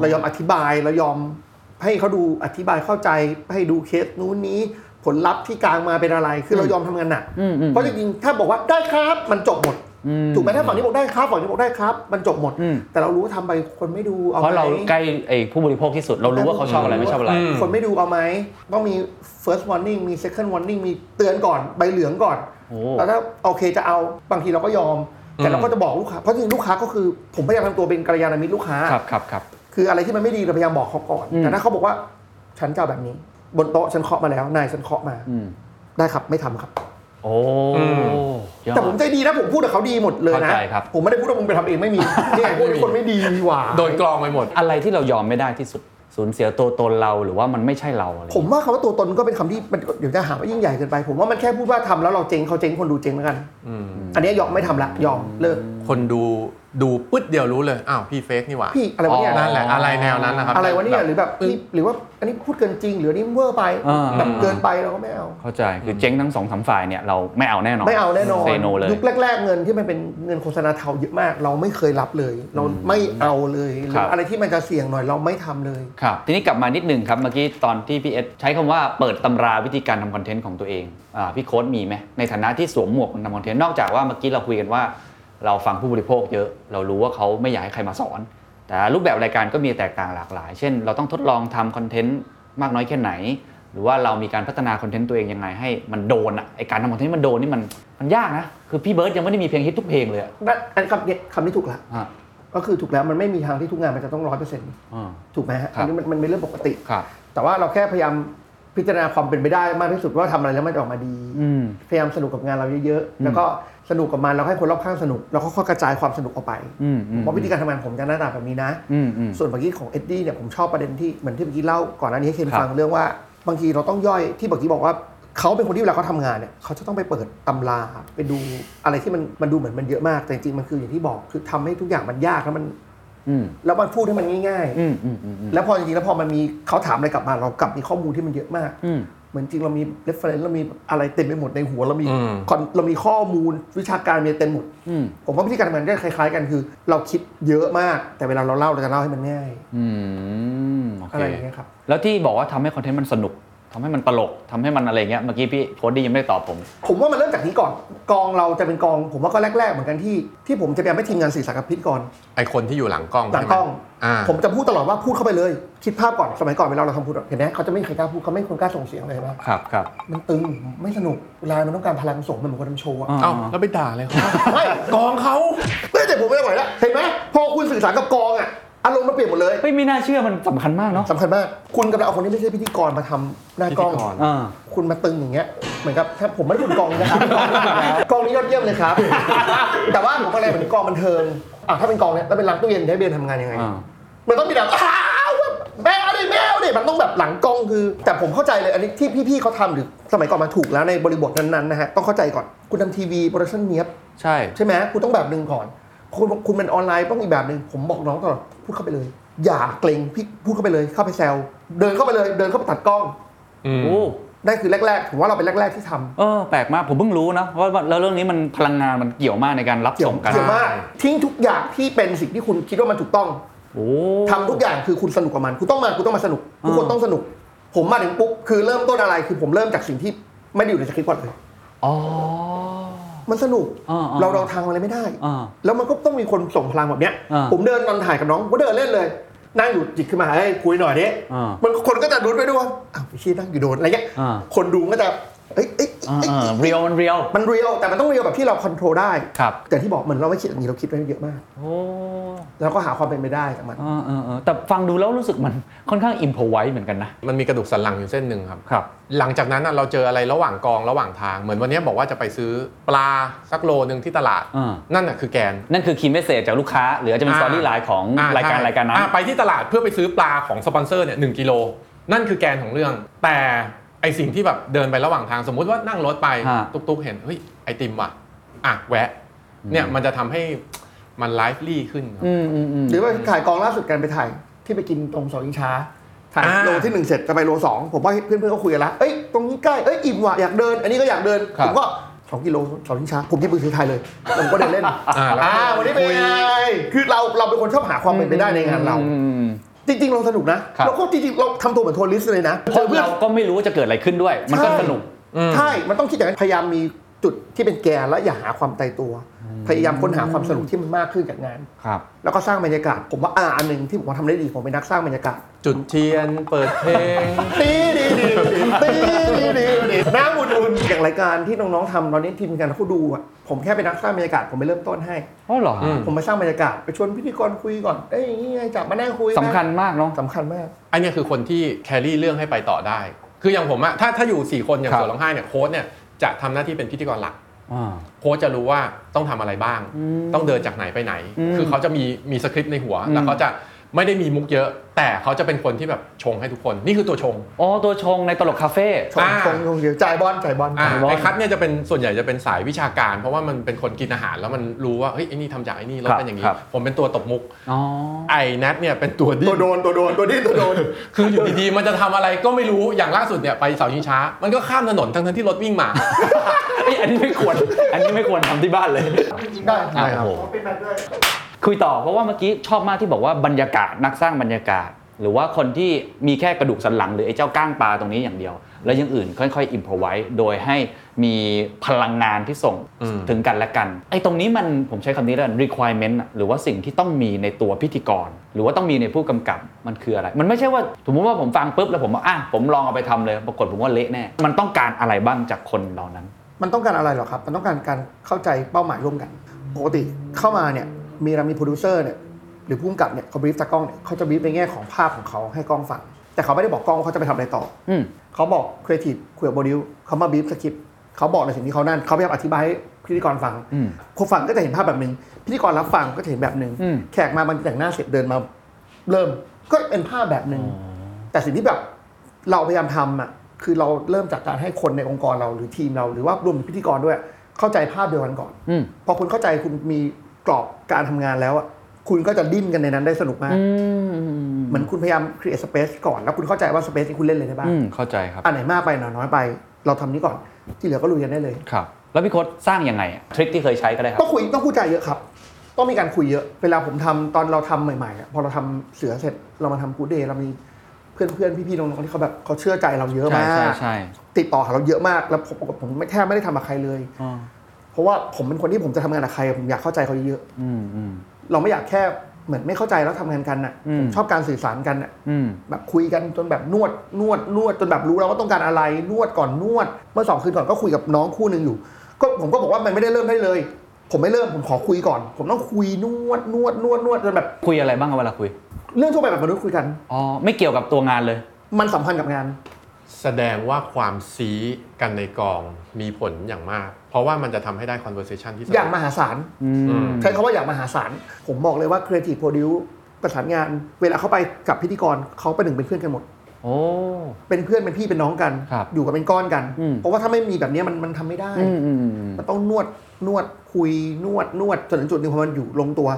Speaker 3: เรายอมอธิบายเรายอมให้เขาดูอธิบายเข้าใจให้ดูเคสนู้นนี้ ผลลัพธ์ที่กลางมาเป็นอะไรคือเรายอมทำงานหนัก
Speaker 4: อืมอืม
Speaker 3: เพราะจริงๆถ้าบอกว่าได้ครับมันจบหมด
Speaker 4: อืม
Speaker 3: ถูกไหมถ้าฝั่งนี้บอกได้ครับฝั่งนี้บอกได้ครับ มันจบหมด
Speaker 4: อืม
Speaker 3: แต่เรารู้ว่าทำไปคนไม่ดูเอา
Speaker 4: เพราะเรา
Speaker 3: ไหม
Speaker 4: ใกล้ไอ้ผู้บริโภคที่สุดเรารู้ว่าเขาชอบอะไรไม่ชอบอะไร
Speaker 3: คนไม่ดูเอาไหมต้องมี first warning มี second warning มีเตือนก่อนใบเหลืองก่อน
Speaker 4: โอ้
Speaker 3: แล้วถ้าโอเคจะเอาบางทีเราก็ยอม แต่เราก็จะบอกลูกค้าเพราะจริงๆลูกค้าก็คือผมพยายามทำตัวเป็นกัลยาณมิตรลูกค้า
Speaker 4: ครับครับครับ
Speaker 3: คืออะไรที่มันไม่ดีเราพยายามบอกเขาก่อน
Speaker 4: อืม
Speaker 3: แต่ถ้าเขาบอกว่าฉันจะเอาแบบนี้ บนโต๊ะฉันเคาะมาแล้ว นายฉันเคาะมา
Speaker 4: อืม
Speaker 3: ได้ครับไม่ทำครับ
Speaker 4: โอ้
Speaker 2: อืม
Speaker 4: ยอด
Speaker 3: แต่ผมใจดีนะผมพูดกับเขาดีหมดเลยนะ
Speaker 4: เข้าใจครับ
Speaker 3: ผมไม่ได้พูดว่ามึงไปทำเองไม่มีเนี่ยพวกนี้คนไม่ดีนี่หว่า
Speaker 2: โดนกรองไปหมด
Speaker 4: อะไรที่เรายอมไม่ได้ที่สุดสูญเสียตัวตนเราหรือว่ามันไม่ใช่เราอะไร
Speaker 3: ผมว่าคำว่าตัวตนก็เป็นคำที่มันเดี๋ยวจะหาว่ายิ่งใหญ่เกินไป ผมว่ามันแค่พูดว่าทำแล้วเราเจ๊งเขาเจ๊งคนดูเจ๊งแล้วกัน อันเนี้ยยอมไม่ทำละยอมเลิก
Speaker 2: คนดูดูปึ๊ดเดียวรู้เลย อ้าว พี่เฟกนี่หว่า
Speaker 3: พี่อะไรวะเนี่ย
Speaker 2: นั่นแหละอะไรแนวนั้นนะครับ
Speaker 3: อะไรวะเนี่ยหรือแบบ
Speaker 2: ปึ๊
Speaker 3: พี่หรือว่าอันนี้พูดเกินจริงหรืออันนี้เวอร์ไป
Speaker 4: อ่า
Speaker 3: แบบเกินไปเราก็ไม่เอา
Speaker 4: เข้าใจคือเจ๊งทั้งสองสามฝ่ายเนี่ยเราไม่เอาแน่นอน
Speaker 3: ไม่เอาแน่นอน
Speaker 4: เซโนเลย
Speaker 3: ยุคแรก ๆ เงินที่มันเป็นเงินโฆษณาเทาเยอะมาก เราไม่เคยรับเลย เราไม่เอาเลยหรืออะไรที่มันจะเสี่ยงหน่อยเราไม่ทำเลย
Speaker 4: ครับทีนี้กลับมานิดหนึ่งครับเมื่อกี้ตอนที่พี่เอสใช้คำว่าเปิดตำราวิธีการทำคอนเทนต์ของตัวเองอ่าพี่โค้ดมีไหมในฐานะที่สวมหมวกทำคอนเทนต์นอกจากว่าเมื่อกี้เราคุยกันว่า เราฟังผู้บริโภคเยอะ เรารู้ว่าเขาไม่อยากให้ใครมาสอน แต่รูปแบบรายการก็มีแตกต่างหลากหลาย เช่น เราต้องทดลองทำคอนเทนต์มากน้อยแค่ไหน หรือว่าเรามีการพัฒนาคอนเทนต์ตัวเองยังไงให้มันโดนอะไอการทำคอนเทนต์มันโดนนี่มันมันยากนะคือพี่เบิร์ดยังไม่ได้มีเพลงฮิตทุกเพลงเลยอะ
Speaker 3: นั่นอันคำเนี่ยคำนี้ถูกละ
Speaker 4: อ่ะ
Speaker 3: ก็คือถูกแล้วมันไม่มีทางที่ทุกงานมันจะต้องร้อยเปอร์เซ็นต์
Speaker 4: อ่า
Speaker 3: ถูกไหมฮะ
Speaker 4: ครับ
Speaker 3: อันนี้มันมันเป็นเรื่องปกติ
Speaker 4: ครับ
Speaker 3: แต่ว่าเราแค่พยายามพิจารณาความเป็นไปได้มากที่สุดว่าทำอะไรแล้วมันจะออกมาดี
Speaker 4: อืม
Speaker 3: พยายามสนุกกับงานเราเยอะๆแล้วก็สนุกกับมันแล้วให้คนรอบข้างสนุกแล้วก็ค่อยๆกระจายความสนุกออกไป
Speaker 4: อืมอืม
Speaker 3: เพราะวิธีการทำงานผมจะหน้าตาแบบนี้นะ
Speaker 4: อืมอืม
Speaker 3: ส่วนเมื่อกี้ของเอ็ดดี้เนี่ยผมชอบประเด็นที่เหมือนที่เมื่อกี้เล่าก่อนหน้านี้ให้เคน
Speaker 4: ครับ
Speaker 3: ฟังเรื่องว่าบางทีเราต้องย่อยที่เมื่อกี้บอกว่าเขาเป็นคนที่เวลาเขาทำงานเนี่ยเขาจะต้องไปเปิดตำราไปดูอะไรที่มันมันดูเหมือนมันเยอะมากแต่จริงๆมันคืออย่างที่บอกคือทำให้ทุกอย่างมันยากแล้วมัน
Speaker 4: อืม
Speaker 3: แล้วมันพูดให้มันง่าย
Speaker 4: อืมอืมอืมอืม
Speaker 3: ๆ แล้วพอจริงๆแล้วพอมันมีเขาถามอะไรกลับมาเรากลับมีข้อมูลที่มันเยอะมาก
Speaker 4: อืม
Speaker 3: เหมือนจริงเรามี reference เรามีอะไรเต็มไปหมดในหัวเรามี
Speaker 2: อืม
Speaker 3: คอนเรามีข้อมูลวิชาการมีเต็มหมด
Speaker 4: อืม
Speaker 3: ผมว่าวิธีการทำงานก็คล้าย ๆ กันคือ เราคิดเยอะมาก แต่เวลาเราเล่าเราจะเล่าให้มันง่าย
Speaker 4: อืมโอ
Speaker 3: อะ
Speaker 4: เค
Speaker 3: ไรอย่างเงี้ยครับ
Speaker 4: แล้วที่บอกว่าทำให้คอนเทนต์มันสนุกทำให้มันตลกทำให้มันอะไรเงี้ยเมื่อกี้พี่โค้ดดี้ยังไม่ได้ตอบผม
Speaker 3: ผมว่ามันเริ่มจากนี้ก่อน กองเราจะเป็นกอง ผมว่าก็แรก ๆ เหมือนกันที่ที่ผมจะพยายามให้ทีมงานสื่อสารกับพิษก่อน
Speaker 2: ไอคนที่อยู่หลังกล้อง
Speaker 3: หลังกล้อง
Speaker 2: ใช่ไหมอ่า
Speaker 3: ผมจะพูดตลอดว่าพูดเข้าไปเลย คิดภาพก่อนสมัยก่อนเวลาเราทำพูดเห็นไหมเขาจะไม่มีใครกล้าพูดเขาไม่มีคนกล้าส่งเสียงเลยเห็นไหม
Speaker 4: ครับครับ
Speaker 3: มันตึงไม่สนุกเวลามันต้องการพลังส่งมันเหมือนคนทำโชว์อะ
Speaker 4: า
Speaker 2: เอ้าแล้วไปด่าเลยเขา
Speaker 3: *laughs* ไม่
Speaker 2: กองเขา
Speaker 3: เฮ้ยแต่ผมไม่ได้ไหวแล้วเห็นไหมพอคุณสื่อสารกับกองอะอารมณ์มันเปลี่ยนหมดเลย
Speaker 4: เฮ้ยไม่น่าเชื่อมันสำคัญมากเนาะ
Speaker 3: สำคัญมากคุณกำลังเอาคนที่ไม่ใช่พิธีกรมาทำหน้ากล้อง
Speaker 2: พิธีกร
Speaker 4: อ่า
Speaker 3: คุณมาตึงอย่างเงี้ยเหมือนกับถ้าผมไม่ได้คุณกองนะครับ กองนี้ยอดเยี่ยมเลย
Speaker 4: *laughs*
Speaker 3: ครับ แต่ว่าผมก็เลยเหมือนกองบันเทิงอ่ะถ้าเป็นกองเนี่ยแล้วเป็นหลังตู้เย็นให้เบียนทำงานยังไง
Speaker 4: อ่า
Speaker 3: มันต้องมีแบบอ้าวแมวดิแมวดิมันต้องแบบหลังกองคือ แต่ผมเข้าใจเลยอันนี้ที่พี่ๆเขาทำหรือสมัยก่อนมาถูกแล้วในบริบทนั้นๆนะฮะต้องเข้าใจก่อนคุณทำทีวีโปรดักชันเนี้ยบ
Speaker 2: ใช่
Speaker 3: ใช่ไหมคุณต้องแบบหนึ่งก่อน คุณคุณเป็นออนไลน์ต้องอีกแบบหนึ่งผมบอกน้องตลอดพูดเข้าไปเลย อย่าเกรงพี่พูดเข้าไปเลยเข้าไปแซวเดินเข้าไปเลยเดินเข้าไปตัดกล้อง
Speaker 2: ม
Speaker 4: โอ้
Speaker 3: นั่นคือแรกๆ ผมว่าเราเป็นแรก ๆ ที่ทำ
Speaker 4: เออแปลกมากผมเพิ่งรู้นะว่าว่าแล้วเรื่องนี้มันพลังงานมันเกี่ยวมากในการรับ
Speaker 3: เกี่ยว
Speaker 4: ส่งกัน
Speaker 3: เกี่ยวมากทิ้งทุกอย่างที่เป็นสิ่งที่คุณคิดว่ามันถูกต้อง
Speaker 4: โอ้
Speaker 3: ทำทุกอย่างคือคุณสนุกกับมัน คุณต้องมาคุณต้องมาสนุกทุกคน
Speaker 4: อ่า
Speaker 3: ต้องสนุก ผมมาถึงปุ๊บคือเริ่มต้นอะไรคือผมเริ่มจากสิ่งที่ไม่ได้อยู่ในสคริปต์ก่อนเลย
Speaker 4: อ๋อ
Speaker 3: มันสนุก
Speaker 4: อ่าๆ
Speaker 3: เราเราทางอะไรไม่ได้
Speaker 4: อ่า
Speaker 3: แล้วมันก็ต้องมีคนส่งพลังแบบเนี้ย
Speaker 4: อ่า
Speaker 3: ผมเดินนอนถ่ายกับน้องผมก็เดินเล่นเลยนั่งอยู่จิกขึ้นมาเฮ้ยคุยหน่อยดิ
Speaker 4: อ่ามั
Speaker 3: มันคนก็จะรุ้นไปด้วยว่าอ้าวไอ้เชี้นั่งอยู่โดนอะไรเงี้ย
Speaker 4: อ่า
Speaker 3: คนดูมันก็จะเอ้ยเอ้ย
Speaker 4: อ่า
Speaker 3: เอ้ย
Speaker 4: อ่าเรียวมันเรียว
Speaker 3: มันเรียวแต่มันต้องเรียวแบบที่เราคอนโทรลได้
Speaker 4: ครับ
Speaker 3: แต่ที่บอกเหมือนเราไม่คิดอย่างนี้เราคิดไว้เยอะมาก
Speaker 4: โอ้
Speaker 3: แล้วก็หาความเป็นไปได้จากมัน
Speaker 4: อ่าอ่าอ่าแต่ฟังดูแล้วรู้สึกมันค่อนข้างอิมพอไว้เหมือนกันนะ
Speaker 2: มันมีกระดูกสันหลังอยู่เส้นหนึ่งครับ
Speaker 4: ครับ
Speaker 2: หลังจากนั้นน่ะเราเจออะไรระหว่างกองระหว่างทาง เหมือนวันนี้บอกว่าจะไปซื้อปลาสักโลหนึ่งที่ตลาด
Speaker 4: อ่า
Speaker 2: นั่นน่ะคือแกน
Speaker 4: นั่นคือคีย์เมสเซจจากลูกค้า หรืออาจจะเป็นสตอรี่ไลน์ของ
Speaker 2: อ่
Speaker 4: รายการ
Speaker 2: ใช่
Speaker 4: รายการนั้น
Speaker 2: อ่ไปที่ตลาดเพื่อไปซื้อปลาของสปอนเซอร์เนี่ยหกิโลนั่นคือแกนของเรื่อง แต่ไอสิ่งที่แบบเดินไประหว่างทางสมมุติว่านั่งรถไป
Speaker 4: ฮะ
Speaker 2: ตุกๆเห็นเฮ้ยไอติมว่ะอ่ะแวะเนี่ยมันจะทำให้มันไลฟ์ลี่ขึ้นครับ
Speaker 3: หรือว่าถ่ายกองล่าสุดกันไปถ่ายที่ไปกินตรงเสองอิงช้าถ่าย
Speaker 2: อ่า
Speaker 3: โลที่หนึ่งเสร็จจะไปโลสองผมว่าเพื่อนๆก็คุยกันละเอ้ยตรงนี้ใกล้เอ้ยอิ่มว่ะอยากเดิน อันนี้ก็อยากเดิน
Speaker 4: ครับ
Speaker 3: ผมก็สองกิโลสองอิงช้าผมที่มือถือถ่ายเลยผมก็เดินเล่น
Speaker 2: อ่าแล้ว
Speaker 3: อ่าวันนี้เป็นไงคือเราเราเป็นคนชอบหาความเป็นไปได้ในงานเรา
Speaker 4: อืม
Speaker 3: จริง ๆ เราสนุกนะ
Speaker 4: ครั
Speaker 3: เรา
Speaker 4: บ
Speaker 3: ก็จริงๆเราทำตัวเหมือนทัวริสต์เลยนะ
Speaker 4: เพราะเราก็ไม่รู้ว่าจะเกิดอะไรขึ้นด้วย มันก็สนุก
Speaker 3: ใช่ มันต้องคิดอย่างนั้นพยายามมีจุดที่เป็นแกนและอย่าหาความตายตัว พยายามค้นหาความสนุกที่มันมากขึ้นจากงาน
Speaker 4: ครับ
Speaker 3: แล้วก็สร้างบรรยากาศ ผมว่าอ่าอันหนึ่งที่ผมว่าทำได้ดีผมเป็นนักสร้างบรรยากาศ
Speaker 2: จุดเทียนเปิดเพลง
Speaker 3: ตีดีดีตีดีดีดีน้ำอุ่นๆอย่างรายการที่น้องๆทำตอนนี้ทีมงานเขาดูอ่ะผมแค่เป็นนักสร้างบรรยากาศผมไปเริ่มต้นให้
Speaker 4: เพราะหรอฮะ
Speaker 2: อืม
Speaker 3: ผมมาสร้างบรรยากาศไปชวนพิธีกรคุยก่อนเอ้ยนี่ไงจับมานั่งคุย
Speaker 4: สำคัญมากเนาะ
Speaker 3: สำคัญมาก
Speaker 2: อันเนี้ยคือคนที่แครี่เรื่องให้ไปต่อได้ คืออย่างผมอะถ้าถ้าอยู่สี่คนอย่าง
Speaker 4: ครับ
Speaker 2: ส่วนร้องไห้เนี่ยโค้ชเนี่ยจะทำหน้าที่เป็นพิธีกรหลัก
Speaker 4: อ่า
Speaker 2: โค้ชจะรู้ว่าต้องทำอะไรบ้าง
Speaker 4: อืม
Speaker 2: ต้องเดินจากไหนไปไหน
Speaker 4: อืม
Speaker 2: คือเขาจะมีมีสคริปต์ในหัว
Speaker 4: อืม
Speaker 2: แล้วเขาจะไม่ได้มีมุกเยอะ แต่เขาจะเป็นคนที่แบบชงให้ทุกคน นี่คือตัวชง
Speaker 4: อ๋อตัวชงในตลกคาเฟ่
Speaker 3: ชง
Speaker 2: อ่า
Speaker 3: ชงชงเดียวจ่ายบอลจ่ายบอล
Speaker 2: อ่า
Speaker 3: จ่ายบอล
Speaker 2: ไอ้คัดเนี่ยจะเป็นส่วนใหญ่จะเป็นสายวิชาการ เพราะว่ามันเป็นคนกินอาหารแล้วมันรู้ว่าเฮ้ยไอ้นี่ทำจากไอ้นี่แล้วเป็นอย่างนี้
Speaker 4: ครับ
Speaker 2: ผมเป็นตัวตบมุก
Speaker 4: อ๋อ
Speaker 2: ไอ้นัทเนี่ยเป็นตัวดิ้
Speaker 3: ตัวนโดนตัวโดนตัวดิ้นตัวโดน
Speaker 2: คืออยู่ดีๆ มันจะทำอะไรก็ไม่รู้อย่างล่าสุดเนี่ยไปเสาชิงช้า มันก็ข้ามถนนทั้งๆที่รถวิ่งมา *laughs*
Speaker 4: เอ้ยอันนี้ไม่ควร อันนี้ไม่ควรทำที่บ้านเลย
Speaker 3: ได้
Speaker 4: อ่ะโอ้โหคุยต่อเพราะว่าเมื่อกี้ชอบมากที่บอกว่าบรรยากาศนักสร้างบรรยากาศ หรือว่าคนที่มีแค่กระดูกสันหลังหรือไอ้เจ้าก้างปลาตรงนี้อย่างเดียว แล้วอยังอื่นค่อยๆอิมพอไว้ โดยให้มีพลังงานที่ส่ง
Speaker 2: อืม
Speaker 4: ถึงกันและกันไอ้ตรงนี้มันผมใช้คำนี้แล้วกัน requirement อะหรือว่าสิ่งที่ต้องมีในตัวพิธีกร หรือว่าต้องมีในผู้กำกับมันคืออะไร มันไม่ใช่ว่าสมมติว่าผมฟังปุ๊บแล้วผมว่าอ่ะผมลองเอาไปทำเลย ปรากฏผมว่าเละแน่มันต้องการอะไรบ้างจากคนเหล่านั้น
Speaker 3: มันต้องการอะไรหรอครับ มันต้องการการเข้าใจเป้าหมายร่วมกัน ปกติเข้ามาเนี่ย มีเรามีโปรดิวเซอร์เนี่ยหรือผู้กำกับเนี่ยเขาบรีฟตากล้องเนี่ยเขาจะบรีฟในแง่ของภาพของเขาให้กล้องฟัง แต่เขาไม่ได้บอกกล้องว่าเขาจะไปทำอะไรต่อ
Speaker 4: อืม
Speaker 3: เขาบอกครีเอทีฟคุยกับโมดิวเขามาบีฟสคริปต์เขาบอกในสิ่งที่เขานั่นเขาพยายามอธิบายให้พิธีกรฟัง
Speaker 4: อืม
Speaker 3: คนฟังก็จะเห็นภาพแบบหนึ่งพิธีกรรับฟังก็จะเห็นแบบหนึ่ง
Speaker 4: อืม
Speaker 3: แขกมาบางทีแต่งหน้าเสร็จเดินมา เริ่มก็เป็นภาพแบบหนึ่งแต่สิ่งที่แบบเราพยายามทำอ่ะคือเราเริ่มจากการให้คนในองค์กรเราหรือทีมเราหรือว่ารวมถึงพิธีกรด้วย เข้าใจภาพเดียวกันก่อน
Speaker 4: อืม
Speaker 3: พอคุณเข้าใจคุณมีกรอบการทำงานแล้วอ่ะคุณก็จะดิ้นกันในนั้นได้สนุกมากเหมือนคุณพยายาม create space ก่อนแล้วคุณเข้าใจว่า space นี้คุณเล่นเลยได้บ้าง
Speaker 4: อืมเข้าใจครับ
Speaker 3: อันไหนมากไปหน่อยน้อยไป เราทำนี้ก่อน ที่เหลือก็ลุยกันได้เลย
Speaker 4: ครับ แล้วพี่โค้ดสร้างยังไงอะทริคที่เคยใช้ก็ได้ครั
Speaker 3: ต้อบ งคุยต้องพูดจาเยอะครับ ต้องมีการคุยเยอะ เวลาผมทำตอนเราทำใหม่ๆอะพอเราทำเสือเสร็จเรามาทำกูเดย์เรามีเพื่อนๆ พี่ๆ น้องๆ ที่เขาแบบเขาเชื่อใจเราเยอะ
Speaker 4: ใช่
Speaker 3: มาก
Speaker 4: ใช่ใช่
Speaker 3: ติดต่อหาเราเยอะมาก แล้วผมผมผมไม่แทบไม่ได้ทำกับใครเลย
Speaker 4: อ๋อ
Speaker 3: เพราะว่าผมเป็นคนที่ผมจะทำงานกับใครอะผมอยากเข้าใจเขาเยอะ
Speaker 4: อืมอืม
Speaker 3: ๆเราไม่อยากแค่เหมือนไม่เข้าใจแล้วทำงานกันน่ะ
Speaker 4: อืม
Speaker 3: ผมชอบการสื่อสารกันน่ะ
Speaker 4: อืม
Speaker 3: แบบคุยกันจนแบบนวดนวดนวดจนแบบรู้แล้วว่าต้องการอะไรนวดก่อนนวด เมื่อสองคืนก่อนก็คุยกับน้องคู่หนึ่งอยู่ ก็ผมก็บอกว่ามันไม่ได้เริ่มได้เลย ผมไม่เริ่มผมขอคุยก่อน ผมต้องคุยนวดนวดนวดนวดจนแบบ
Speaker 4: คุยอะไรบ้างอะเวลาคุย
Speaker 3: เรื่องทั่วไปแบบมนุษย์คุยกัน
Speaker 4: อ๋อ ไม่เกี่ยวกับตัวงานเลย
Speaker 3: มันสัมพันธ์กับงาน
Speaker 2: แสดงว่าความซีกันในกองมีผลอย่างมาก เพราะว่ามันจะทำให้ได้ conversation ที่สนุก
Speaker 3: อย่างมหาศาล
Speaker 4: อื
Speaker 2: อื
Speaker 4: ม
Speaker 2: ม
Speaker 3: ใช้คำว่าอย่างมหาศาลผมบอกเลยว่าครีเอทีฟโปรดิวประสานงาน เวลาเขาไปกับพิธีกรเขาเป็นหนึ่งเป็นเพื่อนกันหมด
Speaker 4: โอ้
Speaker 3: เป็นเพื่อนเป็นพี่เป็นน้องกัน
Speaker 4: ครับ
Speaker 3: อยู่กันเป็นก้อนกัน
Speaker 4: อืม
Speaker 3: เพราะว่าถ้าไม่มีแบบเนี้ยมันมันทำไม่ได้
Speaker 4: อืมอืมอืม
Speaker 3: มันต้องนวดนวดคุยนวดนวดจนถึงจุดหนึงพอมันอยู่ลงตัว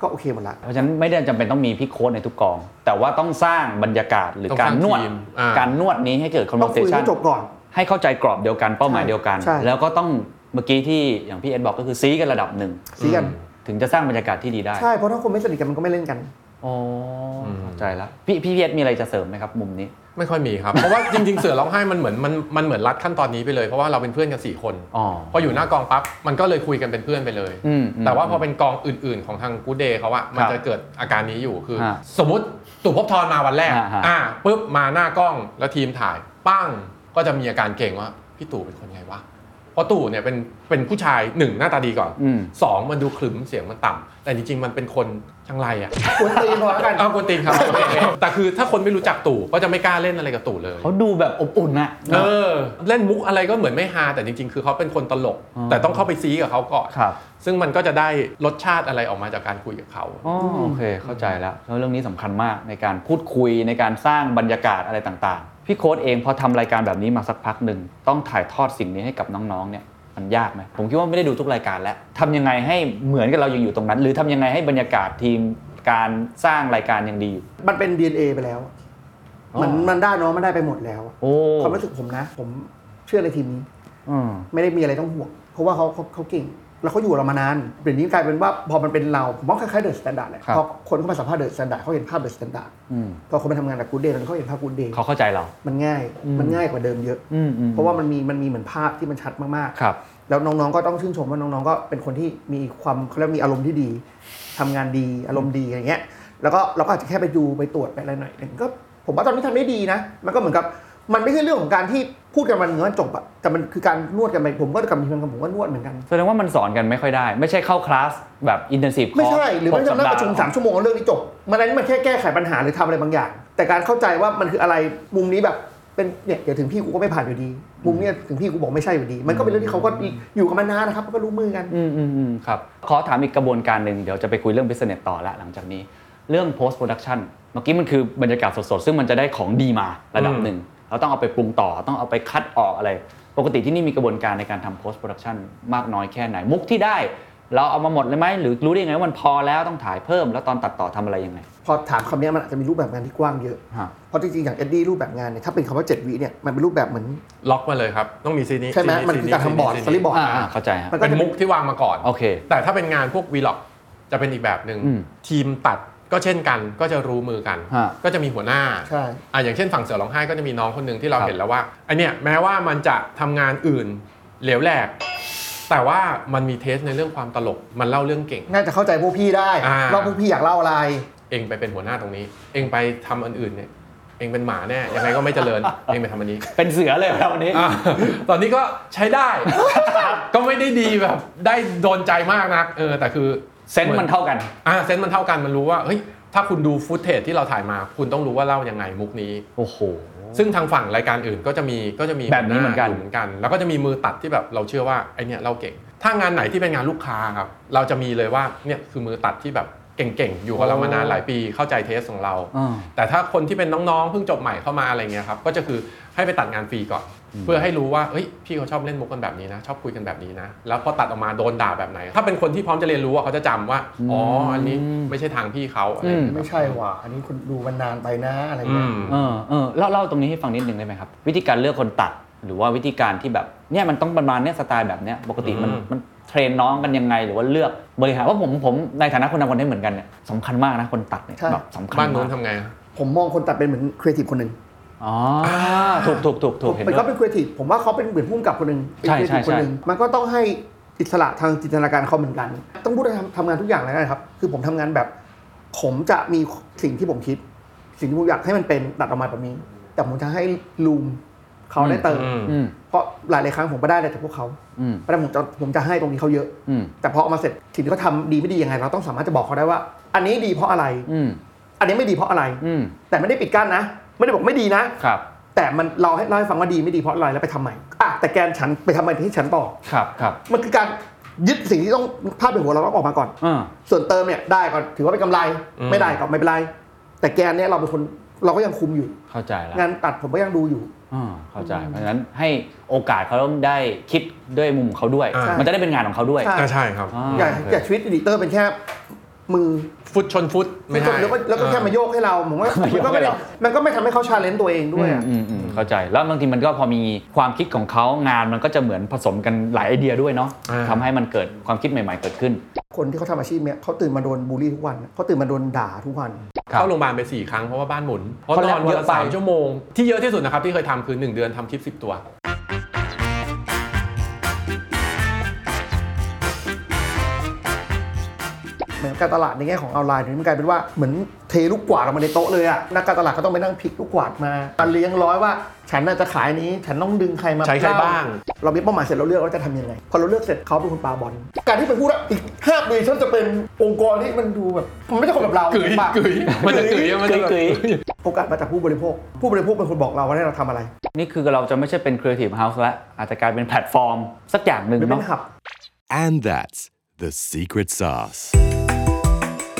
Speaker 3: ก็โอเคหมดละ
Speaker 4: เพราะฉะนั้นไม่ได้จำเป็นต้องมีพี่โค้ดในทุกกอง แต่ว่าต้องสร้างบรรยากาศหรือ
Speaker 2: ต้อง
Speaker 4: การนวด
Speaker 2: สร้างทีมอ่า
Speaker 4: การนวดนี้ให้เกิด
Speaker 3: ต้องคุย
Speaker 4: conversation
Speaker 3: ให้จบก่อน
Speaker 4: ให้เข้าใจกรอบเดียวกันเป้าหมายเดียวกัน
Speaker 3: ใช่
Speaker 4: แล้วก็ต้องเมื่อกี้ที่อย่างพี่เอ็ดบอกก็คือซีกันระดับหนึ่ง
Speaker 3: ซีกัน
Speaker 4: ถึงจะสร้างบรรยากาศที่ดีได้
Speaker 3: ใช่เพราะถ้าคนไม่สนิทกันมันก็ไม่เล่นกัน
Speaker 4: อ๋อเข้าใจแล้วพี่พี่เอ็ดมีอะไรจะเสริมไหมครับ มุมนี้
Speaker 2: ไม่ค่อยมีครับ เพราะว่าจริง ๆ เสือร้องไห้มันเหมือนมันมันเหมือนรัดขั้นตอนนี้ไปเลยเพราะว่าเราเป็นเพื่อนกันสี่คน
Speaker 4: อ๋อ
Speaker 2: พออยู่หน้ากองปั๊บมันก็เลยคุยกันเป็นเพื่อนไปเลย
Speaker 4: อืมอืม
Speaker 2: แต่ว่าพอเป็นกองอื่น ๆ ของทางกูเดย์เขาอะมันจะเกิดอาการนี้อยู่คือ
Speaker 4: ฮะ
Speaker 2: สมมติสุภพทรมาวันแรก
Speaker 4: ฮะฮะ
Speaker 2: อ่าปุ๊บมาหน้ากล้องแล้วทีมถ่ายปั้งก็จะมีอาการเก่งว่าพี่ตู่เป็นคนไงวะเพราะตู่เนี่ยเป็นเป็นผู้ชายหนึ่งหน้าตาดีก่อน
Speaker 4: อืม
Speaker 2: สองมันดูขรึมเสียงมันต่ำแต่จริง ๆ มันเป็นคนช่างไรอะ
Speaker 3: ควรตีพอแล้วกัน
Speaker 2: เอากวนตีนครับ แต่คือถ้าคนไม่รู้จักตู่ก็จะไม่กล้าเล่นอะไรกับตู่เลย
Speaker 4: เขาดูแบบอบอุ่นอะ
Speaker 2: เออ เล่นมุกอะไรก็เหมือนไม่ฮาแต่จริงๆ คือเขาเป็นคนตลก
Speaker 4: อ๋อ
Speaker 2: แต่ต้องเข้าไปซีกับเขาก่อน
Speaker 4: ครับ
Speaker 2: ซึ่งมันก็จะได้รสชาติอะไรออกมาจากการคุยกับเขา
Speaker 4: อ๋อโอเค เข้าใจแล้วแล้วเรื่องนี้สำคัญมากในการพูดคุยในการสร้างบรรยากาศอะไรต่างๆ พี่โค้ดเองพอทำรายการแบบนี้มาสักพักหนึ่ง ต้องถ่ายทอดสิ่งนี้ให้กับน้องๆ เนี่ย มันยากไหมผมคิดว่าไม่ได้ดูทุกรายการแล้วทำยังไงให้เหมือนกับเรายังอยู่ตรงนั้น หรือทำยังไงให้บรรยากาศทีมการสร้างรายการยังดีอยู่
Speaker 3: มันเป็น DNA ไปแล้ว
Speaker 4: อ๋อ
Speaker 3: มันมันได้เน้องมันได้ไปหมดแล้ว
Speaker 4: โอ้
Speaker 3: ความรู้สึกผมนะ ผมเชื่อในทีมนี้
Speaker 4: อืม
Speaker 3: ไม่ได้มีอะไรต้องห่วง เพราะว่าเขาเขาเขาเก่ง แล้วเขาอยู่กับเรามานานเดี๋ยวนี้กลายเป็นว่าพอมันเป็นเราผมว่าคล้ายๆเดอะสแตนดาร์ดแหละ
Speaker 4: ครับ
Speaker 3: พอคนเข้ามาสัมภาษณ์เดอะสแตนดาร์ดเขาเห็นภาพเดอะสแตนดาร์ด
Speaker 4: อืม
Speaker 3: พอคนมาทำงานกับกูเดย์มันเขาเห็นภาพกูเดย์
Speaker 4: เขาเข้าใจเรา
Speaker 3: มันง่าย
Speaker 4: อืม
Speaker 3: มันง่ายกว่าเดิมเยอะ
Speaker 4: อืมอืม
Speaker 3: เพราะว่ามันมีมันมีเหมือนภาพที่มันชัดมาก
Speaker 4: ครับ
Speaker 3: ๆ แล้วน้องๆก็ต้องชื่นชมว่าน้องๆก็เป็นคนที่มีความเขาเรียกมีอารมณ์ที่ดีทำงานดีอารมณ์ดีอะไรเงี้ย แล้วก็เราก็อาจจะแค่ไปดูไปตรวจไปอะไรหน่อยหนึ่งก็ผมว่าตอนนี้ทำได้ดีนะ มันก็เหมือนกับมันไม่ใช่เรื่องของการที่พูดกันวันหนึ่งแล้วมันจบอะแต่มันคือการนวดกันไปผมก็กำลังทำกันผมก็นวดเหมือนกัน
Speaker 4: แสดงว่ามันสอนกันไม่ค่อยได้ ไม่ใช่เข้าคลาสแบบอินเทนซีฟ
Speaker 3: ไม่ใช่หรือไม่จำนั่งประชุมสามชั่วโมงแล้วเรื่องนี้จบมันนั้นมันแค่แก้ไขปัญหาหรือทำอะไรบางอย่าง แต่การเข้าใจว่ามันคืออะไรมุมนี้แบบเป็นเนี่ยเดี๋ยวถึงพี่กูก็ไม่ผ่านอยู่ดี มุมเนี้ยถึงพี่กูบอกไม่ใช่อยู่ดี มันก็เป็นเรื่องที่เขาก็อยู่กันมานานนะครับก็รู้มือกัน
Speaker 4: อืมอืมอืมครับ ขอถามอีกกระบวนการหนึ่งเดี๋ยวจะไปคุยเรื่อง business ต่อละหลังจากนี้ เรื่อง post production เมื่อกี้มันคือบรรยากาศสดๆ ซึ่งมันจะได้ของดีมาระดับหนึ่งเราต้องเอาไปปรุงต่อต้องเอาไปคัดออกอะไร ปกติที่นี่มีกระบวนการในการทำ post production มากน้อยแค่ไหน มุกที่ได้ เราเอามาหมดเลยไหมหรือรู้ได้ยังไงว่ามันพอแล้วต้องถ่ายเพิ่มแล้วตอนตัดต่อทำอะไรยังไง
Speaker 3: พอถามคำเนี้ยมันอาจจะมีรูปแบบงานที่กว้างเยอะ
Speaker 4: ฮะ
Speaker 3: เพราะจริงๆอย่างเอ็ดดี้รูปแบบงานเนี่ยถ้าเป็นคำว่า7วิเนี่ยมันเป็นรูปแบบเหมือน
Speaker 2: ล็อกมาเลยครับ ต้องมีซีนี้
Speaker 3: ใช่ไหม
Speaker 2: ซี
Speaker 3: มันคือการ
Speaker 2: ซี
Speaker 3: ทำบอร์ด
Speaker 2: ซี
Speaker 3: สลิปบอร์ด
Speaker 4: อ่าอ่าเข้าใจฮะ
Speaker 3: มันก็
Speaker 2: เป็น
Speaker 3: จะ
Speaker 2: มุกที่วางมาก่อน
Speaker 4: โอเค
Speaker 2: แต่ถ้าเป็นงานพวกวีล็อกจะเป็นอีกแบบหนึ่ง
Speaker 4: อืม
Speaker 2: ทีมตัดก็เช่นกันก็จะรู้มือกัน
Speaker 4: ฮะ
Speaker 2: ก็จะมีหัวหน้า
Speaker 3: ใช่
Speaker 2: อ่ะอย่างเช่นฝั่งเสือร้องไห้ก็จะมีน้องคนหนึ่งที่เรา
Speaker 4: ครับ
Speaker 2: เห็นแล้วว่าไอเนี่ยแม้ว่ามันจะทำงานอื่นเหลวแหลก แต่ว่ามันมีเทสในเรื่องความตลกมันเล่าเรื่องเก่ง
Speaker 3: น่าจะเข้าใจพวกพี่ได้
Speaker 2: อ่า
Speaker 3: ว่าพวกพี่อยากเล่าอะไร
Speaker 2: เองไปเป็นหัวหน้าตรงนี้ เองไปทำอันอื่นเนี่ยเองเป็นหมาแน่ยังไงก็ไม่เจ *laughs* ริญ เองไปทำอันนี้
Speaker 4: เป็นเสือเลยครับวันนี้
Speaker 2: อ่ะตอนนี้ก็ใช้ได้ *laughs* ก็ไม่ได้ดีแบบ ได้โดนใจมากนักเออแต่คือ
Speaker 4: เซนส์มันเท่ากัน
Speaker 2: อ่ะเซนส์มันเท่ากันมันรู้ว่าเฮ้ยถ้าคุณดูฟุตเทจที่เราถ่ายมา คุณต้องรู้ว่าเล่ายังไงมุกนี้
Speaker 4: โอ้โห
Speaker 2: ซึ่งทางฝั่งรายการอื่นก็จะมีก็จะมี
Speaker 4: แบบนี้เหมือนกัน
Speaker 2: วายู่เหมือนกัน แล้วก็จะมีมือตัดที่แบบเราเชื่อว่าไอเนี่ยเราเก่ง ถ้างานไหนที่เป็นงานลูกค้าครับเราจะมีเลยว่าเนี่ยคือมือตัดที่แบบเก่งๆ อยู่กับเรามานานหลายปีเข้าใจเทสของเรา
Speaker 4: อ่า
Speaker 2: แต่ถ้าคนที่เป็นน้องๆเพิ่งจบใหม่เข้ามาอะไรเงี้ยครับก็จะคือให้ไปตัดงานฟรีก่อน เพื่อให้รู้ว่าเอ้ยพี่เขาชอบเล่นมุกกันแบบนี้นะ ชอบคุยกันแบบนี้นะ แล้วพอตัดออกมาโดนด่าแบบไหน ถ้าเป็นคนที่พร้อมจะเรียนรู้อะเขาจะจำว่าอ๋ออันนี้ไม่ใช่ทางพี่เขาอะไรอย่างเงี้ย
Speaker 3: ไม่ใช่ว่ะอันนี้คนดูมันนานไปนะอะไร
Speaker 2: อื
Speaker 3: เงี้ย
Speaker 2: ม
Speaker 4: เออเออเล่าเล่าตรงนี้ให้ฟังนิดนึงได้ไหมครับ วิธีการเลือกคนตัด หรือว่าวิธีการที่แบบเนี่ยมันต้องประมาณเนี่ยสไตล์แบบเนี้ยปกติมัน
Speaker 2: อืม
Speaker 4: มันเทรนน้องกันยังไงหรือว่าเลือกบริหารว่าผมผมในฐานะคนทำคอนเทนต์เหมือนกันเนี่ยสำคัญมากนะคนตัดเนี่ยแบบสำคัญ
Speaker 2: บ้านนู้
Speaker 4: มาน ก
Speaker 2: ทำไงอะ
Speaker 3: ผมมองคนตัดเป็นเหมือนครีเอทีฟคนหนึ่ง
Speaker 4: อ๋อถูกถูกถูกถูกเห็น
Speaker 3: มัน
Speaker 4: ด้
Speaker 3: ก็
Speaker 4: วย
Speaker 3: เป็นครีเอทีฟผมว่าเขาเป็นเหมือนผู้กำกับคนหนึ่งเป็น
Speaker 4: ใช่
Speaker 3: ครีเอ
Speaker 4: ใช่
Speaker 3: ทีฟคน
Speaker 4: ใช่
Speaker 3: หนึ่งมันก็ต้องให้อิสระทางจินตนาการเขาเหมือนกัน ต้องพูดว่าทำทำงานทุกอย่างเลยนะครับ คือผมทำงานแบบ ผมจะมีสิ่งที่ผมคิด สิ่งที่ผมอยากให้มันเป็นตัดออกมาแบบนี้ แต่ผมจะให้ลูมเขาได้เติม
Speaker 2: อืม
Speaker 4: อืม
Speaker 3: เพราะหลายๆครั้งผมก็ได้แต่จากพวกเขา
Speaker 4: อืม
Speaker 3: เพราะฉะนั้นผมจะผมจะให้ตรงนี้เขาเยอะ
Speaker 4: อืม
Speaker 3: แต่พอเอามาเสร็จสิ่งที่เขาทำดีไม่ดียังไง เราต้องสามารถจะบอกเขาได้ว่า อันนี้ดีเพราะอะไร
Speaker 4: อืม
Speaker 3: อันนี้ไม่ดีเพราะอะไร
Speaker 4: อืม
Speaker 3: แต่ไม่ได้ปิดกั้นนะ ไม่ได้บอกไม่ดีนะ
Speaker 4: ครับ
Speaker 3: แต่มันเราให้เราให้ฟังว่าดีไม่ดีเพราะอะไรแล้วไปทำใหม่อ่ะแต่แกนฉันไปทำใหม่ที่ฉันต่อ
Speaker 4: ครับครับ
Speaker 3: มันคือการยึดสิ่งที่ต้องพาดไปหัวเราต้องออกมาก่อน
Speaker 4: อ่า
Speaker 3: ส่วนเติมเนี่ยได้ก็ถือว่าเป็นกำไร
Speaker 2: อืม
Speaker 3: ไม่ได้ก็ไม่เป็นไร แต่แกนเนี่ยเราเป็นคนเราก็ยังคุมอยู่
Speaker 4: เข้าใจแล้ว
Speaker 3: งานตัดผมก็ยังดูอยู่
Speaker 4: อ่าเข้าใจเพราะฉะนั้นให้โอกาสเขาได้คิดด้วยมุมของเขาด้วย
Speaker 2: อ่ามั
Speaker 4: มันจะได้เป็นงานของเขาด้วย
Speaker 3: ใช่
Speaker 2: อ่าใช่ครับ
Speaker 4: อ่า
Speaker 3: อย่า
Speaker 4: โอเค
Speaker 3: อย่าชีวิตอดิเตอร์เป็นแค่มือ
Speaker 2: ฟุตชนฟุตไม่ได้
Speaker 3: แล้วก็แล้วก็แค่มาโยกให้เราผม *laughs* ว่ามันก็ไม่ได้มันก็ไม่ทำให้เขาชาเลนจ์ตัวเองด้วยอะ
Speaker 4: อืมอืมอืมเข้าใจแล้วบางทีมันก็พอมีความคิดของเขางานมันก็จะเหมือนผสมกันหลายไอเดียด้วยเนาะ
Speaker 2: อ่า
Speaker 4: ทำให้มันเกิดความคิดใหม่ ๆ เกิดขึ้น
Speaker 3: คนที่เขาทำอาชีพเนี่ยเขาตื่นมาโดนบูลลี่ทุกวันเขาตื่นมาโดนด่าทุกวัน
Speaker 2: เข้าโรงพยาบาลไป 4 ครั้งเพราะว่าบ้านหมุน เพราะ
Speaker 4: เขา
Speaker 2: น
Speaker 4: แล
Speaker 2: อก นวัน
Speaker 4: เย
Speaker 2: ละ
Speaker 4: อะไป
Speaker 2: สามชั่วโมง ที่เยอะที่สุดนะครับ ที่เคยทำคือ 1 เดือนทำคลิป 10 ตัว
Speaker 3: เหมือนการตลาดในแง่ของออนไลน์เนี่ยมันกลายเป็นว่าเหมือนเทลูกกวาดออกมาในโต๊ะเลยอะนักการตลาดก็ต้องไปนั่งพลิกลูกกวาดมามาเลี้ยงร้อยว่า ฉันน่าจะขายนี้ ฉันต้องดึงใครมา
Speaker 2: ใช้ใครบ้าง
Speaker 3: เรามีเป้าหมายเสร็จเราเลือกว่าจะทำยังไง พอเราเลือกเสร็จเขาเป็นคนปาบอลการที่ไปพูดว่าอีกห้าปีฉันจะเป็นองค์กรที่มันดูแบบมันไม่ใช่คนแบบเรา
Speaker 2: กึ๋ย
Speaker 3: ปะ
Speaker 2: กึ๋ยมันจะกึ๋ยมันจะแบบ
Speaker 4: กึ๋ย
Speaker 3: โอกาสมาจากผู้บริโภค ผู้บริโภคเป็นคนบอกเราว่าให้เราทำอะไร
Speaker 4: นี่คือเราจะไม่ใช่เป็นครีเอทีฟเฮาส์ละอาจจะกลายเป็นแพลตฟอร์ม สักอย่างหนึ่ง
Speaker 3: มันเป็
Speaker 4: เนาะ
Speaker 3: นหับ
Speaker 5: And that's the secret sauce.